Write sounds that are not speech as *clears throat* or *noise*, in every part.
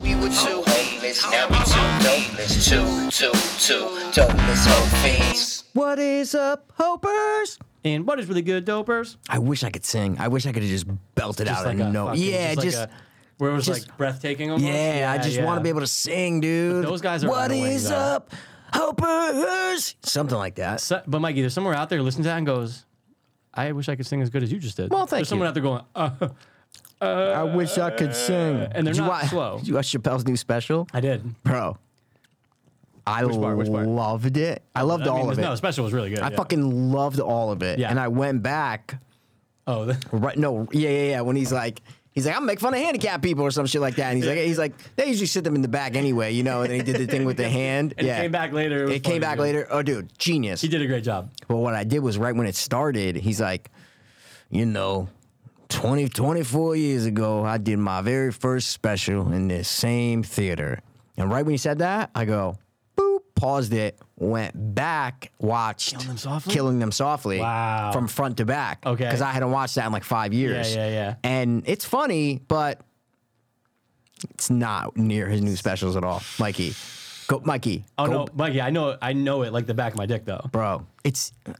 with you. Homeless, now we two dopeless, two, two, two dopeless hoe fiends. What is up, hopers? And what is really good, dopers? I wish I could sing. I wish I could have just belted out a note. fucking- yeah, just. like a- where it was just- like breathtaking. Almost. yeah, I just want to be able to sing, dude. those guys are What annoying, is though. up, hopers? Something like that. So, but Mikey, there's somewhere out there listening to that and goes, "I wish I could sing as good as you just did." Well, thank There's someone you. out there going, uh, I wish I could sing. And they're did you not watch, *laughs* slow. Did you watch Chappelle's new special, *laughs* "I did." bro? I part, which part? loved it. I loved I all mean, of it. no, the special was really good. I yeah. fucking loved all of it. Yeah. And I went back Oh, *laughs* the, Right? No. Yeah, yeah, yeah. When he's like, he's like, I'm make fun of handicapped people or some shit like that. And he's like, he's like, they usually sit them in the back anyway, you know. And then he did the thing with the hand. *laughs* and yeah. it came back later. It, was It came funny, back dude. later. Oh, dude, genius. He did a great job. But what I did was right when it started, he's like, you know, 20, 24 years ago, I did my very first special in this same theater. And right when he said that, I go, boop, paused it, went back, watched Killing Them Softly? Killing Them Softly Wow. from front to back. Okay. Because I hadn't watched that in like five Yeah, years. yeah, yeah. And it's funny, but it's not near his new specials at all. Mikey, go, Mikey. Oh go no, Mikey, I know, I know it like the back of my dick though. bro. It's uh,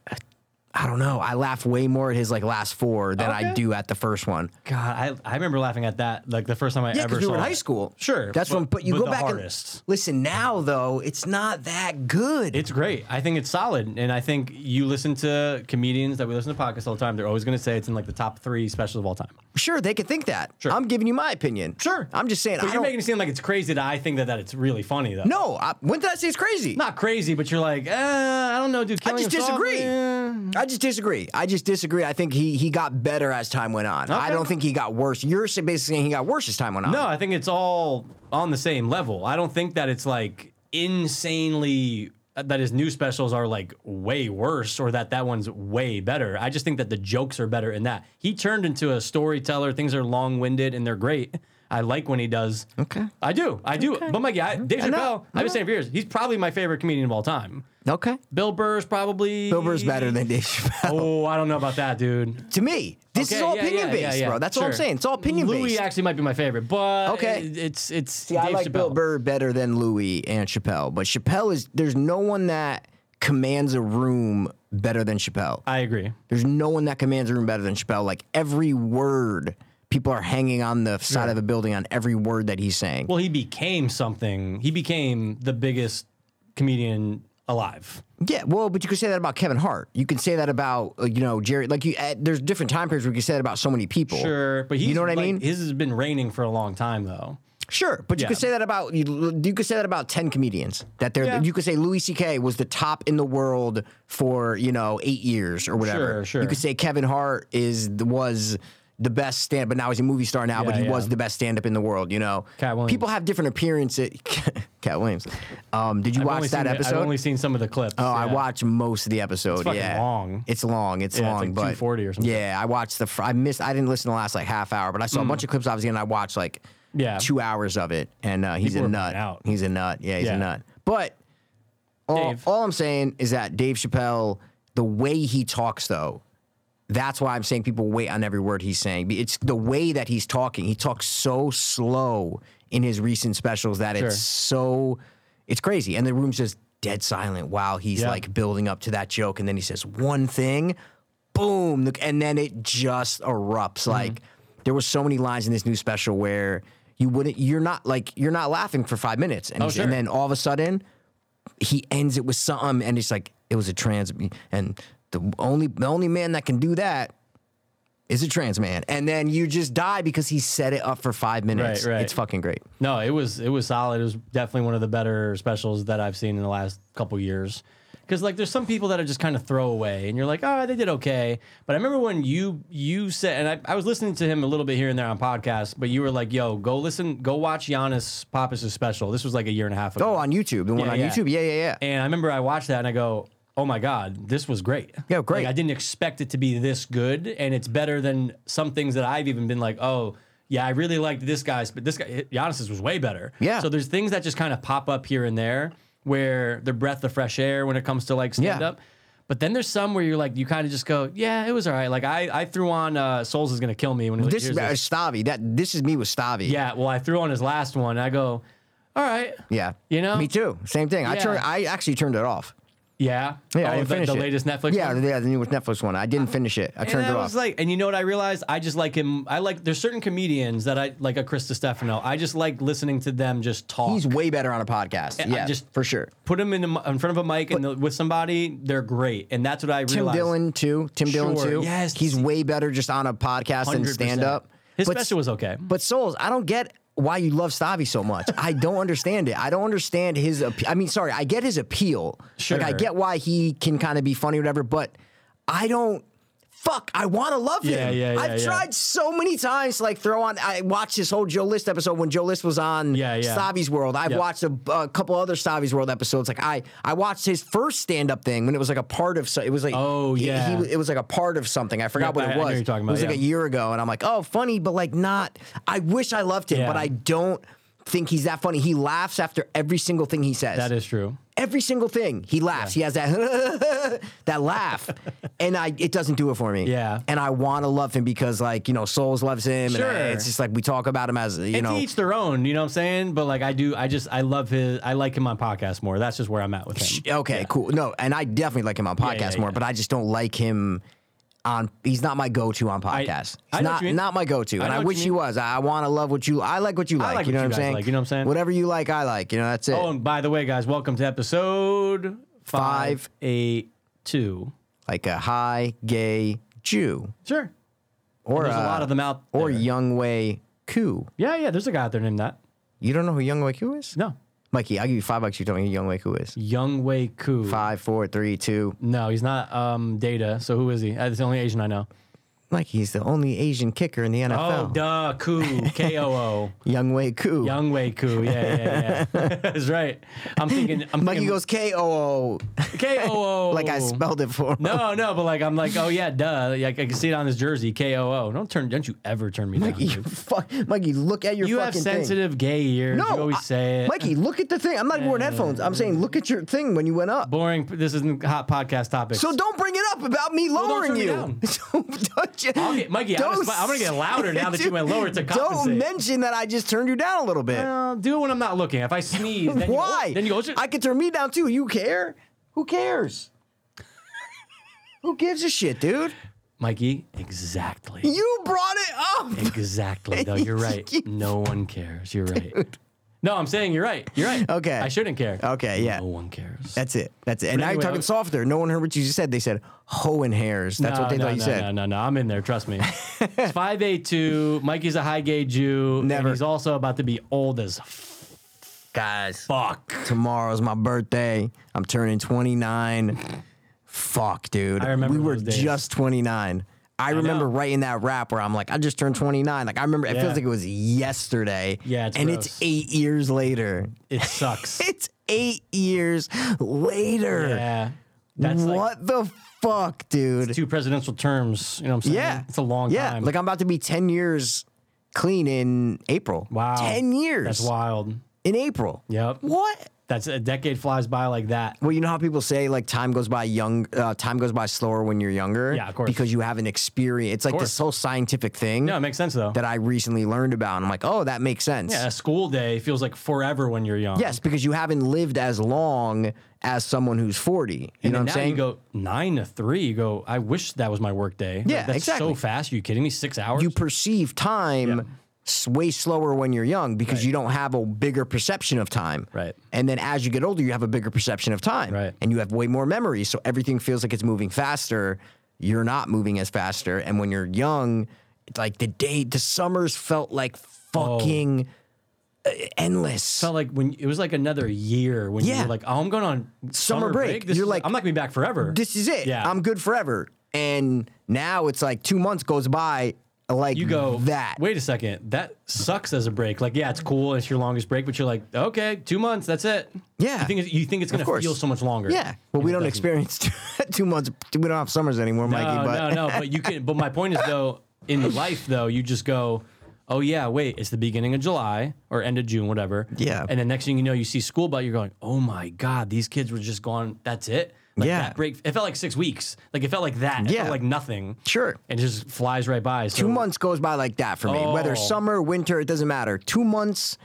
I don't know. I laugh way more at his like last four than I Okay. do at the first one. God, I, I remember laughing at that like the first time I Yeah, ever because saw we were in it. high school. Sure, that's but- when. But you but go the back hardest. and listen now, though. It's not that good. It's great. I think it's solid, and I think you listen to comedians that we listen to podcasts all the time. They're always going to say it's in like the top three specials of all time. sure, they could think that. Sure. I'm giving you my opinion. I'm just saying. But I you're don't. making it seem like it's crazy that I think that, that it's really funny though. no, I, when did I say it's crazy? not crazy, but you're like, uh, I don't know, dude. I Killing just Them Softly, disagree. eh." I just disagree. I just disagree. I think he he got better as time went on. I Okay. don't think he got worse. You're basically saying he got worse as time went on. No, I think it's all on the same level. I don't think that it's like insanely uh, that his new specials are like way worse or that that one's way better. I just think that the jokes are better in that. He turned into a storyteller. Things are long-winded and they're great. I like when he does. Okay. I do. I do. But Mikey, I, Dave I Chappelle, know. I I've know. been saying for years, he's probably my favorite comedian of all time. Okay. Bill Burr's probably Bill Burr's better than Dave Chappelle. *laughs* Oh, I don't know about that, dude. To me, this is Okay, all yeah, opinion yeah, based, yeah, yeah. bro. That's all I'm Sure. saying. It's all opinion Louis based. actually might be my favorite, but Okay. it- it's it's See, I Dave like Bill Chappelle. Burr better than Louis and Chappelle, but Chappelle is there's no one that commands a room better than Chappelle. I agree. There's no one that commands a room better than Chappelle. Like every word, people are hanging on the side of the building on every word that he's saying. Well, he became something. He became the biggest comedian alive. yeah, well, but you could say that about Kevin Hart. You can say that about uh, you know Jerry. Like you, uh, there's different time periods where you can say that about so many people. Sure, but he's, you know what I like, mean? His has been raining for a long time though. Sure, but you Yeah. could say that about you, you could say that about ten comedians that they're Yeah. you could say Louis C.K. was the top in the world for you know eight years or whatever. Sure, sure. You could say Kevin Hart is the- was the best stand, but now he's a movie star now, but Yeah, he yeah. was the best stand up in the world. You know, Cat Williams. People have different appearances. *laughs* Cat Williams. Um, did you I've only watch that seen the- episode? I've only seen some of the clips. Oh, I watched most of the episode. fucking yeah, long. It's long. It's Yeah, it's long. like but 240 or something. Mm. Yeah, I watched the. fr- I missed. I didn't listen to the last like half hour, but I saw a bunch of clips obviously, and I watched like Yeah. two hours of it. And uh, he's People a were nut. burnt out. He's a nut. Yeah, he's a Yeah. nut. But all, Dave. all I'm saying is that Dave Chappelle, the way he talks though, that's why I'm saying people wait on every word he's saying. It's the way that he's talking. He talks so slow in his recent specials that it's so it's crazy. And the room's just dead silent while he's Yeah. like building up to that joke. And then he says one thing, boom, look- and then it just erupts. Mm-hmm. Like there were so many lines in this new special where you wouldn't you're not like you're not laughing for five minutes. And, he's- Oh, sure. and then all of a sudden he ends it with something and it's like it was a trans and the only the only man that can do that is a trans man and then you just die because he set it up for five minutes right. it's fucking great No, it was it was solid. It was definitely one of the better specials that I've seen in the last couple years. Because like, there's some people that are just kind of throwaway, and you're like, oh, they did okay. But I remember when you you said, and I, I was listening to him a little bit here and there on podcasts, but you were like, yo, go listen, go watch Giannis Pappas' special. This was like a year and a half ago. oh on youtube the one Yeah, on yeah. youtube yeah yeah yeah And I remember I watched that and I go, oh my God, this was great. Yeah, great. Like, I didn't expect it to be this good. And it's better than some things that I've even been like, oh, yeah, I really liked this guy's, but this guy, Giannis's was way better. Yeah. So there's things that just kind of pop up here and there where they're breath of fresh air when it comes to like stand up. But then there's some where you're like, you kind of just go, yeah, it was all right. Like I, I threw on uh, Souls is gonna kill me when he was This is uh, Stavi. That this is me with Stavi. Yeah, well, I threw on his last one. I go, all right. yeah. You know? me too. Same thing. I Yeah. turned. I actually turned it off. Yeah. Yeah, I Oh, didn't the, finish the it. latest Netflix. Yeah, one? yeah, the newest Netflix one. I didn't finish it. I turned and it I off. was like, and you know what I realized? I just like him. I like there's certain comedians that I like a Chris Stefano. I just like listening to them just talk. He's way better on a podcast. I Yeah, just- for sure. Put them in, the, mi- in front of a mic and the, with somebody, they're great. And that's what I Tim realized. Dillon too. Tim Dillon Sure, too. yes. he's way better just on a podcast than 100%. stand up. His special was okay. But Souls, I don't get why you love Stavi so much. I don't understand it. I don't understand his. appe- I mean, sorry, I get his appeal. Sure. Like I get why he can kind of be funny, or whatever. But I don't. Fuck, I want to love Yeah, him. yeah, yeah, I've yeah. tried so many times. to, Like throw on. I watched this whole Joe List episode when Joe List was on. Yeah, yeah. Stavi's World. I've Yep. watched a, a couple other Stavi's World episodes. Like I, I watched his first stand up thing when it was like a part of. so- It was like Oh, he- yeah. he, it was like a part of something. I forgot Yep, what I- I it know was. what you're talking it was about, like a yeah. year ago, and I'm like, oh, funny, but like not. I wish I loved him, Yeah. but I don't think he's that funny. He laughs after every single thing he says. That is true. every single thing he laughs. He has that *laughs* that *laughs* laugh, and I it doesn't do it for me. Yeah. and I want to love him because like you know, Souls loves him, Sure. and I- it's just like we talk about him as you And know. to each their own, you know what I'm saying? But like I do, I just I love his. I like him on podcast more. That's just where I'm at with him. Okay, cool. No, and I definitely like him on podcast yeah, more, yeah. but I just don't like him on. He's not my go-to on podcast. He's I know what not you mean. not my go-to, I and know I what wish you he mean. was. I want to love what you. I like what you like. like you know what, what you guys I'm saying? like, you know what I'm saying? Whatever you like, I like. You know that's it. Oh, and by the way, guys, welcome to episode Five. five eight two. Like a high gay Jew Sure. or uh, There's a lot of them out. or there. Young Wei Ku. yeah, yeah. There's a guy out there named that. You don't know who Young Wei Ku is? No, Mikey, I'll give you five bucks. You tell me who Young Wei Ku is. Young Wei Koo. Five, four, three, two. No, he's not um, Data. So who is he? That's the only Asian I know. Mikey, he's the only Asian kicker in the Oh, NFL. duh, *laughs* Koo, K O O, Young Wei Ku. Young Wei Koo. Yeah, yeah, *laughs* yeah. That's right. I'm thinking. I'm Mikey goes K O O. K O O. like I spelled it for him. Oh. No, no, but like I'm like, oh yeah, duh. Like I can see it on his jersey, K O O. Don't turn, don't you ever turn me down. *laughs* Mikey, you dude. fuck, Mikey, look at your You fucking have thing. sensitive gay ears. No, you always I- say it. Mikey, look at the thing. I'm not even wearing headphones. I'm saying look at your thing when you went up. boring. This isn't hot podcast topics. So don't bring it up about me don't lowering turn me you. down. *laughs* So don't you, I'll get- Mikey, I'm gonna don't sp- I'm gonna get louder now that you went lower to Don't compensate. mention that I just turned you down a little bit. Well, do it when I'm not looking. If I sneeze, *laughs* then Why? You go, then you go. "Oh, I could turn me down too. You care? Who cares? *laughs* Who gives a shit, dude? Mikey, exactly. You brought it up. Exactly. No, you're right. No one cares. You're right. No, I'm saying you're right. You're right. Okay. I shouldn't care. Okay, yeah. No one cares. That's it. That's it. And now you're anyway, I talking was- softer. No one heard what you just said. They said hoe and hairs. That's no, what they no, thought you no, said. No, no, no. I'm in there. *laughs* Trust me. It's 5'8", Mikey's a high gay Jew. and Never. he's also about to be old as Guys, fuck. tomorrow's my birthday. I'm turning 29. Fuck, dude. I remember we were those days. just 29. I remember know. writing that rap where I'm like, I just turned 29. Like I remember, it Yeah. feels like it was yesterday. Yeah, it's and it's gross. eight years later. *laughs* It sucks. It's eight years later. yeah. That's like what the fuck, dude? two presidential terms. You know what I'm saying? Yeah. It's a long yeah. time. Like I'm about to be 10 years clean in April. wow. 10 years. That's wild. In April. Yep. What? That's a decade flies by like that. Well, you know how people say like time goes by young, uh, time goes by slower when you're younger. Yeah, of course. Because you haven't experienced. It's like this course. whole scientific thing No, it makes sense though. that I recently learned about. And I'm like, oh, that makes sense. yeah, a school day feels like forever when you're young. Yes, because you haven't lived as long as someone who's 40. You know what I'm now saying? You go nine to three. You go. I wish that was my work day. Like, Yeah, that's exactly. so fast. you kidding me? Six hours. you perceive time s way slower when you're young because you don't have a bigger perception of time. Right. And then as you get older, you have a bigger perception of time. Right. And you have way more memories. So everything feels like it's moving faster. You're not moving as faster. And when you're young, it's like the day, the summers felt like fucking uh, endless. felt like when it was like another year when you Yeah. were like, oh, I'm going on summer, break. This You're is- like, I'm not gonna be back forever. this is it. Yeah. I'm good forever. And now it's like two months goes by like you go that. Wait a second, that sucks as a break. Like, yeah, it's cool. It's your longest break, but you're like, okay, two months. That's it. Yeah. You think it's, you think it's gonna course. feel so much longer? Yeah. Well, we don't experience *laughs* two, two months. We don't have summers anymore, Mikey. No, But Oh, no, no. But you can. But my point is though, in life though, you just go, oh yeah, wait, it's the beginning of July or end of June, whatever. Yeah. And then next thing you know, you see school, but you're going, oh my god, these kids were just gone. That's it. Like Yeah. that break. It felt like six weeks. Like it felt like that. It Yeah. felt like nothing. Sure. And it just flies right by. So Two months goes by like that for me. Whether Oh. summer, winter, it doesn't matter. Two months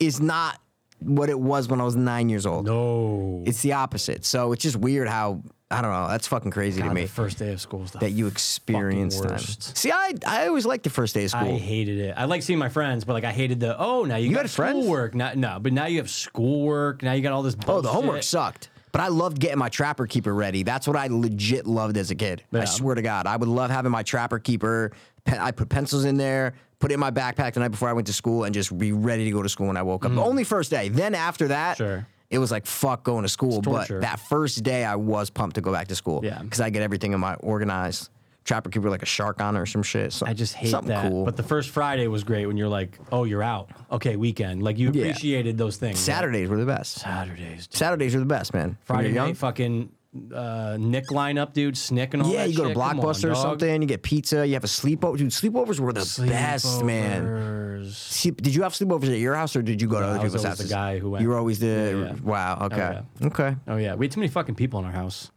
is not what it was when I was nine years old. No. It's the opposite. So it's just weird how I don't know. That's fucking crazy to God, me the first day of school is the that you experienced time. worst. See, I I always liked the first day of I school. hated it. I like seeing my friends, but like I hated the oh now you, got had friends? schoolwork. Now, no, but now you have schoolwork. Now you got all this. Bullshit. oh, the homework sucked. But I loved getting my trapper keeper ready. That's what I legit loved as a kid. I Yeah. swear to God, I would love having my trapper keeper. Pen, I put pencils in there, put it in my backpack the night before I went to school, and just be ready to go to school when I woke up. Only first day. Then after that, Mm. Sure. it was like fuck going to school. But torture. that first day, I was pumped to go back to school. Yeah. because I get everything in my organized trapper keeper like a shark on it or some shit. So I just hate something that. cool. But the first Friday was great when you're like, oh, you're out. Okay, weekend. Like you appreciated those things. Saturdays were the best. Saturdays. dude. Saturdays were the best, man. When Friday you're young. night, fucking uh, Nick lineup, dude. Snick and all Yeah, that. you go to shit. Come on, Blockbuster or dog. something. You get pizza. You have a sleepover. Dude, sleepovers were the best, man. Sleepovers. See, did you have sleepovers at your house or did you go to other I was people's always the houses? guy who went. You were always the Yeah, yeah. wow. Okay, okay. Oh yeah, we had too many fucking people in our house.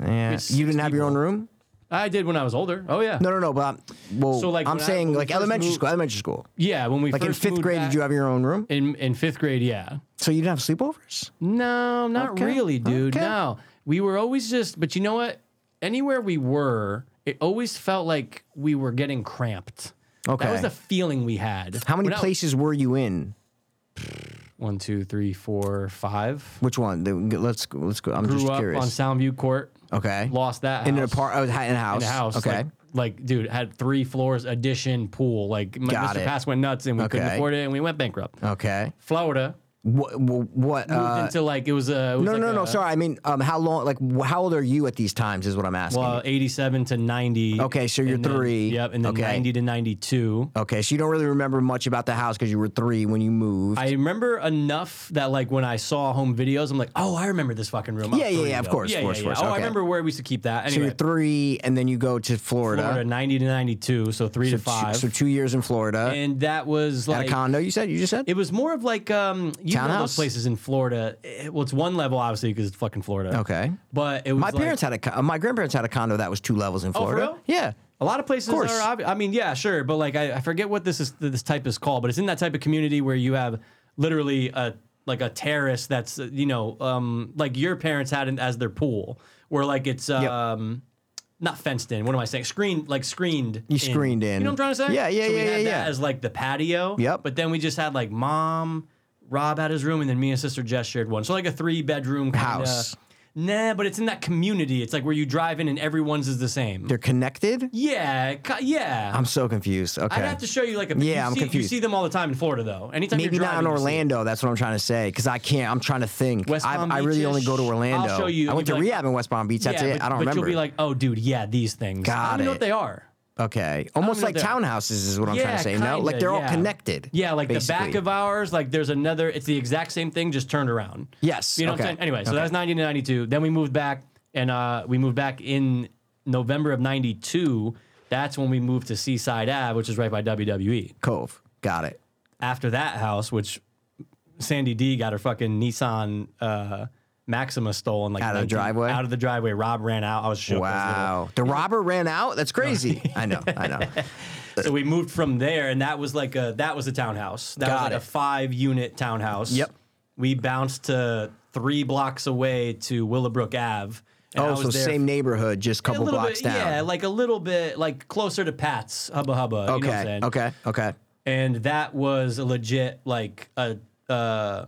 Yeah. six You didn't have your own room? I did when I was older. Oh yeah. No, no, no. But I'm, well, So, like, I'm when I- saying when we like first elementary moved- school. Elementary school. Yeah, when we Like in first fifth moved grade, back- did you have your own room? in in fifth grade? Yeah. So you didn't have sleepovers? No, not Okay. really, dude. Okay. No, we were always just. But you know what? Anywhere we were, it always felt like we were getting cramped. Okay. That was the feeling we had. How many We're not- places were you in? One, two, three, four, five. Which one? The- Let's go- let's go. I'm Grew just up curious. on Soundview Court. okay. Lost that house. in an apartment. Oh, in a house. in a house. Okay. Like, like, dude, had three floors, addition, pool. Like, my- Got Mr. it. Pass went nuts and we couldn't Okay. afford it and we went bankrupt. okay. Florida What? What? moved Uh, into like, it was a. It was No, like no, no. a- Sorry, I mean, um, how long? Like, wh- how old are you at these times? Is what I'm asking. Well, uh, 87 to 90. Okay, so you're and then- three. Yep, and then Okay. 90 to 92. okay, so you don't really remember much about the house because you were three when you moved. I remember enough that like when I saw home videos, I'm like, oh, I remember this fucking room. I was Yeah, yeah, three, yeah, of though. course, yeah, of course, yeah, of course, yeah. Oh, I okay. remember where we used to keep that. so Anyway, you're three, and then you go to Florida. Florida, 90 to 92, so three so to five, Two, so two years in Florida and that was at like a condo. You said you just said. It was more of like um, you know Townhouse? those places in Florida. eh, Well, it's one level obviously because it's fucking Florida. okay. but it was My like- Oh, parents had a co- my grandparents had a condo that was two levels in for Florida. real? Yeah. A lot of places course. are. obvi- I mean, yeah, sure, but like I, I forget what this is this type is called, but it's in that type of community where you have literally a like a terrace that's uh, you know um, like your parents had it as their pool, where like it's um, not fenced in. What am I saying? Screened, like screened. You screened in. You know what I'm trying to say? Yeah, yeah, so yeah, We had yeah, that yeah. as like the patio. Yep. But then we just had like mom, Rob had his room, and then me and sister Jess shared one. So like a three bedroom kinda- House. Nah, but it's in that community. It's like where you drive in and everyone's is the same. They're connected. Yeah, ki- yeah. I'm so confused. Okay. I'd have to show you like a. Yeah, you I'm see, confused. You see them all the time in Florida though. Anytime Maybe you're not driving, in you see it. Orlando. That's what I'm trying to say because I can't. I'm trying to think. West I, Palm I really only go to Beach-ish. Orlando. I'll show you. I went to You'll be like- rehab in West Palm Beach. That's yeah, it. But, I don't but remember. You'll be like, oh, dude, yeah, these things. I Got don't even know it. what they are. Okay. Almost know like that. townhouses is what I'm yeah, trying to say. Kinda, no, like they're all yeah. connected. Yeah, like the back basically. of ours. Like there's another. It's the exact same thing, just turned around. Yes, You know what okay, I'm saying? Anyway, so okay. that was 90 to 92. Then we moved back, and uh, we moved back in November of 92. That's when we moved to Seaside Ave, which is right by E. WWE. Cove. Got it. after that house, which Sandy D got her fucking Nissan uh, Maxima stolen, like Out of the 19 driveway? Out of the driveway, Rob ran out. I was shook. I was little. Wow. The robber ran out? *laughs* That's crazy. I know. I know. So we moved from there, and that was like a that was a townhouse. That Got was like it. a five unit townhouse. Yep. We bounced to three blocks away to Willowbrook Ave. and I Oh, was so there same neighborhood, just a a couple little blocks bit, down. yeah, like a little bit, like closer to Pat's Hubba Hubba. you know what I'm okay. saying? okay. Okay. and that was a legit like a uh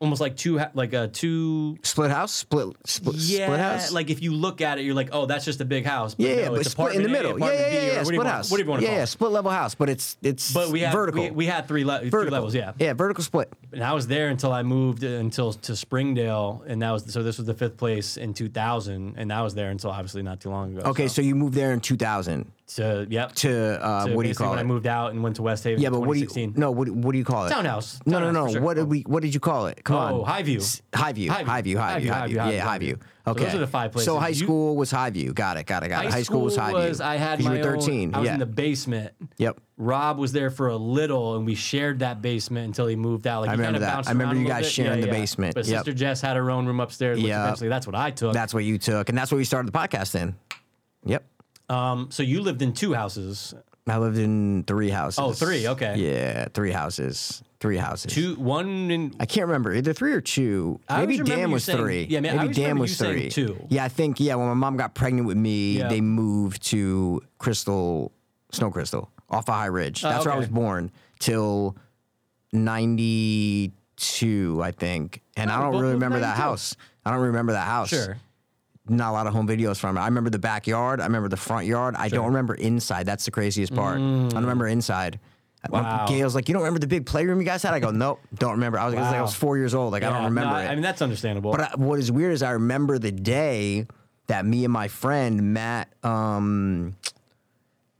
almost like two ha- like a two Split house? Split split, yeah split house? like if you look at it you're like oh that's just a big house but yeah, yeah, no, but it's split in the middle. apartment A, Yeah, apartment yeah, yeah, B, or yeah. whatever you Split want- house. whatever you want to yeah, call yeah, it split level house, but it's it's but we had vertical. we, we had three, le- three vertical. levels yeah Yeah, vertical split. and I was there until I moved uh, until to Springdale and that was so this was the fifth place in 2000 and I was there until obviously not too long ago Okay, so you moved there in 2000. to yep. to uh, to what do you basically call when it? I moved out and went to West Haven. yeah, but what do you 2016. no? What, what do you call it? Townhouse. No, no, no. Townhouse for sure. What did we? What did you call it? Come Oh, on. Highview. S- Highview. Highview. Highview. Highview. Highview, Highview. Highview, Yeah, Highview. Highview. So Okay. those are the So five places. high You- school was Highview. Got it. Got it. Got it. High school was Highview. was- I had 'Cause my you were thirteen. Own, I was yeah. in the basement. Yep. Rob was there for a little, and we shared that basement until he moved out. Like I he remember kinda that. bounced I remember around a you little guys bit. sharing Yeah, the yeah. basement. But Yep. Sister Jess had her own room upstairs. Which Yep. eventually, that's what I took. That's what you took, and that's where you started the podcast. Then. Yep. um, so you lived in two houses. I lived in three houses. Oh, three, okay. Yeah, three houses. Three houses. Two, one in I can't remember either three or two. I always Maybe remember Dan you was saying- three. yeah, man, I maybe always Dan remember was you saying three. two. Yeah, I think yeah. When my mom got pregnant with me, Yeah. they moved to Crystal, Snow Crystal, off of High Ridge. That's where I Oh, okay. was born till ninety two, I think. And I Oh, don't both really of remember that 92. house. I don't remember that house. sure. Not a lot of home videos from it. I remember the backyard. I remember the front yard. I don't remember inside. That's the craziest part. I don't remember inside. Mm. Wow. Gail's like, you don't remember the big playroom you guys had? I go, nope, don't remember. I was gonna say I Wow. was four years old. Like I don't Yeah, remember no, it. I mean, that's understandable. But I, what is weird is I remember the day that me and my friend Matt, um,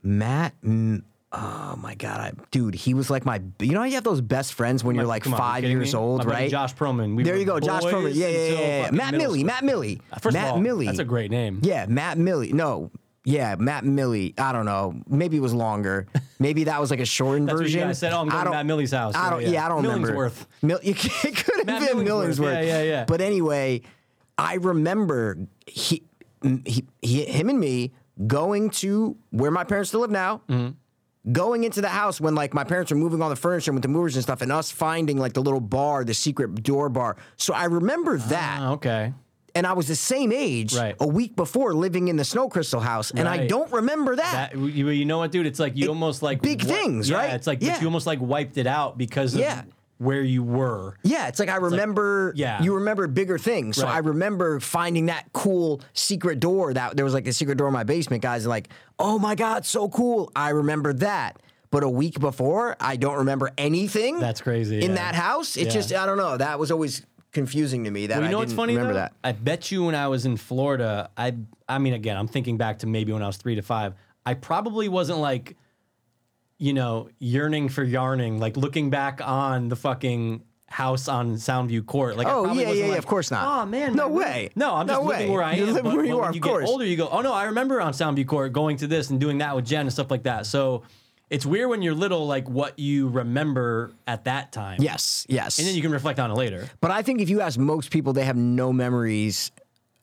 Matt, mm, oh my god, I, dude, he was like my. You know, how you have those best friends when you're like Come on, you five kidding years me? old, My buddy right? Josh Perlman. We there were you go, Josh boys Perlman. Yeah, yeah, until yeah, yeah. fucking Matt middle Millie, school. Uh, Matt Millie, First Matt of all, Millie. that's a great name. Yeah, Matt Millie. No. Yeah, Matt Millie. I don't know. Maybe it was *laughs* longer. Maybe that was like a shortened That's what you version. guys said, "Oh, I'm going I to don't- Matt Millie's house." I Yeah, don't. Yeah, yeah. I don't remember. Millingsworth. Mill, *laughs* it could have Matt been Millingsworth. Millingsworth. Yeah, yeah, yeah. But anyway, I remember he, he, he him and me going to where my parents still live now. Mm-hmm. Going into the house when like my parents were moving all the furniture with the movers and stuff, and us finding like the little bar, the secret door bar. So I remember that Ah, okay. and I was the same age Right. a week before living in the snow crystal house, and I Right. don't remember that. That you, you know what, dude? It's like you almost like big things, yeah, right? It's like but Yeah. you almost like wiped it out because of Yeah. where you were. yeah, it's like I remember. yeah. you remember bigger things. So Right. I remember finding that cool secret door that there was like a secret door in my basement. Guys, and like, oh my god, so cool! I remember that. But a week before, I don't remember anything. That's crazy, In yeah. that house, it's Yeah. just I don't know. That was always confusing to me. That Well, you know I what's didn't funny? remember though? that. I bet you when I was in Florida, I I mean, again, I'm thinking back to maybe when I was three to five. I probably wasn't like, you know, yearning for yarning, like looking back on the fucking house on Soundview Court. Like, I Oh, probably yeah, wasn't yeah, yeah, like, of course not. Oh man, No my room-" way. No, I'm just No living way. where I You're am. living but where *laughs* when you are, you of get course. older, you go, oh no, I remember on Soundview Court going to this and doing that with Jen and stuff like that. So. It's weird when you're little, like what you remember at that time. Yes, yes. And then you can reflect on it later. But I think if you ask most people, they have no memories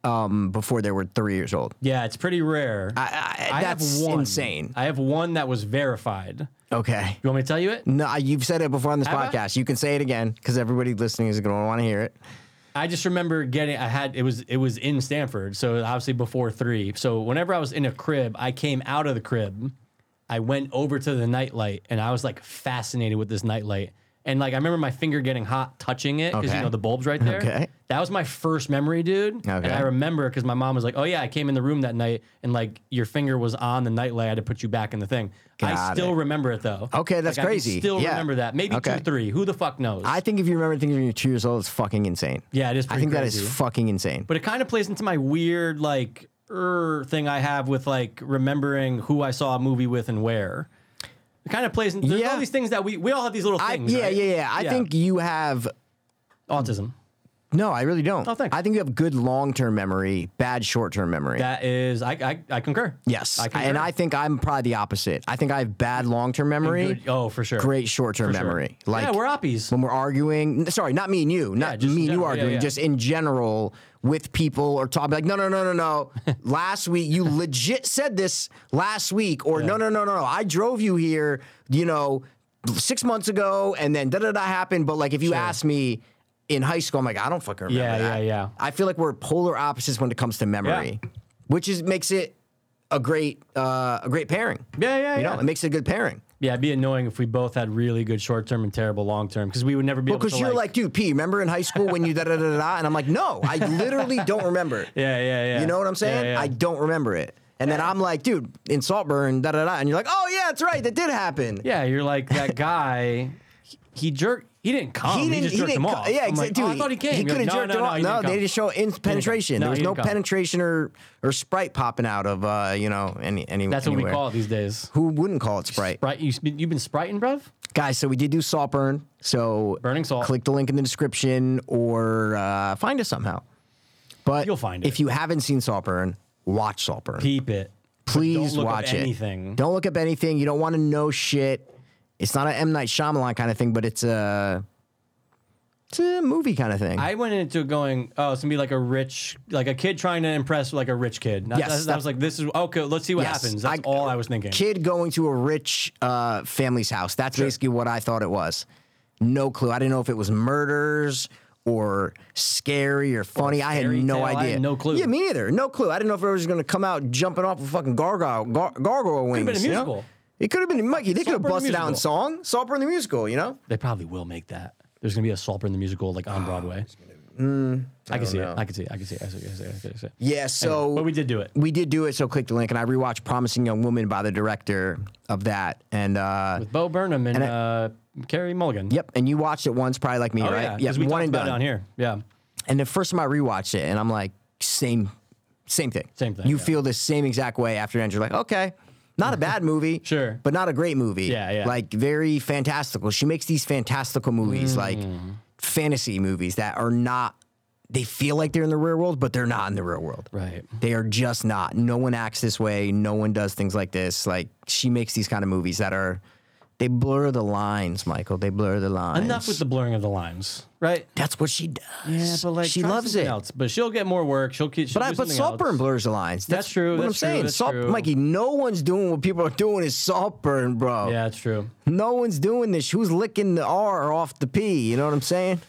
um, before they were three years old. Yeah, it's pretty rare. I, I, that's insane. I have one that was verified. Okay. You want me to tell you it? No, I- you've said it before on this Have I? podcast. You can say it again because everybody listening is going to want to hear it. I just remember getting. I had it was it was in Stanford, so obviously before three. So whenever I was in a crib, I came out of the crib. I went over to the nightlight, and I was like fascinated with this nightlight. And like I remember my finger getting hot touching it because Okay. you know the bulbs right there. Okay. That was my first memory, dude. And Okay. I remember because my mom was like, "Oh yeah, I came in the room that night, and like your finger was on the nightlight. I had to put you back in the thing." Got I still it. remember it though. Okay, that's Like, I can crazy. still Yeah. remember that. Maybe Okay. two, three. Who the fuck knows? I think if you remember things when you're two years old, it's fucking insane. Yeah, it is I pretty think that is crazy. fucking insane. but it kind of plays into my weird like er thing I have with like remembering who I saw a movie with and where. It kind of plays into there's Yeah. all these things that we we all have these little I, things. yeah, right? yeah, yeah. I think you have. autism. No, I really don't. Oh, thanks. I think you have good long term memory, bad short term memory. That is I I, I concur. yes. I concur. and I think I'm probably the opposite. I think I have bad long term memory, Good- oh for sure. great short term For sure. memory. Like, yeah, we're oppies. when we're arguing. n- Sorry, not me and you, not just me and in you general, yeah, arguing, yeah. just in general with people or talk like, no, no, no, no, *laughs* no. last week you legit said this last week, or no, no, no, no, no. I drove you here, you know, six months ago, and then da da da happened. But like, if you ask me. In high school, I'm like, I don't fucking remember Yeah, that. yeah, yeah. I feel like we're polar opposites when it comes to memory, which is makes it a great, uh, a great pairing. Yeah, yeah, you yeah. know, it makes it a good pairing. Yeah, it'd be annoying if we both had really good short term and terrible long term because we would never be able Because to you're like, dude, P, remember in high school when you da da da da da? And I'm like, no, I literally don't remember. *laughs* Yeah, yeah, yeah. You know what I'm Yeah, saying? yeah. I don't remember it. And then I'm like, dude, in Saltburn, *laughs* da da da. And you're like, oh, yeah, that's right. That did happen. Yeah, you're like that guy. he- he jerked. He didn't come. Oh, He, just jerked him co- off. Yeah, I'm like, exactly. oh, I thought he came. He You're could have like, jerked him off. he didn't they come. just show instant penetration. No, there was he no didn't come. penetration or or Sprite popping out of uh, you know any any. That's what anywhere. we call it these days. Who wouldn't call it Sprite? Right? You, you've been spriting, bruv? guys so we did do salt burn so Burning salt. click the link in the description or uh, find us somehow but You'll find if it. you haven't seen salt burn watch salt burn Peep it. But please don't look up watch it Anything. don't look up anything you don't want to know shit it's not an M Night Shyamalan kind of thing but it's a it's a movie kind of thing I went into it going, oh, it's gonna be like a rich, like a kid trying to impress like a rich kid. That- Yes, that's- I that- was like, this is okay. Let's see what Yes, happens. That's I- all I was thinking. kid going to a rich uh, family's house. That's basically what I thought it was. No clue. I didn't know if it was murders or scary or funny. I had fairy no tale. I idea. had no clue. Yeah, me either. No clue. I didn't know if it was going to come out jumping off a fucking gargoyle, gar- gargoyle wings. been a you know? musical. It could have been Mikey. They could have Saltburn the busted out in musical. song. Saltburn the musical. You know. They probably will make that. There's gonna be a Salper in the musical like on Broadway. Mm, I, can see it. I can see it. I can see it. I can see it. I can see it. I can see it. Yeah. So. But we did do it. we did do it, so click the link, and I rewatched "Promising Young Woman" by the director of that, and uh, with Bo Burnham and, I- uh, Carrie Mulligan. yep, and you watched it once, probably like me, Oh, right? yeah. Because we talked about it on here. Yeah. And the first time I rewatched it, and I'm like, same, same thing. Same thing, You yeah. feel the same exact way after it ends. You're like, okay, not a bad movie, *laughs* Sure. but not a great movie. Yeah, yeah. Like very fantastical. She makes these fantastical Mm. movies, like fantasy movies that are not. They feel like they're in the real world, but they're not in the real world. Right. They are just not. No one acts this way. No one does things like this. Like she makes these kind of movies that are, they blur the lines, Michael. They blur the lines. Enough with the blurring of the lines. Right. That's what she does. Yeah, but like she try loves something it. Else. But she'll get more work. She'll keep. She'll But I, do but something Saltburn else. blurs the lines. That's, true, What that's I'm true, saying, that's Salt, true. Mikey. No one's doing what people are doing is Saltburn, bro. Yeah, that's true. No one's doing this. Who's licking the R off the P? You know what I'm saying?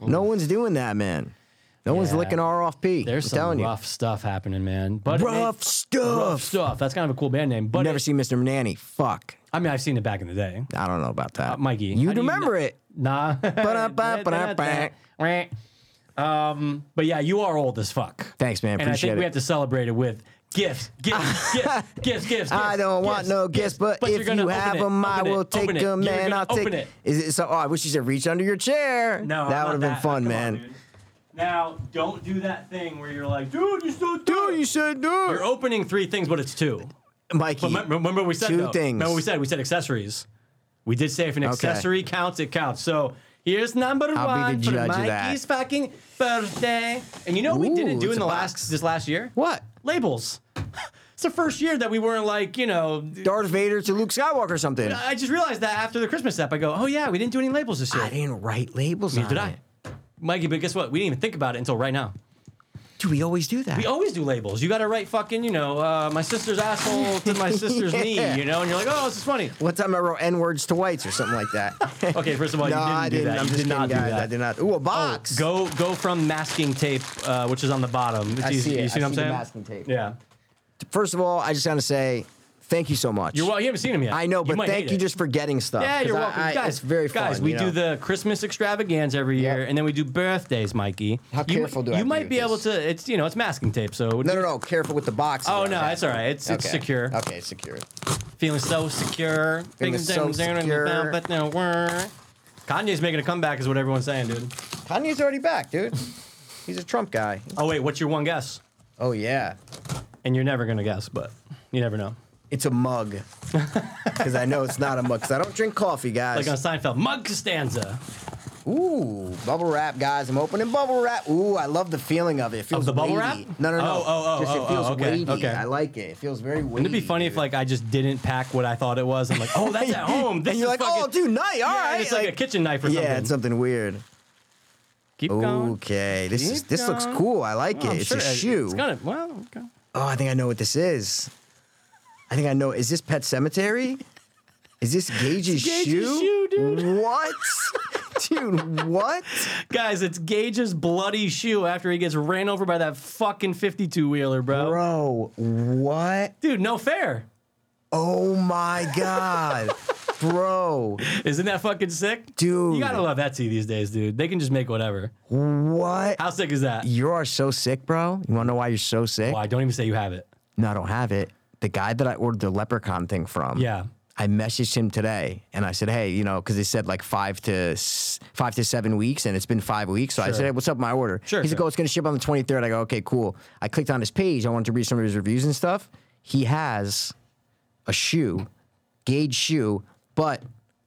No one's doing that, man. No one's Yeah. licking R off P. There's I'm some telling rough stuff happening, man. But it you. made- Rough stuff. rough stuff. That's kind of a cool band name. But Never it- seen Mr. Nanny. Fuck. I mean, I've seen it back in the day. I don't know about that. Uh, Mikey, You how do you remember kn- it. Nah. *laughs* Ba-da-ba-ba-da-ba. um, but yeah, you are old as fuck. Thanks, man. And I Appreciate think we it. have to celebrate it with gifts, *laughs* gifts, gifts, gifts, gifts. I don't gifts, want no gifts, but, you're if gonna you open have it, them, I open it, will take open it. them, You're man. gonna I'll take open it. Is it so? Oh, I wish you said reach under your chair. No, that would have been fun, man. Now, don't do that thing where you're like, dude, you still do. Dude, you should do You're it. opening three things, but it's two. Mikey. But remember, remember we said two though, things. Remember we said we said accessories. We did say if an accessory counts, it counts. So here's number I'll be one the for judge of that. Mikey's fucking birthday. And you know what Ooh, we didn't do it's in a the box. last this last year? What? Labels. *laughs* it's the first year that we weren't like you know. Darth Vader to Luke Skywalker or something. I just realized that after the Christmas app, I go, oh yeah, we didn't do any labels this year. I didn't write labels on Did it. I? Mikey, but guess what? We didn't even think about it until right now. Dude, we always do that. We always do labels. You got to write fucking, you know, uh, my sister's asshole to *laughs* my sister's Yeah. knee, you know, and you're like, oh, this is funny. One time I wrote N words to whites or something like that. *laughs* Okay, first of all, *laughs* no, you didn't I do didn't. that. I'm you just did kidding, not do guys. that. Oh, I did not. Ooh, a box. Go go from masking tape, uh, which is on the bottom. It's I easy. see it. You I see what I'm see the saying? masking tape. Yeah. First of all, I just want to say thank you so much. You're well, you haven't seen him *laughs* yet. I know, You but might thank hate you it. just for getting stuff. Yeah, 'cause you're I- welcome, I- guys. it's very fun. Guys, we you do know? the Christmas extravaganza every year, Yep. and then we do birthdays, Mikey. How you, careful do I you have to might do be able this? to? It's you know, it's masking tape, so No, no, no. Careful with the box. Oh no, it's all right. It's it's secure. Okay, secure. Feeling so secure. Feeling so secure. But no, we're- Kanye's making a comeback, is what everyone's saying, dude. Kanye's already back, dude. He's a Trump guy. Oh wait, what's your one guess? Oh yeah, And you're never gonna guess, but you never know. it's a *laughs* mug. Because I know it's not a mug. Because I don't drink coffee, guys. Like on Seinfeld, Mug Costanza. Ooh, bubble wrap, guys. I'm opening bubble wrap. Ooh, I love the feeling of it. it feels the bubble weighty. wrap? No, no, no. Oh, oh, oh, Just oh, it feels oh, okay, weighty. okay. I like it. It feels very weighty. It'd be funny if dude. like I just didn't pack what I thought it was. I'm like, oh, that's at home. *laughs* This and you're is like, fucking, oh, dude, night. All Yeah, right. it's like, a kitchen knife or yeah, something. it's something weird. Keep going. Okay, this is Keep this looks going. cool. I like Well, it. I'm It's sure a it- shoe. It's kind of well. Okay. Oh, I think I know what this is. I think I know. Is this Pet Cemetery? Is this Gage's Gage's shoe? shoe, dude. *laughs* What? dude, what? Guys, it's Gage's bloody shoe after he gets ran over by that fucking 52 wheeler, bro. Bro, what? Dude, no fair. Oh my God. Bro, Isn't that fucking sick? Dude. You gotta love Etsy these days, dude. They can just make whatever. what? How sick is that? You are so sick, bro. You wanna know why you're so sick? Why? Don't even say you have it. No, I don't have it. The guy that I ordered the leprechaun thing from. Yeah. I messaged him today and I said, "Hey, you know, because they said like five to s- five to seven weeks, and it's been five weeks." So I said, "Hey, what's up, with my order?" Sure, He's like, sure. "Oh, it's going to ship on the 23rd." I go, "Okay, cool." I clicked on his page. I wanted to read some of his reviews and stuff. He has a shoe, gauge shoe, but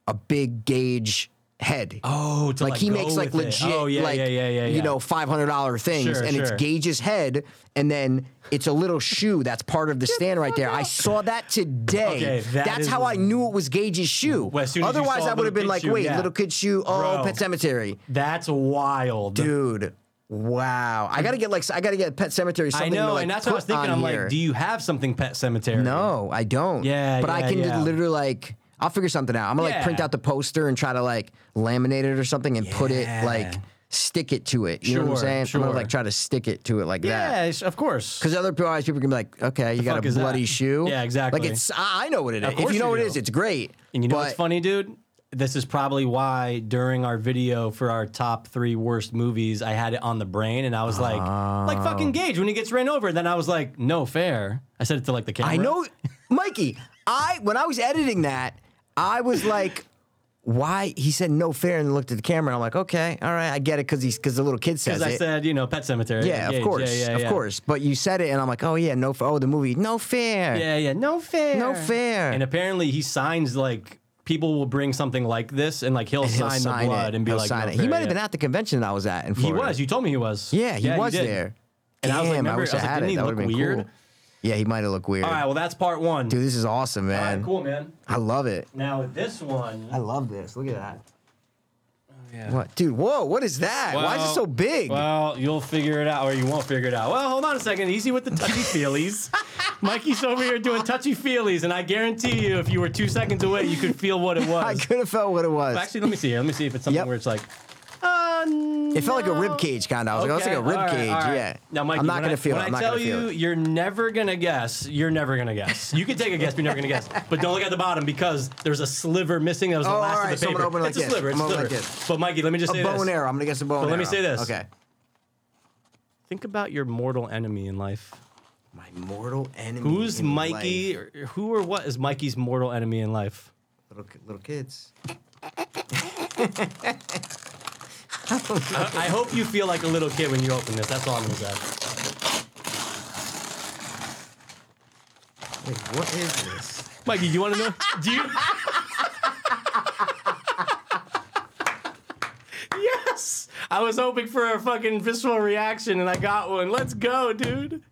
a big gauge head. Oh, to, like, like, he go makes like with it. legit, Oh, yeah, like yeah, yeah, yeah, you yeah. know, five hundred dollar things, Sure, and it's sure. Gage's head, and then it's a little shoe that's part of the stand right there. I saw that today. Okay, that that's is- how I knew it was Gage's shoe. Well, as soon as you Otherwise, I saw would have little been kid like, shoe, wait, yeah. little kid shoe. Oh, Bro. Pet Cemetery, That's wild, dude. Wow, I gotta get like I gotta get Pet Cemetery. I Something know, to, like, and that's what I was put thinking. on I'm here. like, do you have something Pet Cemetery? No, I don't. Yeah, but I yeah, can yeah. literally like I'll figure something out. I'm gonna like print Yeah. out the poster and try to like laminate it or something and put it Yeah. like stick it to it. You know what I'm Sure, saying? I'm gonna sure. like try to stick it to it like Yeah, that. it's- of course. Because otherwise people can be like, okay, you got a fuck is that? bloody shoe. Yeah, exactly. Like it's I I know what it is. Of If course you know you what it do. is, it's great. And you know what's But funny, dude? This is probably why during our video for our top three worst movies, I had it on the brain, and I was like, Oh. like fucking Gage when he gets ran over. And then I was like, no fair. I said it to like the camera. I know, Mikey. I when I was editing that, I was like, *laughs* "Why?" He said, "No fair," and looked at the camera. And I'm like, "Okay, all right, I get it," because he's because the little kid says Because I it. said, you know, Pet Cemetery. Yeah, Gage. of course, yeah, of yeah. course. But you said it, and I'm like, oh yeah, no, f- oh the movie, no fair. Yeah, yeah. No fair. No fair. And apparently he signs like people will bring something like this and like he'll, He'll sign, the blood it. and be He'll like, sign "No it. fair," He might have yeah. been at the convention I was at in He Florida. was. You told me he was. Yeah, he was did. there. And Damn, I was like, remember, wish I, was like, had didn't it. he That would look have been weird? cool. Yeah, he might have looked weird. All right, well, that's part one. Dude, this is awesome, All man. right, cool, man. I love it. Now this one. I love this. Look at that. What, dude? Whoa! What is that? Why is it Oh, Well- so big? Well, you'll figure it out, or you won't figure it out. Well, hold on a second. Easy with *laughs* the touchy feelies. Mikey's over here doing touchy feelies, and I guarantee you, if you were two seconds away, you could feel what *laughs* it I was. could have felt what it was. Actually, let me see here. Let me see if it's something Yep. where it's like, uh, it felt like a no. rib cage kind of. I was like, oh, it's like a all rib right, cage. all right. Yeah. Now, Mikey, I'm not when gonna I, feel when it. I'm I not tell gonna you, feel it. you're never gonna guess. You're never gonna guess. You can take a guess, but you're never gonna guess. But don't look at the bottom because there's a sliver missing. That was the Oh, last all right, of the so I'm paper. gonna open it it's like a this. sliver. It's I'm a gonna sliver. open it like this. but Mikey, let me just A say bow this. and arrow. I'm gonna guess a bow and But arrow. let me say this. Okay. Think about your mortal enemy in life. My mortal enemy. Who's in Mikey? life. Or who or what is Mikey's mortal enemy in life? Little, ki- little kids. I hope you feel like a little kid when you open this. That's all I'm gonna say. Wait, what is this? Mikey, do you want to know? Do you? yes. I was hoping for a fucking visceral reaction, and I got one. Let's go, dude.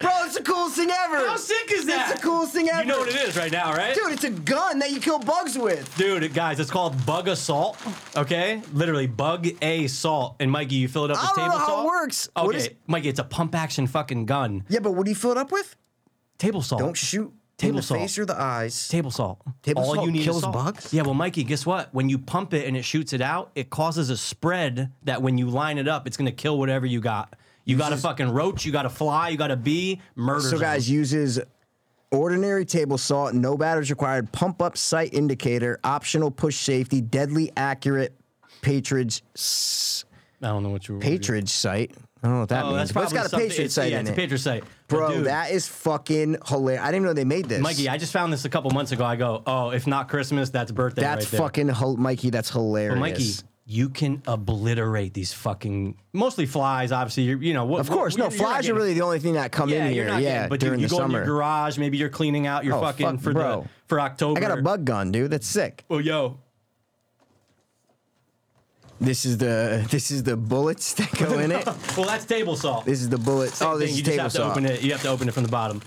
Bro, it's the coolest thing ever. How sick is that? It's the coolest thing ever. You know what it is right now, right? Dude, it's a gun that you kill bugs with. Dude, guys, it's called bug assault. Okay, literally bug a salt. And Mikey, you fill it up I with don't table know how it salt. works. Okay, What is- Mikey, it's a pump action fucking gun. Yeah, but what do you fill it up with? Table salt. Don't shoot in Table the salt. face or the eyes. Table salt. Table All salt you need is kills salt. bugs? Yeah, well, Mikey, guess what? When you pump it and it shoots it out, it causes a spread that when you line it up, it's gonna kill whatever you got. You got a fucking roach, you got a fly, you got a bee, murder. so, guys, uses ordinary table salt, no batteries required, pump up sight indicator, optional push safety, deadly accurate patridge s- I don't know what you were. patridge sight. I don't know what that Oh, means. that's but probably it's got a something- patridge it's- sight Yeah, in it's a it. patridge site. But Bro, dude, that is fucking hilarious. I didn't even know they made this. Mikey, I just found this a couple months ago. I go, oh, if not Christmas, that's birthday. That's right there. fucking hol- Mikey. That's hilarious. But Mikey, you can obliterate these fucking mostly flies. Obviously, you're, you know what? Of course, no you're- you're not flies are getting- really the only thing that come Yeah, in you're here. not yeah, getting, but during you, you the go summer. in your garage. Maybe you're cleaning out your Oh, fucking fuck, for bro. the for October. I got a bug gun, dude. That's sick. Oh, yo. This is the this is the bullets that go in *laughs* it. Well, that's table salt. This is the bullets. Oh, this thing. is you just table have to saw. open it. You have to open it from the bottom.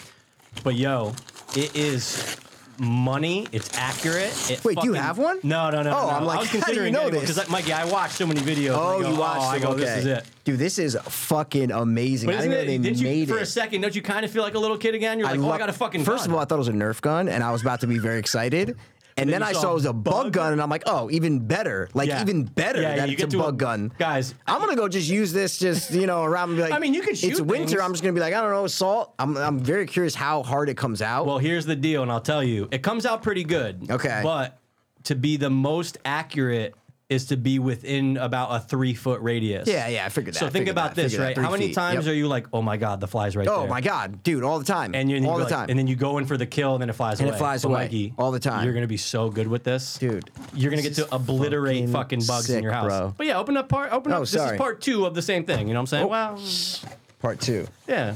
But yo, it is money. It's accurate. It Wait, do you fucking- have one? No, no, no. Oh, no, no. I'm like, *laughs* I was how do you considering know this? Because, Mikey, I watched so many videos. and I Oh, go, you watched I it. go, okay. This is it. Dude, this is fucking amazing. But I isn't didn't know it, they did you, made for it. a second, don't you kind of feel like a little kid again? You're like, oh, I love- got a fucking First gun. of all, I thought it was a Nerf gun, and I was about to be very excited. And then, you I saw saw it was a bug bug? gun, and I'm like, oh, even better. Like, Yeah. even better Yeah, that you it's a get to a- bug gun. Guys, I'm going to go just use this, just, you know, around and be like, I mean, you could It's shoot winter. things. I'm just going to be like, I don't know, salt. I'm, I'm very curious how hard it comes out. Well, here's the deal, and I'll tell you, it comes out pretty good. Okay. But to be the most accurate is to be within about a three foot radius. Yeah, yeah, I figured that. So I think figured about that, I this, figured that, right? three How many feet, times yep. are you like, oh my god, the fly's right there? Oh my god, dude, all the time. And you're all the like, time. and then you go in for the kill, and then it flies And it away. flies But away. Mikey, All the time. You're gonna be so good with this, Dude, You're gonna get this to is obliterate fucking fucking, bugs sick, in your house. bro. But yeah, open up part. Open Oh, up. This sorry. Oh. is part two of the same thing. You know what I'm saying? Well, Part two. yeah,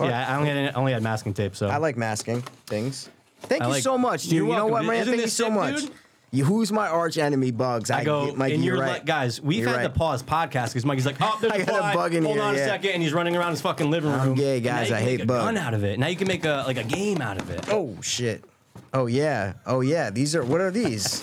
yeah. I only had, I only had masking tape, so I like masking things. Thank I you like- so much, dude. You're you know welcome, what, dude. man? Isn't Thank you this so sick, much. dude? You, who's my arch enemy, Bugs? I go, get- Mikey, and you're, right. like, guys, we've You're had the right. pause podcast because Mikey's like, *laughs* oh, there's I a got a fly. bug in Hold here, on yeah. a second, and he's running around his fucking living room. I'm gay, And now guys. you I can hate make a bugs. Gun out of it. Now you can make a like a game out of it. Oh shit. Oh yeah. Oh yeah. These are what are *laughs* these?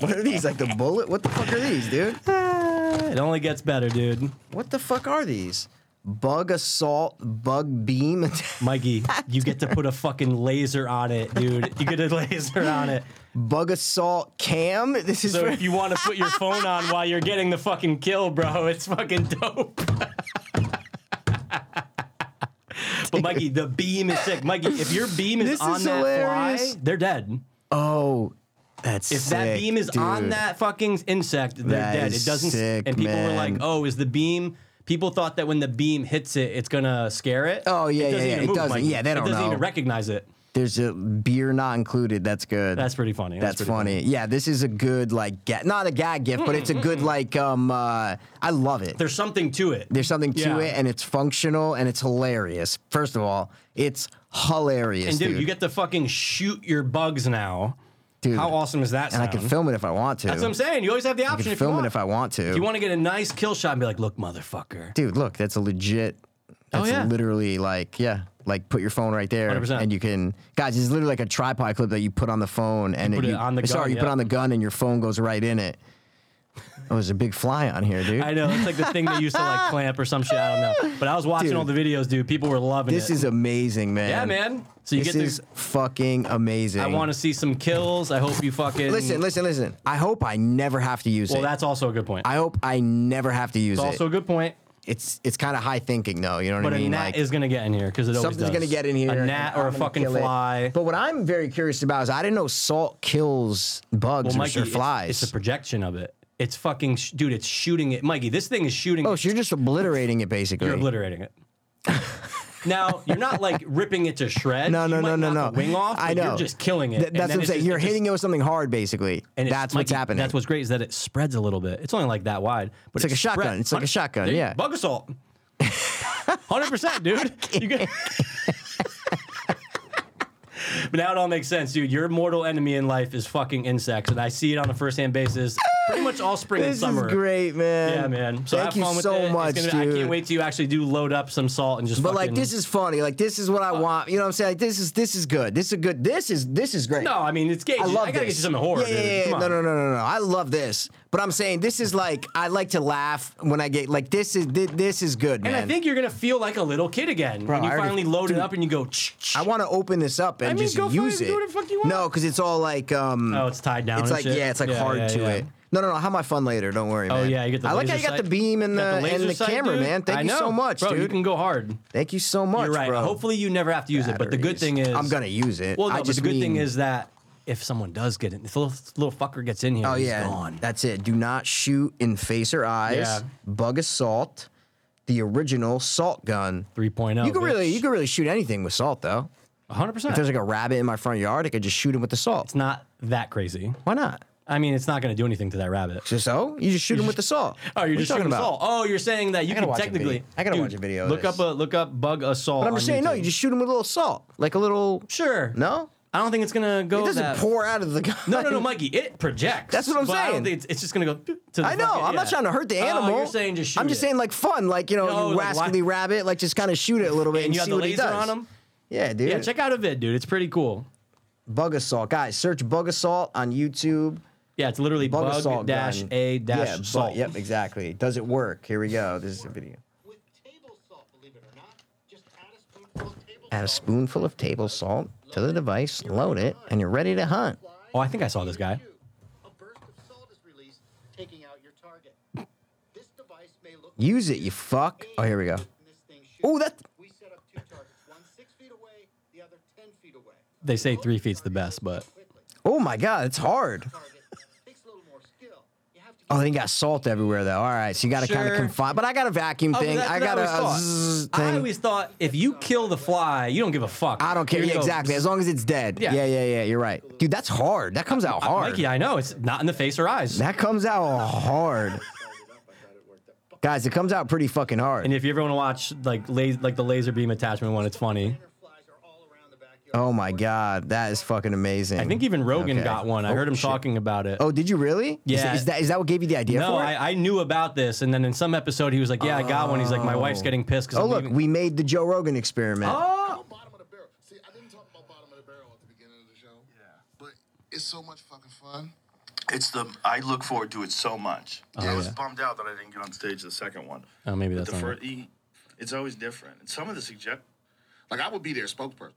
what are these? Like the bullet? What the fuck are these, dude? It only gets better, dude. What the fuck are these? Bug assault, bug beam. *laughs* attack- Mikey, you get to put a fucking laser on it, dude. You get a *laughs* laser on it. bug assault cam. This is So for- if you want to put your phone on while you're getting the fucking kill, bro, it's fucking dope. *laughs* but Mikey, the beam is sick. Mikey, if your beam is This on is that hilarious. fly, they're dead. oh, that's If that sick, beam is on dude. that fucking insect, they're That dead. is It doesn't. sick, and people were like, man. "Oh, is the beam?" People thought that when the beam hits it, it's gonna scare it. Oh, yeah, it yeah, doesn't yeah. Even It move, doesn't. Mikey. Yeah, they It don't doesn't know. even recognize it. There's a beer not included. That's good. That's pretty funny. That's, pretty funny. Yeah, this is a good like ga- not a gag gift, but it's a good like um uh I love it. There's something to it. There's something to Yeah. it and it's functional and it's hilarious. First of all, it's hilarious. and dude, dude, you get to fucking shoot your bugs now. Dude. how awesome is that? and I sound? can film it if I want to. That's what I'm saying. You always have the I option. can if film it you want. if I want to. If you want to get a nice kill shot and be like, *laughs* "Look, motherfucker." dude, look, that's a legit that's Oh, yeah. literally like yeah, like put your phone right there 100%. and you can guys, it's literally like a tripod clip that you put on the phone and put you, it on the sorry, gun, you put yeah. on the gun and your phone goes right in it. Oh, there's a big fly on here, dude. I know it's like the thing they used to like clamp or some shit. I don't know. But I was watching Dude. all the videos, dude. People were loving This it. is amazing, man. yeah, man. So you this get to is fucking amazing. I want to see some kills. I hope you fucking listen, listen, listen. I hope I never have to use Well, it. that's also a good point. I hope I never have to use That's it. also a good point. It's it's kind of high thinking though. You know what But I a mean? gnat like is gonna get in here because it always something's does. gonna get in here. A and gnat or I'm a gonna fucking kill it. fly. But what I'm very curious about is I didn't know salt kills bugs well, or- Mikey, or it's- flies. It's, a projection of it. It's fucking sh- dude. It's shooting it, Mikey. This thing is shooting. oh, it. so you're just obliterating it basically. You're obliterating it. now you're not like ripping it to shreds. no, no, you no, might no, no. knock the Wing off. I but know. You're just killing it. Th- and that's then what I'm it's saying. just- you're it just- hitting it with something hard, basically. and it's- that's what's Mikey, happening. That's what's great is that it spreads a little bit. It's only like that wide, It's but like it a shotgun. spread- It's like a shotgun, Dude, yeah. bug *laughs* assault. Hundred percent, dude. You get- *laughs* but now it all makes sense, dude. Your mortal enemy in life is fucking insects, and I see it on a first-hand basis pretty much all spring this and summer. is great, man. Yeah, man. So Thank have fun you with so it. It's much, gonna be- dude. I can't wait till you actually do load up some salt and just. But like this is funny. Like this is what I Uh, want. You know what I'm saying? Like this is this is good. This is good. This is this is great. No, I mean it's gay. I love I gotta this. get you something horror. Yeah, yeah, dude. yeah, yeah. Come No, on. no, no, no, no. I love this. But I'm saying this is like I like to laugh when I get like this is thi- this is good, man. And I think you're gonna feel like a little kid again Bro, when you I already- finally load dude. it up and you go. "Ch- ch- I want to open this up and I mean, just go use fucking it. do whatever the fuck you want. No, because it's all like um. Oh, it's tied down It's and like shit? yeah, it's like Yeah, hard yeah, to yeah. it. No, no, no. I'll have my fun later. Don't worry, Oh man. yeah, you get the. I like how you laser got the sight. beam and the, Got and laser the sight, camera, dude. man. Thank I you know. so much, bro, You dude. can go hard. Thank you so much, You're right. bro. Hopefully, you never have to use it. But the good Batteries. thing is, I'm gonna use it. Well, no, I but just the good thing mean- is that if someone does get it, if the little, little fucker gets in here, Oh he's yeah, gone. that's it. Do not shoot in face or eyes. Yeah. Bug assault, the original salt gun. 3.0. You can really, oh, bitch. you can really shoot anything with salt though. 100. If percent there's like a rabbit in my front yard, I could just shoot him with the salt. It's not that crazy. Why not? I mean, it's not going to do anything to that rabbit. Just so you just shoot him with the salt. *laughs* Oh, What you're you just talking shooting about? salt. Oh, you're saying that you gotta can watch a technically. video. I gotta Dude, watch a video of Look this. up a look up bug assault. But I'm just saying, no. YouTube. You just shoot him with a little salt, like a little. sure. No, I don't think it's gonna go. it doesn't that- pour out of the gun. No, no, no, Mikey. It projects. That's what I'm But I don't saying. think it's, it's just gonna go. To the I know. fucking- I'm not yeah. trying to hurt the Oh, animal. you're saying just shoot I'm just it. saying like fun, like you know, No, you like, why- rascally rabbit, like just kind of shoot it a little bit and, And you have see the what it laser does. on them. Yeah, dude. Yeah, check out a vid, dude. It's pretty cool. Bug Assault. Guys, search Bug Assault on YouTube. Yeah, it's literally Bug, bug, Assault dash gun. a dash Yeah, bu- salt. Yep, exactly. Does it work? Here we go. This is a video. with table salt, believe it or not. Just add a spoonful of table Add a salt. spoonful of table salt to the device, load it, and you're ready to hunt. Oh, I think I saw this guy. A burst of salt is released, taking out your target. This device may look. Use it, you fuck. Oh, here we go. Oh, that- We set up two targets, one six feet away, the other ten feet away. They say three feet's the best, but Quickly, Oh my god, it's hard. target takes a little more skill. You have to. Oh, they got salt everywhere though. All right, so you got to kind of Sure. confine. But I got a vacuum Oh, thing. that's I what got a, a always zzz thought. I thing. always thought if you kill the fly, you don't give a fuck. I don't care. Here you Yeah, go. exactly. As long as it's dead. Yeah. Yeah. yeah, yeah, You're right, dude. That's hard. That comes out hard. Mikey, I know it's not in the face or eyes. That comes out hard, guys. It comes out pretty fucking hard. and if you ever want to watch like la- like the laser beam attachment one, it's funny. Butterflies are all around the backyard. oh my god, that is fucking amazing. I think even Rogan Okay. got one. I Oh, heard him shit. talking about it. Oh, did you really? Yeah. Is, is that is that what gave you the idea no, for it? I, I knew about this, and then in some episode he was like, "Yeah, I got one." He's like, "My wife's getting pissed." 'cause oh I'm look, leaving." we made the Joe Rogan experiment. Oh, bottom of the barrel. See, I didn't talk about bottom of the barrel at the beginning of the show. Yeah. But it's so much fucking fun. Uh, It's the I look forward to it so much. I was Oh, yeah. bummed out that I didn't get on stage the second one. Oh, maybe But that's the not first. It's always different. And some of the suggest. Like I would be their spokesperson.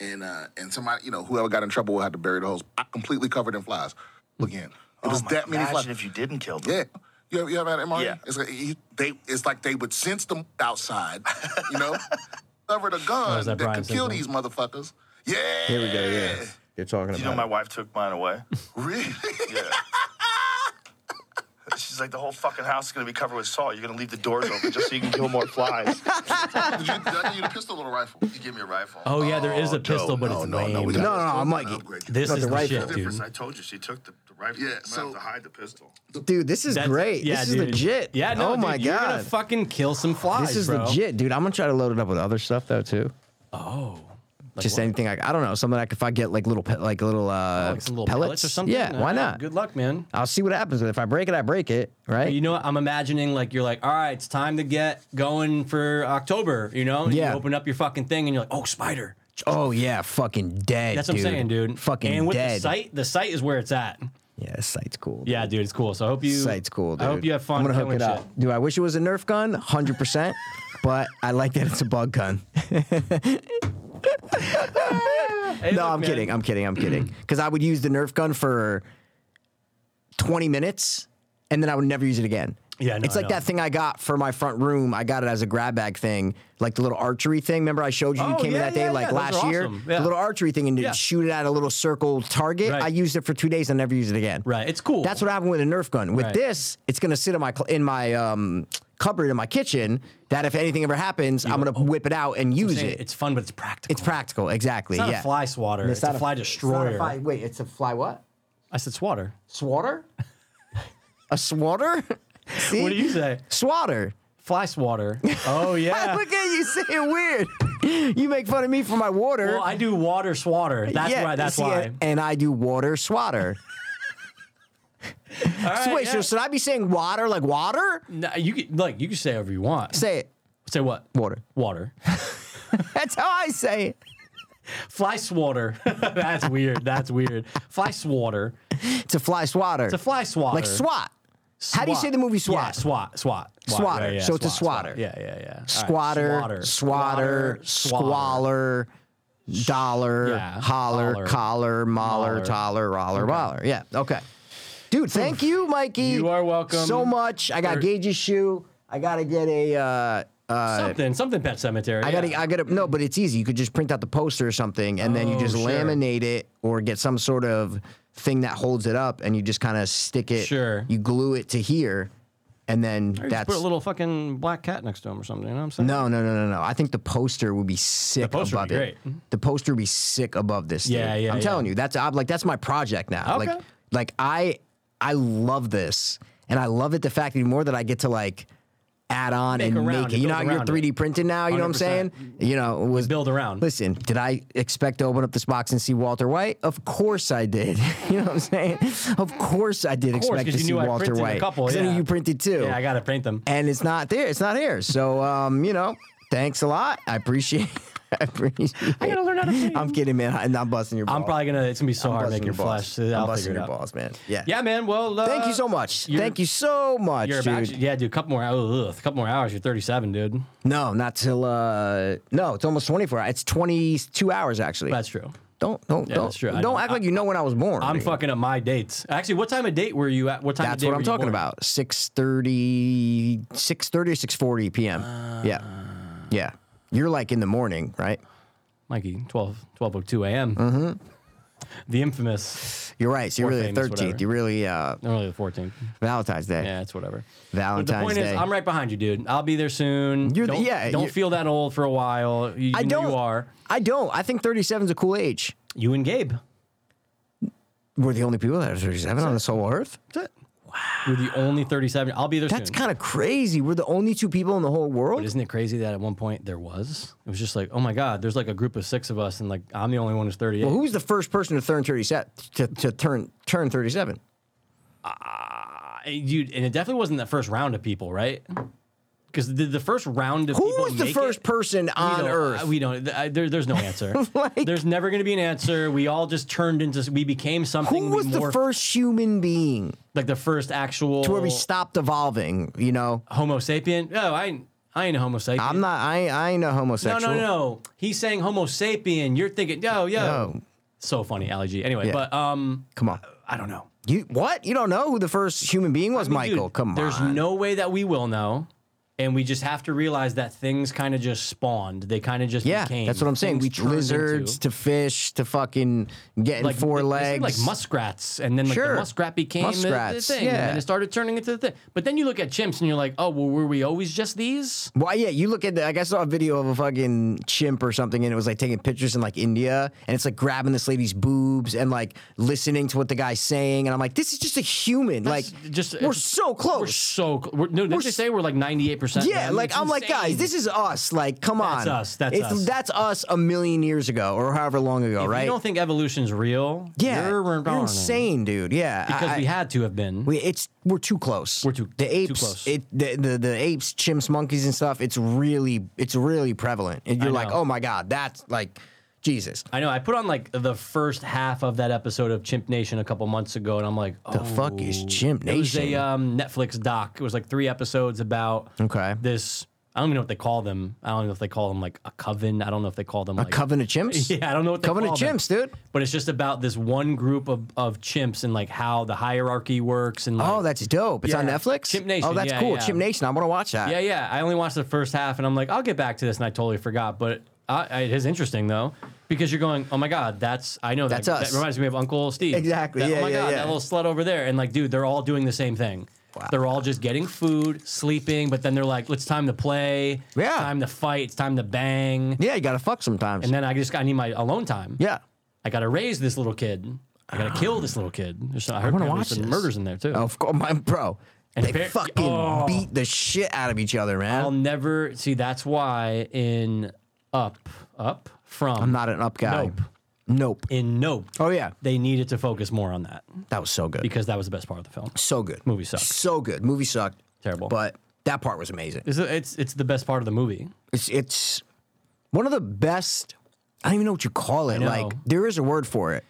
And uh and somebody, you know, whoever got in trouble would have to bury the hose. I completely covered in flies. Again. It was oh my that many gosh, flies. and if you didn't kill them. yeah. You ever, you ever had MRE? Yeah. It's like you, they it's like they would sense them outside, you know? covered a gun Oh, is that that, Brian could kill Simpson? these motherfuckers. Yeah. Here we go. Yeah, you're talking You know, about. my wife took mine away. *laughs* Really? Yeah. She's like, the whole fucking house is gonna be covered with salt. You're gonna leave the doors open just so you can kill more *laughs* *laughs* flies. Did you, did I give you the pistol or the rifle? You give me a rifle. oh yeah, there is a no, pistol, but no, it's no, no, lame. we no, got- no, no, I'm like, Upgrade you. this No, is the the, rifle. shit, Difference. dude. I told you she took the, the rifle. Yeah, I'm gonna so- have to hide the pistol. dude, this is That's- great. yeah, this dude. is legit. Yeah, no, oh my dude, you're gonna god, fucking kill some flies. this is bro. legit, dude. I'm gonna try to load it up with other stuff though too. Oh, Like Just what? Oh, anything like I don't know, something like if I get like little pe- like little uh like some little pellets, or something. Yeah, why Uh, not? Good luck, man. I'll see what happens. If I break it, I break it, right? You know, what? I'm imagining like you're like, all right, it's time to get going for October. You know, And Yeah. You open up your fucking thing, and you're like, oh, spider. oh yeah, fucking dead. That's what I'm saying, dude. Fucking and with dead. the site, the site is where it's at. Yeah, the site's cool. Yeah, dude, it's cool. So I hope you. site's cool. Dude. I hope you have fun. I'm gonna hook killing it up. shit. Do I wish it was a Nerf gun? Hundred percent. But I like that it's a bug gun. Hey, no, look, I'm man. kidding. I'm kidding. *clears throat* I'm kidding. Because I would use the Nerf gun for 20 minutes and then I would never use it again. Yeah, no, it's I like know. that thing I got for my front room. I got it as a grab bag thing, like the little archery thing. Remember, I showed you you Oh, came in yeah, that day, yeah, like yeah. Those last are year. awesome. Yeah. The little archery thing, and you Yeah. shoot it at a little circle target. Right. I used it for two days. I never used it again. Right, it's cool. That's what happened with a Nerf gun. With Right. this, it's gonna sit in my cl- in my um, cupboard in my kitchen. That if anything ever happens, I'm oh, gonna whip it out and use Saying it. It's fun, but it's practical. It's practical, exactly. It's not yeah. a fly swatter. It's, a fly destroyer. It's not a fly, wait, it's a fly what? I said swatter. Swatter? *laughs* a swatter? *laughs* See? What do you *laughs* say? Swatter. Fly swatter. *laughs* Oh yeah. Look at you say it weird. *laughs* you make fun of me for my water. well, I do water swatter. That's Yeah, why. That's see, why. And, and I do water *laughs* swatter. All right, so wait, yeah. so should I be saying water like water? No, you can, like you can say whatever you want. Say it. Say what? Water. Water. *laughs* That's how I say it. Fly swatter. *laughs* That's weird. That's weird. Fly swatter. It's a fly swatter. It's a fly swatter. Like SWAT. How do you say the movie Yeah, SWAT? SWAT. SWAT. Swatter. So it's a swatter. Yeah, yeah, yeah. All right, Squatter, swatter, squalor, dollar, Yeah, holler, holler, collar, moller, moller. toller, roller, roller. Yeah. Okay. Dude, thank you, Mikey. You are welcome. So much. I got For- Gage's shoe. I gotta get a. Uh, uh, Something, something. Pet cemetery. I gotta. I gotta. No, but it's easy. You could just print out the poster or something, and then you Oh, just sure. laminate it or get some sort of thing that holds it up, and you just kind of stick it. Sure. You glue it to here, and then Just that's put a little fucking black cat next to him or something. You know what I'm saying? no, no, no, no, no. I think the poster would be sick poster would above be Mm-hmm. it. The poster would be sick above this. dude. Yeah, yeah, I'm yeah. telling you, that's I'm like that's my project now. Okay. Like, like I, I love this, and I love it. The fact that the more that I get to like add on Make and around make it, it. You know, build how you're around 3D printing now. You know what I'm saying? 100%. You know, it was build around. Listen, did I expect to open up this box and see Walter White? Of course I did. *laughs* you know what I'm saying? Of course I did course, expect 'cause to you see knew I Walter printed a White. couple, 'Cause I knew yeah. you printed too Yeah, I gotta paint them. and it's not there. It's not here. So um, you know, thanks a lot. I appreciate. *laughs* I appreciate. I gotta learn how to paint. I'm kidding, man. I, I'm busting your balls. I'm probably gonna. It's gonna be so I'm hard busting making your balls. flesh. I'll I'm busting figure your it out. balls, man. Yeah. Yeah, man. Well, uh, Thank you so much. you're- Thank you so much, You're dude. about to- yeah, dude. Couple more. Oh, ugh, couple more hours. You're 37, dude. No, not till uh no, it's almost 24. hours. It's 22 hours actually. That's true. don't don't Yeah, don't that's true. I don't know. act like you know when I was born. I'm fucking up my dates. Actually, what time of date were you at? What time? of That's date what were I'm you talking born? about. 6:30 6:30 or 6:40 p.m. yeah. Yeah. You're like in the morning, right? oh Mm-hmm. Mikey, 12, 12.02 a.m. The infamous, You're right. So you're Or really famous, thirteenth. whatever. You really uh, not really the 14th. Valentine's Day. Yeah, it's whatever. But the Valentine's point Day. is, I'm right behind you, dude. I'll be there soon. You're the- don't, yeah, Don't you're- feel that old for a while. You, I you know don't. You are. I don't. I think 37 is a cool age. You and Gabe. We're the only people that are 37 on this whole earth. That's it. You're the only 37. I'll be there That's soon. kind of crazy. We're the only two people in the whole But world. isn't it crazy that at one point there was? It was just like, oh my God, there's like a group of six of us, and like I'm the only one who's 38. Well, who was the first person to turn 37? To, to turn turn 37? I- dude, and it definitely wasn't the first round of people, right? Because the, the first round of Who people was the make first it? person We on don't- Earth? I- We don't. th- I, there, there's no answer. *laughs* Like- there's never going to be an answer. We all just turned into. We became something. who we was the morphed- first human being Like the first actual. to where we stopped evolving? You know, Homo sapien. Oh, I ain't, I ain't a Homo sapien. I'm not. I I ain't a No, homosexual. no, no. He's saying Homo sapien. You're thinking, yo, yo. No. So funny, Ali G. Anyway, Yeah. but um, Oh, Come on. I don't know. You what? You don't know who the first human being was, I mean, Michael? dude, Come There's on. no way that we will know. And we just have to realize that things kind of just spawned. They kind of just Yeah, became. that's what I'm saying. things We turned lizards to into- fish to fucking getting four they- they say, legs. like muskrats, and then like Sure. the muskrat became the- the, Muskrats, thing, yeah. and then it started turning into the thing. But then you look at chimps, and you're like, oh, well, were we always just these? Well, yeah, you look at the, like I saw a video of a fucking chimp or something, and it was like taking pictures in like India, and it's like grabbing this lady's boobs and like listening to what the guy's saying, and I'm like, this is just a human, like just- we're so close. We're so cl- we're, no. Did We're they s- say we're like 98 percent? yeah, like I'm like, guys, this is us. Like, come That's on, us, that's It's- us. That's us a million years ago or however long ago, right? You don't think evolution's real? yeah, you're, wrong. insane, dude. Yeah, because I- we I- had to have been. We, it's we're too close. We're too- the too apes. close. It the, the the apes, chimps, monkeys, and stuff. It's really it's really prevalent, and you're like, know. oh my god, that's like Jesus. I know. I put on like the first half of that episode of Chimp Nation a couple months ago, and I'm like, oh. The fuck is Chimp It was a Nation? um, Netflix doc. It was like three episodes about Okay. this. I don't even know what they call them. I don't know if they call them like a coven. I don't know if they call them like, A coven of chimps. *laughs* Yeah, I don't know what they coven of call them. chimps, dude. But it's just about this one group of, of chimps and like how the hierarchy works and like, Oh, that's dope. It's on Yeah. Netflix. Chimp Nation, Oh, that's yeah, cool. yeah. Chimp Nation. I want to watch that. yeah, yeah. I only watched the first half, and I'm like, I'll get back to this, and I totally forgot. But I, I, it is interesting though, because you're going, oh my god, that's I know that, That's us. that reminds me of Uncle Steve. Exactly, That- yeah, oh my yeah, god, yeah. that little slut over there, and like, dude, they're all doing the same thing. They're all just getting food, sleeping, but then they're like, it's time to play. Yeah. It's time to fight. It's time to bang. Yeah, you gotta fuck sometimes. And then I just I need my alone time. yeah. I gotta raise this little kid. I gotta kill this little kid. There's, I heard wanna apparently watch some this. murders in there too. Of course, my bro. And they appar- fucking Oh. beat the shit out of each other, man. I'll never see. That's why in Up, Up from I'm not an up guy. Nope. Nope. in Nope. Oh yeah, They needed to focus more on that that was so good. because that was the best part of the film. So good. Movie sucked. So good. Movie sucked. Terrible. But that part was amazing. It's it's, it's the best part of the movie. It's it's one of the best. I don't even know what you call it. know. Like there is a word for it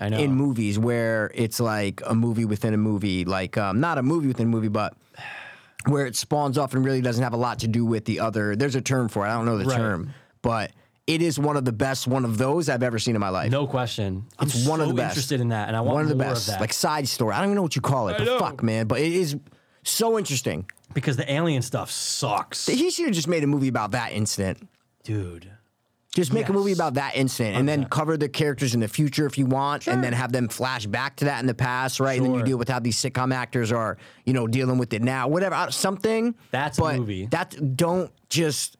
I know. in movies where it's like a movie within a movie. Like um, not a movie within a movie, but where it spawns off and really doesn't have a lot to do with the other. There's a term for it. I don't know the Right. term, but it is one of the best one of those I've ever seen in my life. no question. It's I'm one of so the best. Interested in that, and I want one of the more best. of that. Like side story. I don't even know what you call it, I but know. fuck, man. But it is so interesting. because the alien stuff sucks, He should have just made a movie about that incident. dude. Just make a movie Yes. about that incident and then cover the characters in the future if you want, and then have them flash back to that in the past, right? And then you Sure. deal with how these sitcom actors are, you know, dealing with it now, whatever, I- something. That's a but movie. That don't just,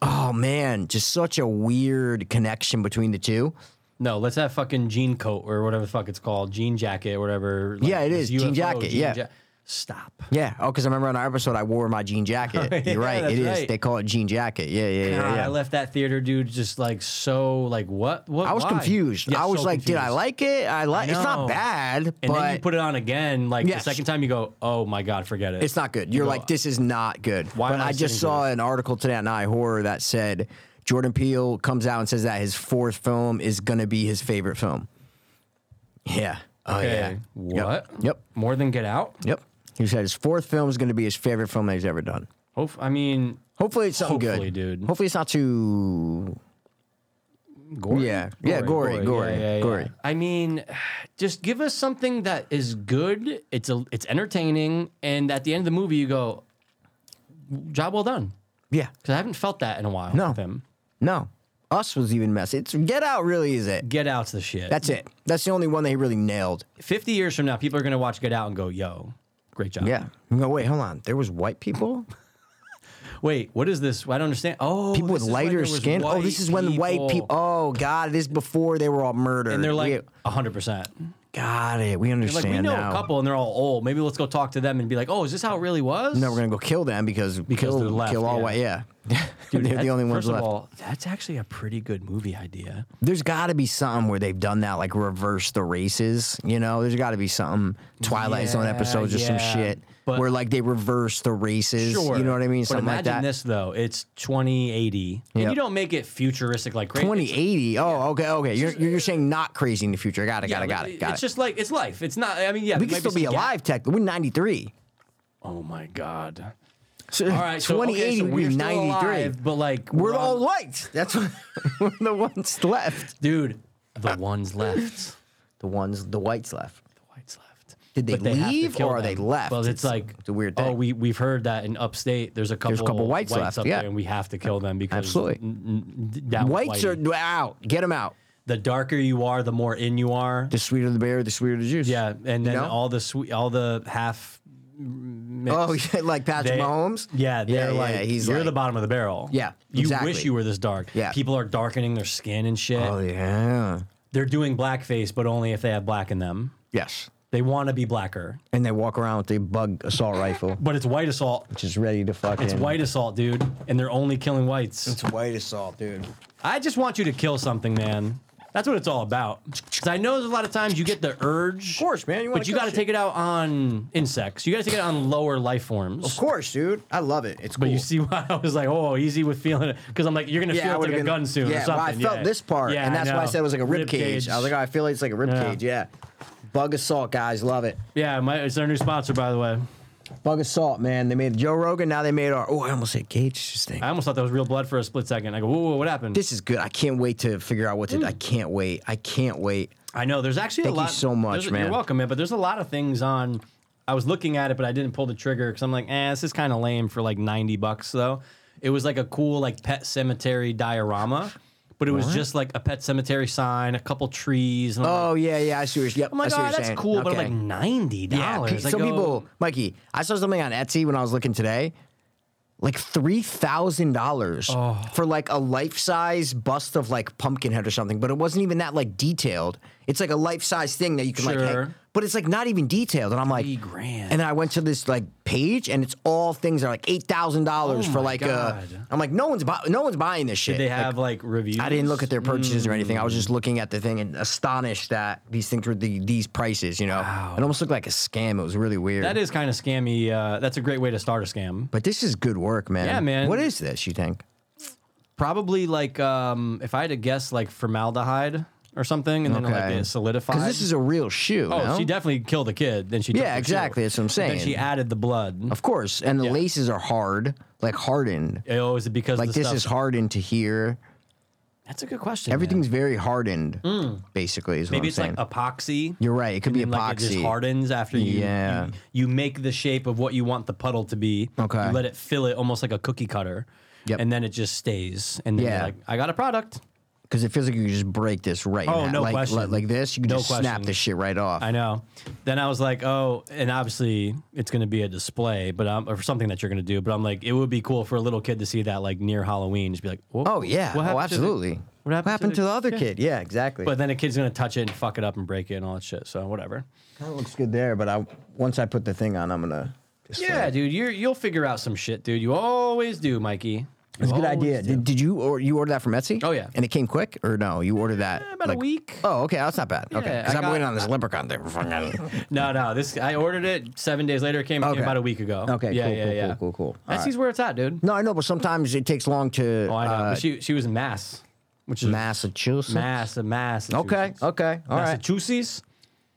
oh man, just such a weird connection between the two. No, let's have fucking jean coat or whatever the fuck it's called, jean jacket, or whatever. Yeah, it is, this jean UFO, jacket, yeah. Stop. Yeah. Oh, because I remember on our episode I wore my jean *laughs* jacket. You're right. that's It is. right. They call it jean jacket. Yeah, yeah, yeah. God, yeah. I left that theater, dude, just like so, like what? What? I was why? confused. Yeah, I was so like, did I confused. like it? I like. It's know. not bad, And but then you put it on again, like Yes. the second time you go, oh my god, forget it. It's not good. You're go, like, this is not good. Why but am I I just sitting through saw an article today on iHorror that said Jordan Peele comes out and says that his fourth film is going to be his favorite film. Yeah. Oh, yeah. Okay, what? Yep. Yep. More than Get Out. Yep. He said his fourth film is going to be his favorite film that he's ever done. Hope. I mean, Hopefully it's something Hopefully, good. dude. Hopefully it's not too. gory. Yeah. Yeah, gory, gory, gory. I mean, just give us something that is good. It's a, it's entertaining, and at the end of the movie, you go, job well done. Yeah. Because I haven't felt that in a while No. with him. No. Us was even messy. It's Get Out really is it. Get Out's the shit. That's it. That's the only one that he really nailed. 50 years from now, people are going to watch Get Out and go, yo, great job. Yeah. No, wait, hold on. There was white *laughs* people? Oh, Wait, what is this? I don't understand. Oh, People this with is when there lighter was skin? Oh, this is when the white people. Oh, God. This is before they were all murdered. and they're We- like, 100%. got it. We They're understand like, we know now. a couple and they're all old. Maybe let's go talk to them and be like, oh, is this how it really was? No, we're going to go kill them because, kill, they're left, kill all yeah. white. *laughs* Yeah. they're the That's- only ones first left. Of all, that's actually a pretty good movie idea. There's got to be something where they've done that, like reverse the races. You know, there's got to be something Twilight Zone Yeah, episodes or some yeah, shit but- where like they reverse the races. You know what I mean? But Something imagine like that. this though. It's 2080. Yep. If you don't make it futuristic like crazy. 2080. Oh, okay, okay. You're, you're saying not crazy in the future. Got it, got it, got it, got It's it. just like it's life. It's not. I mean, yeah, We there could might still be some gap. alive, tech. We're 93. Oh my god. So, All right, so, okay, 2080 so would we're be still 93. alive, but like we're on- all lights. That's what, *laughs* we're the ones left. dude. The *laughs* ones left. The ones, the whites left. The whites left. Did they But have to leave kill or are they them. left? Well, it's, It's- like it's a weird Oh, thing. we we've heard that in upstate. There's a couple, a couple whites left, up yeah. there, and we have to kill them because Absolutely. n- n- that was Whites whitey. are out. Get them out. the darker you are, the more in you are. The sweeter the beer, the sweeter the juice. Yeah, and You then know? all the sweet, all the half. mix, Oh, *laughs* yeah, like Patrick they- Mahomes? Yeah, they're like he's you're like, the bottom of the barrel. Yeah, you exactly. wish you were this dark. Yeah. people are darkening their skin and shit. Oh, yeah. They're doing blackface, but only if they have black in them. Yes. They want to be blacker, And they walk around with the bug assault rifle, *laughs* but it's white assault. which is ready to fucking. It's white assault, dude, and they're only killing whites. It's white assault, dude. I just want you to kill something, man. That's what it's all about. 'Cause I know there's a lot of times you get the urge, of course, man, you wanna but you kill got to shit. take it out on insects. You got to take it out on lower life forms. Of course, dude. I love it. It's cool. But you see *laughs* why I was like, oh, easy with feeling it. Because I'm like, you're going to feel would've like a gun soon or Yeah, something. well, I felt yeah. this part, Yeah, and that's why I know. said it was like a rib, cage. I was like, oh, I feel like it's like a rib Yeah. cage. Yeah, bug assault guys love it. yeah, my, it's our new sponsor, by the way. Bug assault, man. They made Joe Rogan. Now they made our. Oh, I almost said cage this thing. I almost thought that was real blood for a split second. I go, whoa, whoa what happened? this is good. I can't wait to figure out what to. I Mm. can't wait. I can't wait. I know. There's actually Thank a you lot. so much, there's- man. You're welcome, man. But there's a lot of things on. I was looking at it, but I didn't pull the trigger because I'm like, eh, this is kind of lame for like 90 bucks though. It was like a cool like pet cemetery diorama, but it was just like a pet cemetery sign, a couple trees. And I'm like, Oh yeah, yeah. I see what you're. Yep, I'm like, I see what oh, you're that's saying. cool, but I'm Okay. like ninety dollars. oh, pe- some people, Mikey, I saw something on Etsy when I was looking today, like three thousand dollars Oh. for like a life size bust of like Pumpkinhead or something, but it wasn't even that like detailed. It's like a life size thing that you can like, hang- Sure. but it's like not even detailed. And I'm like, Three grand. And then I went to this like page, and it's all things that are like eight thousand dollars Oh for my like a. God. I'm like, no one's bu- no one's buying this shit. Did they eh, Like, have like, reviews? I didn't look at their purchases or anything. I was Mm. just looking at the thing and astonished that these things were the, these prices. You know, it almost looked like a scam. It was really weird. That is kind of scammy. Uh, that's a great way to start a scam. but this is good work, man. Yeah, man. What is this? You think? Probably like um, if I had to guess, like formaldehyde or something, and then like Okay. it solidified. Because this is a real shoe. Oh, no? she definitely killed the kid. Then she took Yeah, the exactly, shoe. that's what I'm But Then saying. she added the blood. of course. And the Yeah. laces are hard, like hardened. Oh, is it because Like the this stuff? is hardened to here. That's a good question. man. Everything's very hardened. Basically, is what Hmm. maybe I'm it's saying. like epoxy. You're right. It could be and then, Like it epoxy. just hardens after you, Yeah. you you make the shape of what you want the puddle to be. Okay. You let it fill it almost like a cookie cutter. Yep. And then it just stays. And then you're Yeah. like, I got a product. Because it feels like you could just break this right. in Oh, half. no like, question. Like, like this, you can No just snap question. this shit right off. I know. Then I was like, oh, and obviously it's going to be a display, but i or something that you're going to do. But I'm like, it would be cool for a little kid to see that like near Halloween. Just be like, whoa, Oh yeah. what oh happened to the- absolutely. what happened to to, the- the, other kid? Yeah, exactly. But then a kid's gonna touch it and fuck it up and break it and all that shit. So whatever. That looks good there, but I once I put the thing on, I'm gonna. Just Yeah, dude, you you'll figure out some shit, dude. You always do, Mikey. it's a good idea. Did, did you or you ordered that from Etsy? Oh, yeah. and it came quick, or no? You ordered that Eh, about a week. Oh, okay, that's not bad. okay, Yeah, because I I'm got- waiting on this leprechaun *laughs* thing. No, no. This I ordered it seven days later. It came, came Okay. about a week ago. Okay, Yeah, cool, yeah, cool, yeah. cool, cool, cool. All Etsy's right. where it's at, dude. no, I know, but sometimes it takes long to Oh, I know. uh, but she she was in Mass, which is Massachusetts. Mass, Mass. Okay, okay, all right. Massachusetts.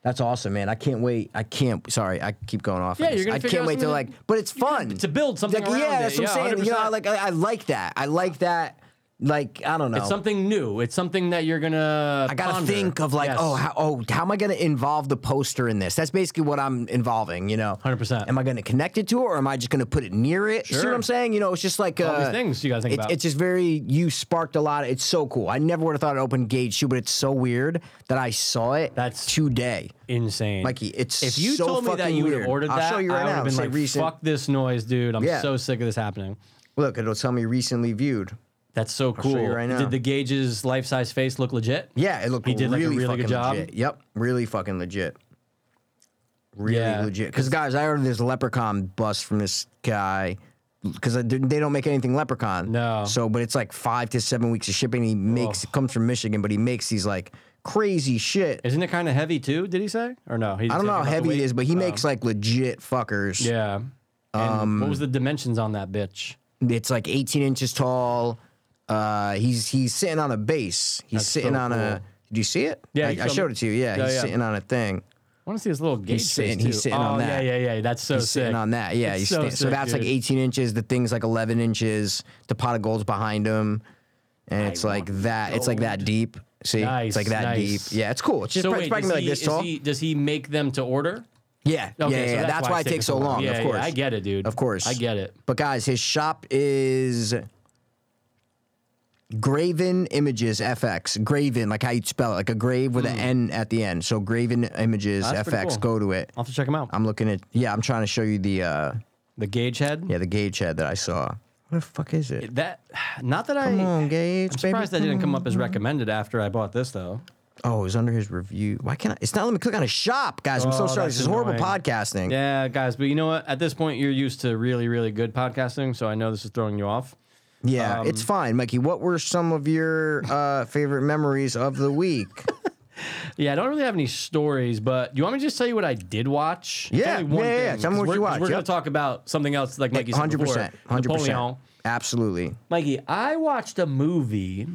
That's awesome, man. I can't wait. I can't. Sorry, I keep going off. on Yeah, this. you're gonna I figure can't out wait to something like, but it's fun to build something Like, around yeah, it. that's what I'm Yeah, saying. You know, I 100%. like I, I like that. I like that. Like I don't know. It's something new. It's something that you're gonna. I gotta ponder. think of like, Yes. oh, how, oh, how am I gonna involve the poster in this? That's basically what I'm involving. You know, 100%. Am I gonna connect it to it, or am I just gonna put it near it? See what Sure. I'm saying? You know, it's just like All these uh, things you gotta think it- about. It's just very. You sparked a lot. It's so cool. I never would have thought an open gauge shoe, but it's so weird that I saw it. That's- today, insane, Mikey. It's if you so told me that fucking you would have weird. ordered I'll that, show you right I would now. have been Say like, recent. "Fuck this noise, dude! I'm Yeah. so sick of this happening." Look, it'll tell me recently viewed. That's so show cool. you right now. Did the Gage's life-size face look legit? Yeah, it looked He did, like, a really, really fucking good job? legit. Yep, really fucking legit. Really Yeah, legit. Because guys, I ordered this leprechaun bust from this guy because they don't make anything leprechaun. No. So, but it's like five to seven weeks of shipping. He makes it comes from Michigan, but he makes these like crazy shit. Isn't it kind of heavy too? Did he say or no? He I don't know how heavy it is, but he makes makes. like legit fuckers. Yeah. And Um, what was the dimensions on that bitch? It's like 18 inches tall. Uh, he's he's sitting on a base. He's That's so sitting on a. cool. Did you see it? Yeah, I, you I showed me. showed it to you. Yeah, Yeah, he's yeah. sitting on a thing. I want to see his little gauge. face, sitting- he's too. sitting oh, on that. Yeah, yeah, yeah. That's so He's sick. sitting on that. Yeah, It's he's so, sta- so sick, that's like dude. 18 inches. The thing's like 11 inches. The pot of gold's behind him, and it's like that. It's like that deep. See, it's Nice, like that nice. deep. Yeah, it's cool. It's just So prob- wait, probably does, gonna be he, like this is tall. he- does he make them to order? yeah, yeah, yeah. so yeah. That's, why it it's taking takes so long. long. Yeah, of yeah, course, I get it, dude. Of course, I get it. But guys, his shop is Graven Images FX. Graven, like how you would spell it, like a grave with an N at the end. So Graven Images Hmm. That's pretty FX. cool. Go to it. I'll have to check him out. I'm looking at. Yeah, I'm trying to show you the. uh the gauge head. Yeah, the gauge head that I saw. What the fuck is it? That *sighs* not that I. Come on, Gage, I'm baby, surprised that didn't come up as recommended after I bought this though. Oh, it was under his review. Why can't I? It's not letting me click on his shop, guys. I'm so Oh, sorry. that's This is horrible annoying. podcasting. Yeah, guys, but you know what? At this point, you're used to really, really good podcasting, so I know this is throwing you off. Yeah, um, it's fine, Mikey. What were some of your uh, favorite memories of the *laughs* week? Yeah, I don't really have any stories, but do you want me to just tell you what I did watch? It's Yeah, only one yeah, yeah, yeah. thing, Tell me 'cause what we're, you 'cause watched, We're yep. gonna talk about something else, like Mikey said Hundred before. percent, hundred percent, Napoleon. absolutely. Mikey, I watched a movie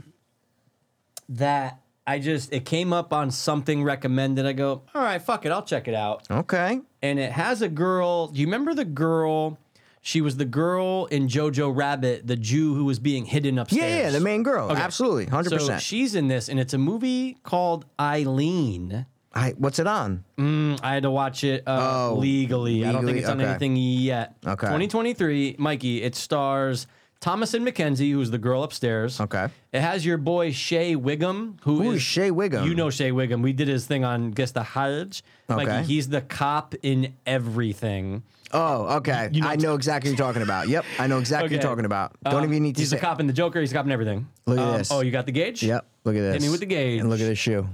that I just it came up on something recommended. I go, all right, fuck it, I'll check it out. Okay. And it has a girl. Do you remember the girl? She was the girl in Jojo Rabbit, the Jew who was being hidden upstairs. Yeah, yeah, the main girl. Oh, Absolutely, hundred So percent. she's in this, and it's a movie called Eileen. I what's it on? I had to watch it uh, Oh, legally. I don't think legally, it's on okay. anything yet. Okay. 2023, Mikey, it stars Thomason McKenzie, who's the girl upstairs. Okay. It has your boy Shay Wiggum, who Who is Shea Wiggum? You know Shay Wiggum. We did his thing on Guess the Hodge. Okay. Mikey, he's the cop in everything. Oh, okay. know- I know exactly what you're talking about. Yep, I know exactly what Okay. you're talking about. Don't Um, even need to He's say. a cop in the Joker. He's a cop in everything. Look at this. Oh, you got the gauge? Yep. Look at this. Hit me with the gauge. And look at this shoe.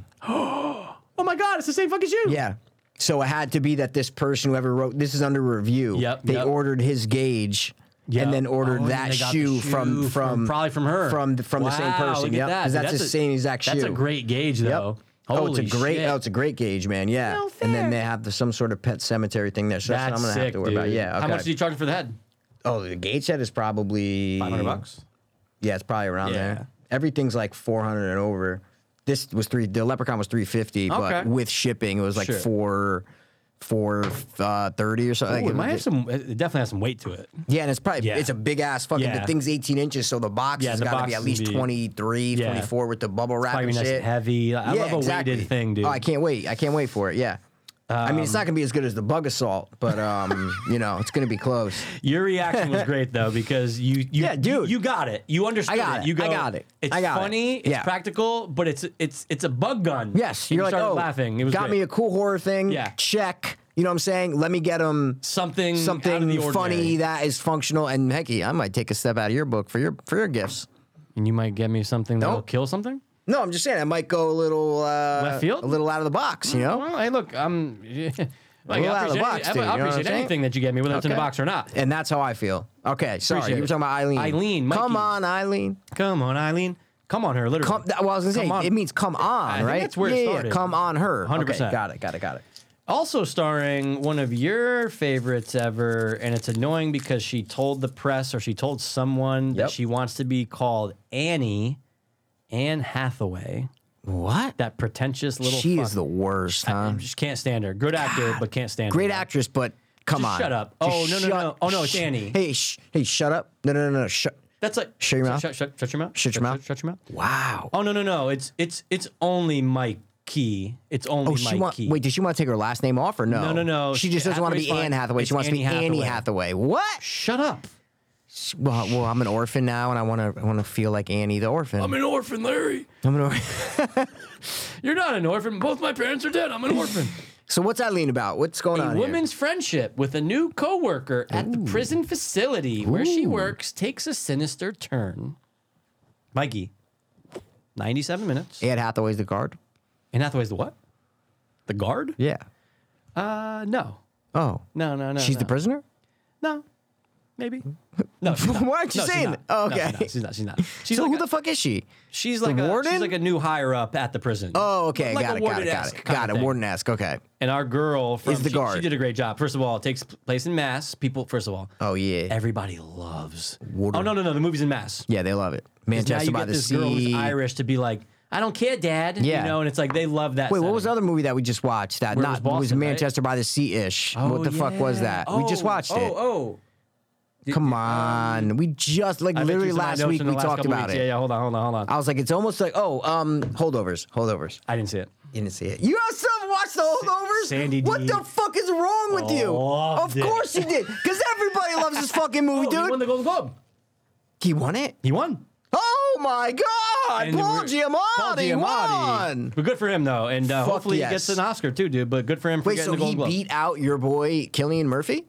Oh my God, it's the same fucking shoe. Yeah. So it had to be that this person, whoever wrote this, is under review. Yep, They yep. ordered his gauge. Yep. And then ordered Oh, and that they got shoe, the from, shoe from from- probably from her. from the, from the same Wow, person. look at yeah, that. because that's, That's the a- same exact shoe. That's a great gauge, Yep. though. oh, it's a Holy great. shit. Oh, it's a great gauge, man. Yeah. No and fair. then they have the, some sort of pet cemetery thing there, so that's, That's what I'm gonna sick, have to worry dude. about. Yeah. Okay. How much do you charge for the head? oh, the gauge set is probably 500 bucks. Yeah, it's probably around Yeah. there. Everything's like 400 and over. This was three. The Leprechaun was 350, but Okay. with shipping, it was like Sure. four, four uh, thirty or something. Ooh, Like, it might have some. It definitely has some weight to it. yeah, and it's probably Yeah. it's a big ass fucking. Yeah. The thing's 18 inches, so the box Yeah, has the got to box be at would least be- 23, Yeah. 24 with the bubble wrap Probably and nice shit. and heavy. I yeah, love a exactly. weighted thing, dude. Um, Oh, I can't wait. I can't wait for it. Yeah. I mean, it's not gonna be as good as the bug assault, but *laughs* um, you know, it's gonna be close. Your *laughs* reaction was great though because you, you Yeah, dude. you, you got it. You understood I got it. You go, I got it. It's I got it. funny. It's Yeah. practical, but it's it's it's a bug gun. Yes, And you you're like, started oh, laughing. It was got great. me a cool horror thing. Yeah. check. You know what I'm saying? Let me get them something out of the something ordinary. funny that is functional. And Hecky, I might take a step out of your book for your for your gifts. and you might get me something that'll Nope. kill something. No, I'm just saying I might go a little uh, Left field? Mm-hmm. a little out of the box. You know, Well, hey, look, I'm. *laughs* Like, little I out of the appreciate, box, any- dude, you know I what I'm appreciate saying? anything that you get me, whether it's in a Okay. box or not. and that's how I feel. Okay, sorry, Appreciate you were it. talking about Eileen. Eileen, come Mikey. on, Eileen. Come on, Eileen. Come on her, literally. Come, that- well, I was gonna say Come on. it means come on, think right? that's where it yeah, started. Yeah, come on, her. 100%. Okay, got it, got it, got it. Also starring one of your favorites ever, and it's annoying because she told the press or she told someone that Yep. she wants to be called Annie, Anne Hathaway. What? That pretentious little. She fuck. is the worst, huh? I just can't stand her. Good actor, but can't stand Great her. actress, but come Just on. shut up. Just Oh, no, no, no. shut- Oh, no, it's shh. Annie. Hey, shh. hey, shut up. No, no, no, no. Shut. That's like Shut your mouth. Shut, shut, shut your mouth. Shut your mouth. Shut your mouth. Wow. Oh no no no! It's it's it's only Mike Key. It's only Oh, she Mike want, Key. wait, does she want to take her last name off or no? No, no, no. She just doesn't want to be Hathaway's fine. Anne Hathaway. It's She wants to be Annie Annie Hathaway. Hathaway. What? Shut up! Well, well, I'm an orphan now, and I want to I want to feel like Annie the orphan. I'm an orphan, Larry. I'm an orphan. You're not an orphan. Both my parents are dead. I'm an orphan. *laughs* so what's Eileen about? What's going a on? here? woman's friendship with a new coworker at the prison facility where she works takes a sinister turn. Mikey, 97 minutes. Anne Hathaway's the guard. And Hathaway's the what? The guard? Yeah. Uh, no. Oh, No, no, no. she's the no. prisoner. No. *laughs* Maybe. No. she's not. Why aren't you No, she's saying not. that? Oh, No, she's okay. not. She's not. She's not. She's so like who a- the fuck is she? She's like The a warden? She's like a new higher up at the prison. Oh, okay, Like got, a it, got it, got warden-esque it, kinda got it. thing. Warden esque. Okay. And our girl from Is the she- She, guard. did a great job. First of all, it takes place in Mass. People, first of all, Oh yeah. everybody loves. Water. Oh no, no, no, the movie's in Mass. yeah, they love it. 'Cause Now Manchester you by get the this Sea. girl who's Irish to be like, I don't care, Dad. Yeah. you know, and it's like they love that. Wait, what was the setting. other movie that we just watched? That Where it not was it was Boston, right? Manchester by the Sea ish. what Oh, the fuck was yeah. that? we just Oh, watched oh, it. Oh, um, Come on, we just like I bet literally you some of my last notes week from the we last talked couple about weeks. it. Yeah, yeah. Hold on, hold on, hold on. I was like, it's almost like oh, um, holdovers, holdovers. I didn't see it. You didn't see it. You still haven't watched the holdovers? Sandy what D. the fuck is wrong with you? Loved Of course you did, because everybody loves this fucking movie, *laughs* Oh, dude. he won the Golden Globe. He won it. He won. Oh my God! And Paul we're- Paul Giamatti, Giamatti. won. But good for him though, and uh, Fuck hopefully yes. he gets an Oscar too, dude. But good for him for Wait, getting so the Golden he Globe. beat out your boy Killian Murphy?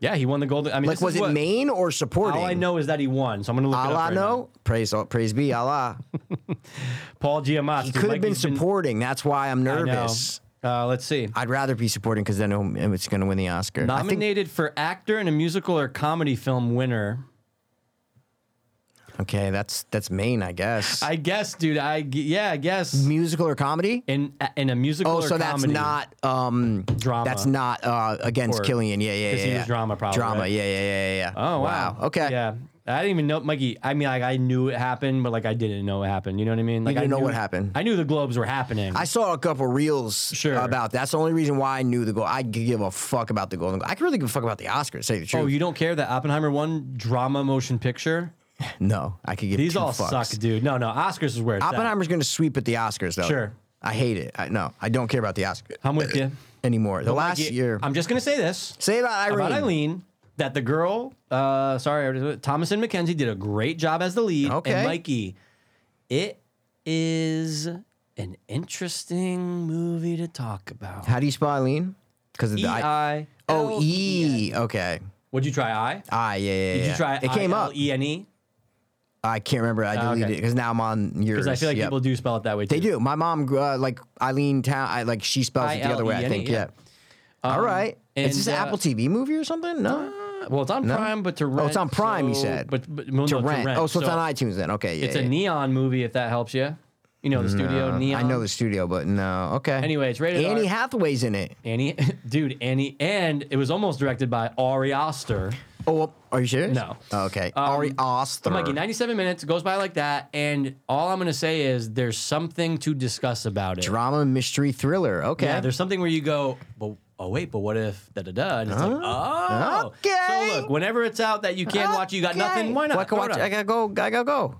yeah, he won the Golden. I mean, Like, this was is it what, Maine or supporting? All I know is that he won, so I'm gonna look it up Allah right know. now. Praise praise be Allah. Paul Giamatti. He could have been supporting. That's why I'm I know. nervous. Uh, let's see. I'd rather be supporting because then it'll- it's going to win the Oscar. I think- Nominated for actor in a musical or comedy film winner. okay, that's that's Maine, I guess. I guess, dude. I g- yeah, I guess Musical or comedy? in in a musical. Oh, or so that's comedy. not um Drama. That's not uh against Or- Killian. Yeah, yeah, yeah. 'cause he was yeah. drama probably, Drama. right? Yeah, yeah, yeah, yeah. yeah. Oh wow. Okay. Yeah. I didn't even know, Mikey. I mean, like I knew it happened, but like I didn't know it happened. You know what I mean? Like didn't I know knew- what happened. I knew the Globes were happening. I saw a couple reels Sure. about that. That's the only reason why I knew the goal. I could give a fuck about the Golden Globe. I could really give a fuck about the Oscars. to Say the truth. oh, you don't care that Oppenheimer won drama motion picture? no, I could give These two all fucks. suck, dude. No, no. Oscars is where it's at. Oppenheimer's going to sweep at the Oscars, though. Sure. I hate it. I, no, I don't care about the Oscars I'm with you. anymore. The last Mikey, year. I'm just gonna say this. say about Irene. about Eileen that the girl, uh, sorry, I already- Thomas and Mackenzie did a great job as the lead. Okay. And Mikey, it is an interesting movie to talk about. How do you spell Eileen? Because of E the I. I Oh, E. Okay. Would you try I? I. Yeah, yeah, yeah. Did yeah. you try It came up. E N E? I can't remember. I deleted okay. it because now I'm on yours. Because I feel like Yep. people do spell it that way. Too. They do. My mom, uh, like Eileen Town, I, like she spells it the other way. I I-L-E-N-E, think. E yeah. Yeah. All right. and, Is this an uh, Apple TV movie or something? No. Well, it's on Prime, but to rent. Oh, it's on Prime, you so- said. But, but no, to, no, rent. Oh, so, it's on iTunes then. Okay. Yeah. It's a yeah. Uh, neon movie, if that helps you. You know the studio neon. I know the studio, but no. Okay. Anyway, it's rated Annie R. Hathaway's in it. Annie, *laughs* dude, Annie, and it was almost directed by Ari Aster. Oh, well, are you serious? Oh, No. Um, Okay. Ari Aster. Mikey, 97 minutes goes by like that, and all I'm gonna say is there's something to discuss about it. Drama, mystery, thriller. Okay. Yeah, there's something where you go, but oh wait, but what if da da da? And it's like, oh, okay. So look, whenever it's out that you can watch, it, you got Okay. nothing. Why not? Well, I, can Throw it watch, up. I gotta go. I gotta *laughs* go.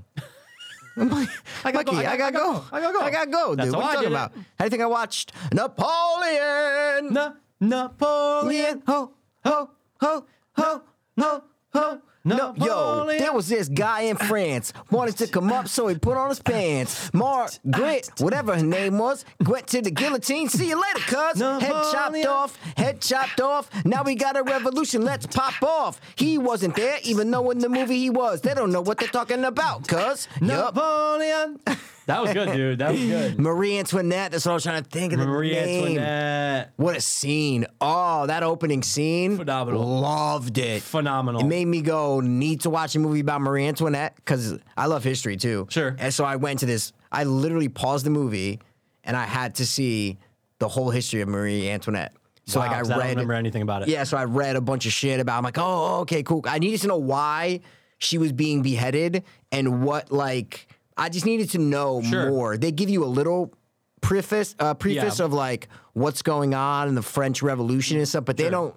I gotta go, Mikey, I I gotta go. I gotta go. I gotta go, dude. That's what are how I you talking did it. about? How do you think I watched Napoleon? Na- Napoleon. Napoleon, ho, ho, ho, ho, ho, ho. No, yo, Napoleon. there was this guy in France wanted to come up, so he put on his pants. Margaret, whatever her name was, went to the guillotine. See you later, cuz. Head chopped Napoleon. off, head chopped off. Now we got a revolution. Let's pop off. He wasn't there, even though in the movie he was. They don't know what they're talking about, cuz. Yup. Napoleon. *laughs* That was good, dude. That *laughs* was good. Marie Antoinette. That's what I was trying to think of. The Marie name. Antoinette. What a scene. Oh, that opening scene. Phenomenal. Loved it. Phenomenal. It made me go, need to watch a movie about Marie Antoinette because I love history too. Sure. And so I went to this, I literally paused the movie and I had to see the whole history of Marie Antoinette. So, Wow, like, I 'cause read. I don't remember anything about it. Yeah, so I read a bunch of shit about. I'm like, oh, okay, cool. I needed to know why she was being beheaded and what like. I just needed to know Sure. more. They give you a little preface, uh, preface Yeah. of like what's going on in the French Revolution and stuff, but they don't.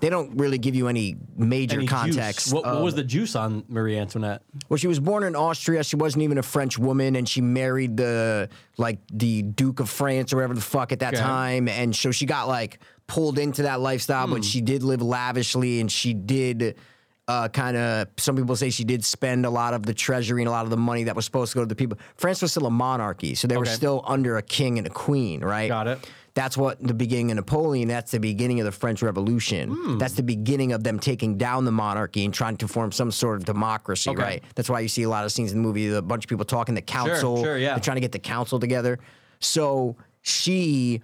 they don't really give you any major Any juice? context. What, what of- was the juice on Marie Antoinette? Well, she was born in Austria. She wasn't even a French woman, and she married the like the Duke of France or whatever the fuck at that Okay. time. And so she got like pulled into that lifestyle, Hmm. but she did live lavishly, and she did uh, kind of. Some people say she did spend a lot of the treasury and a lot of the money that was supposed to go to the people. France was still a monarchy, so they were Okay. still under a king and a queen, right? Got it. That's what the beginning of Napoleon, that's the beginning of the French Revolution. Hmm. That's the beginning of them taking down the monarchy and trying to form some sort of democracy, right? That's why you see a lot of scenes in the movie, a bunch of people talking, the council, sure, yeah. they're trying to get the council together. So she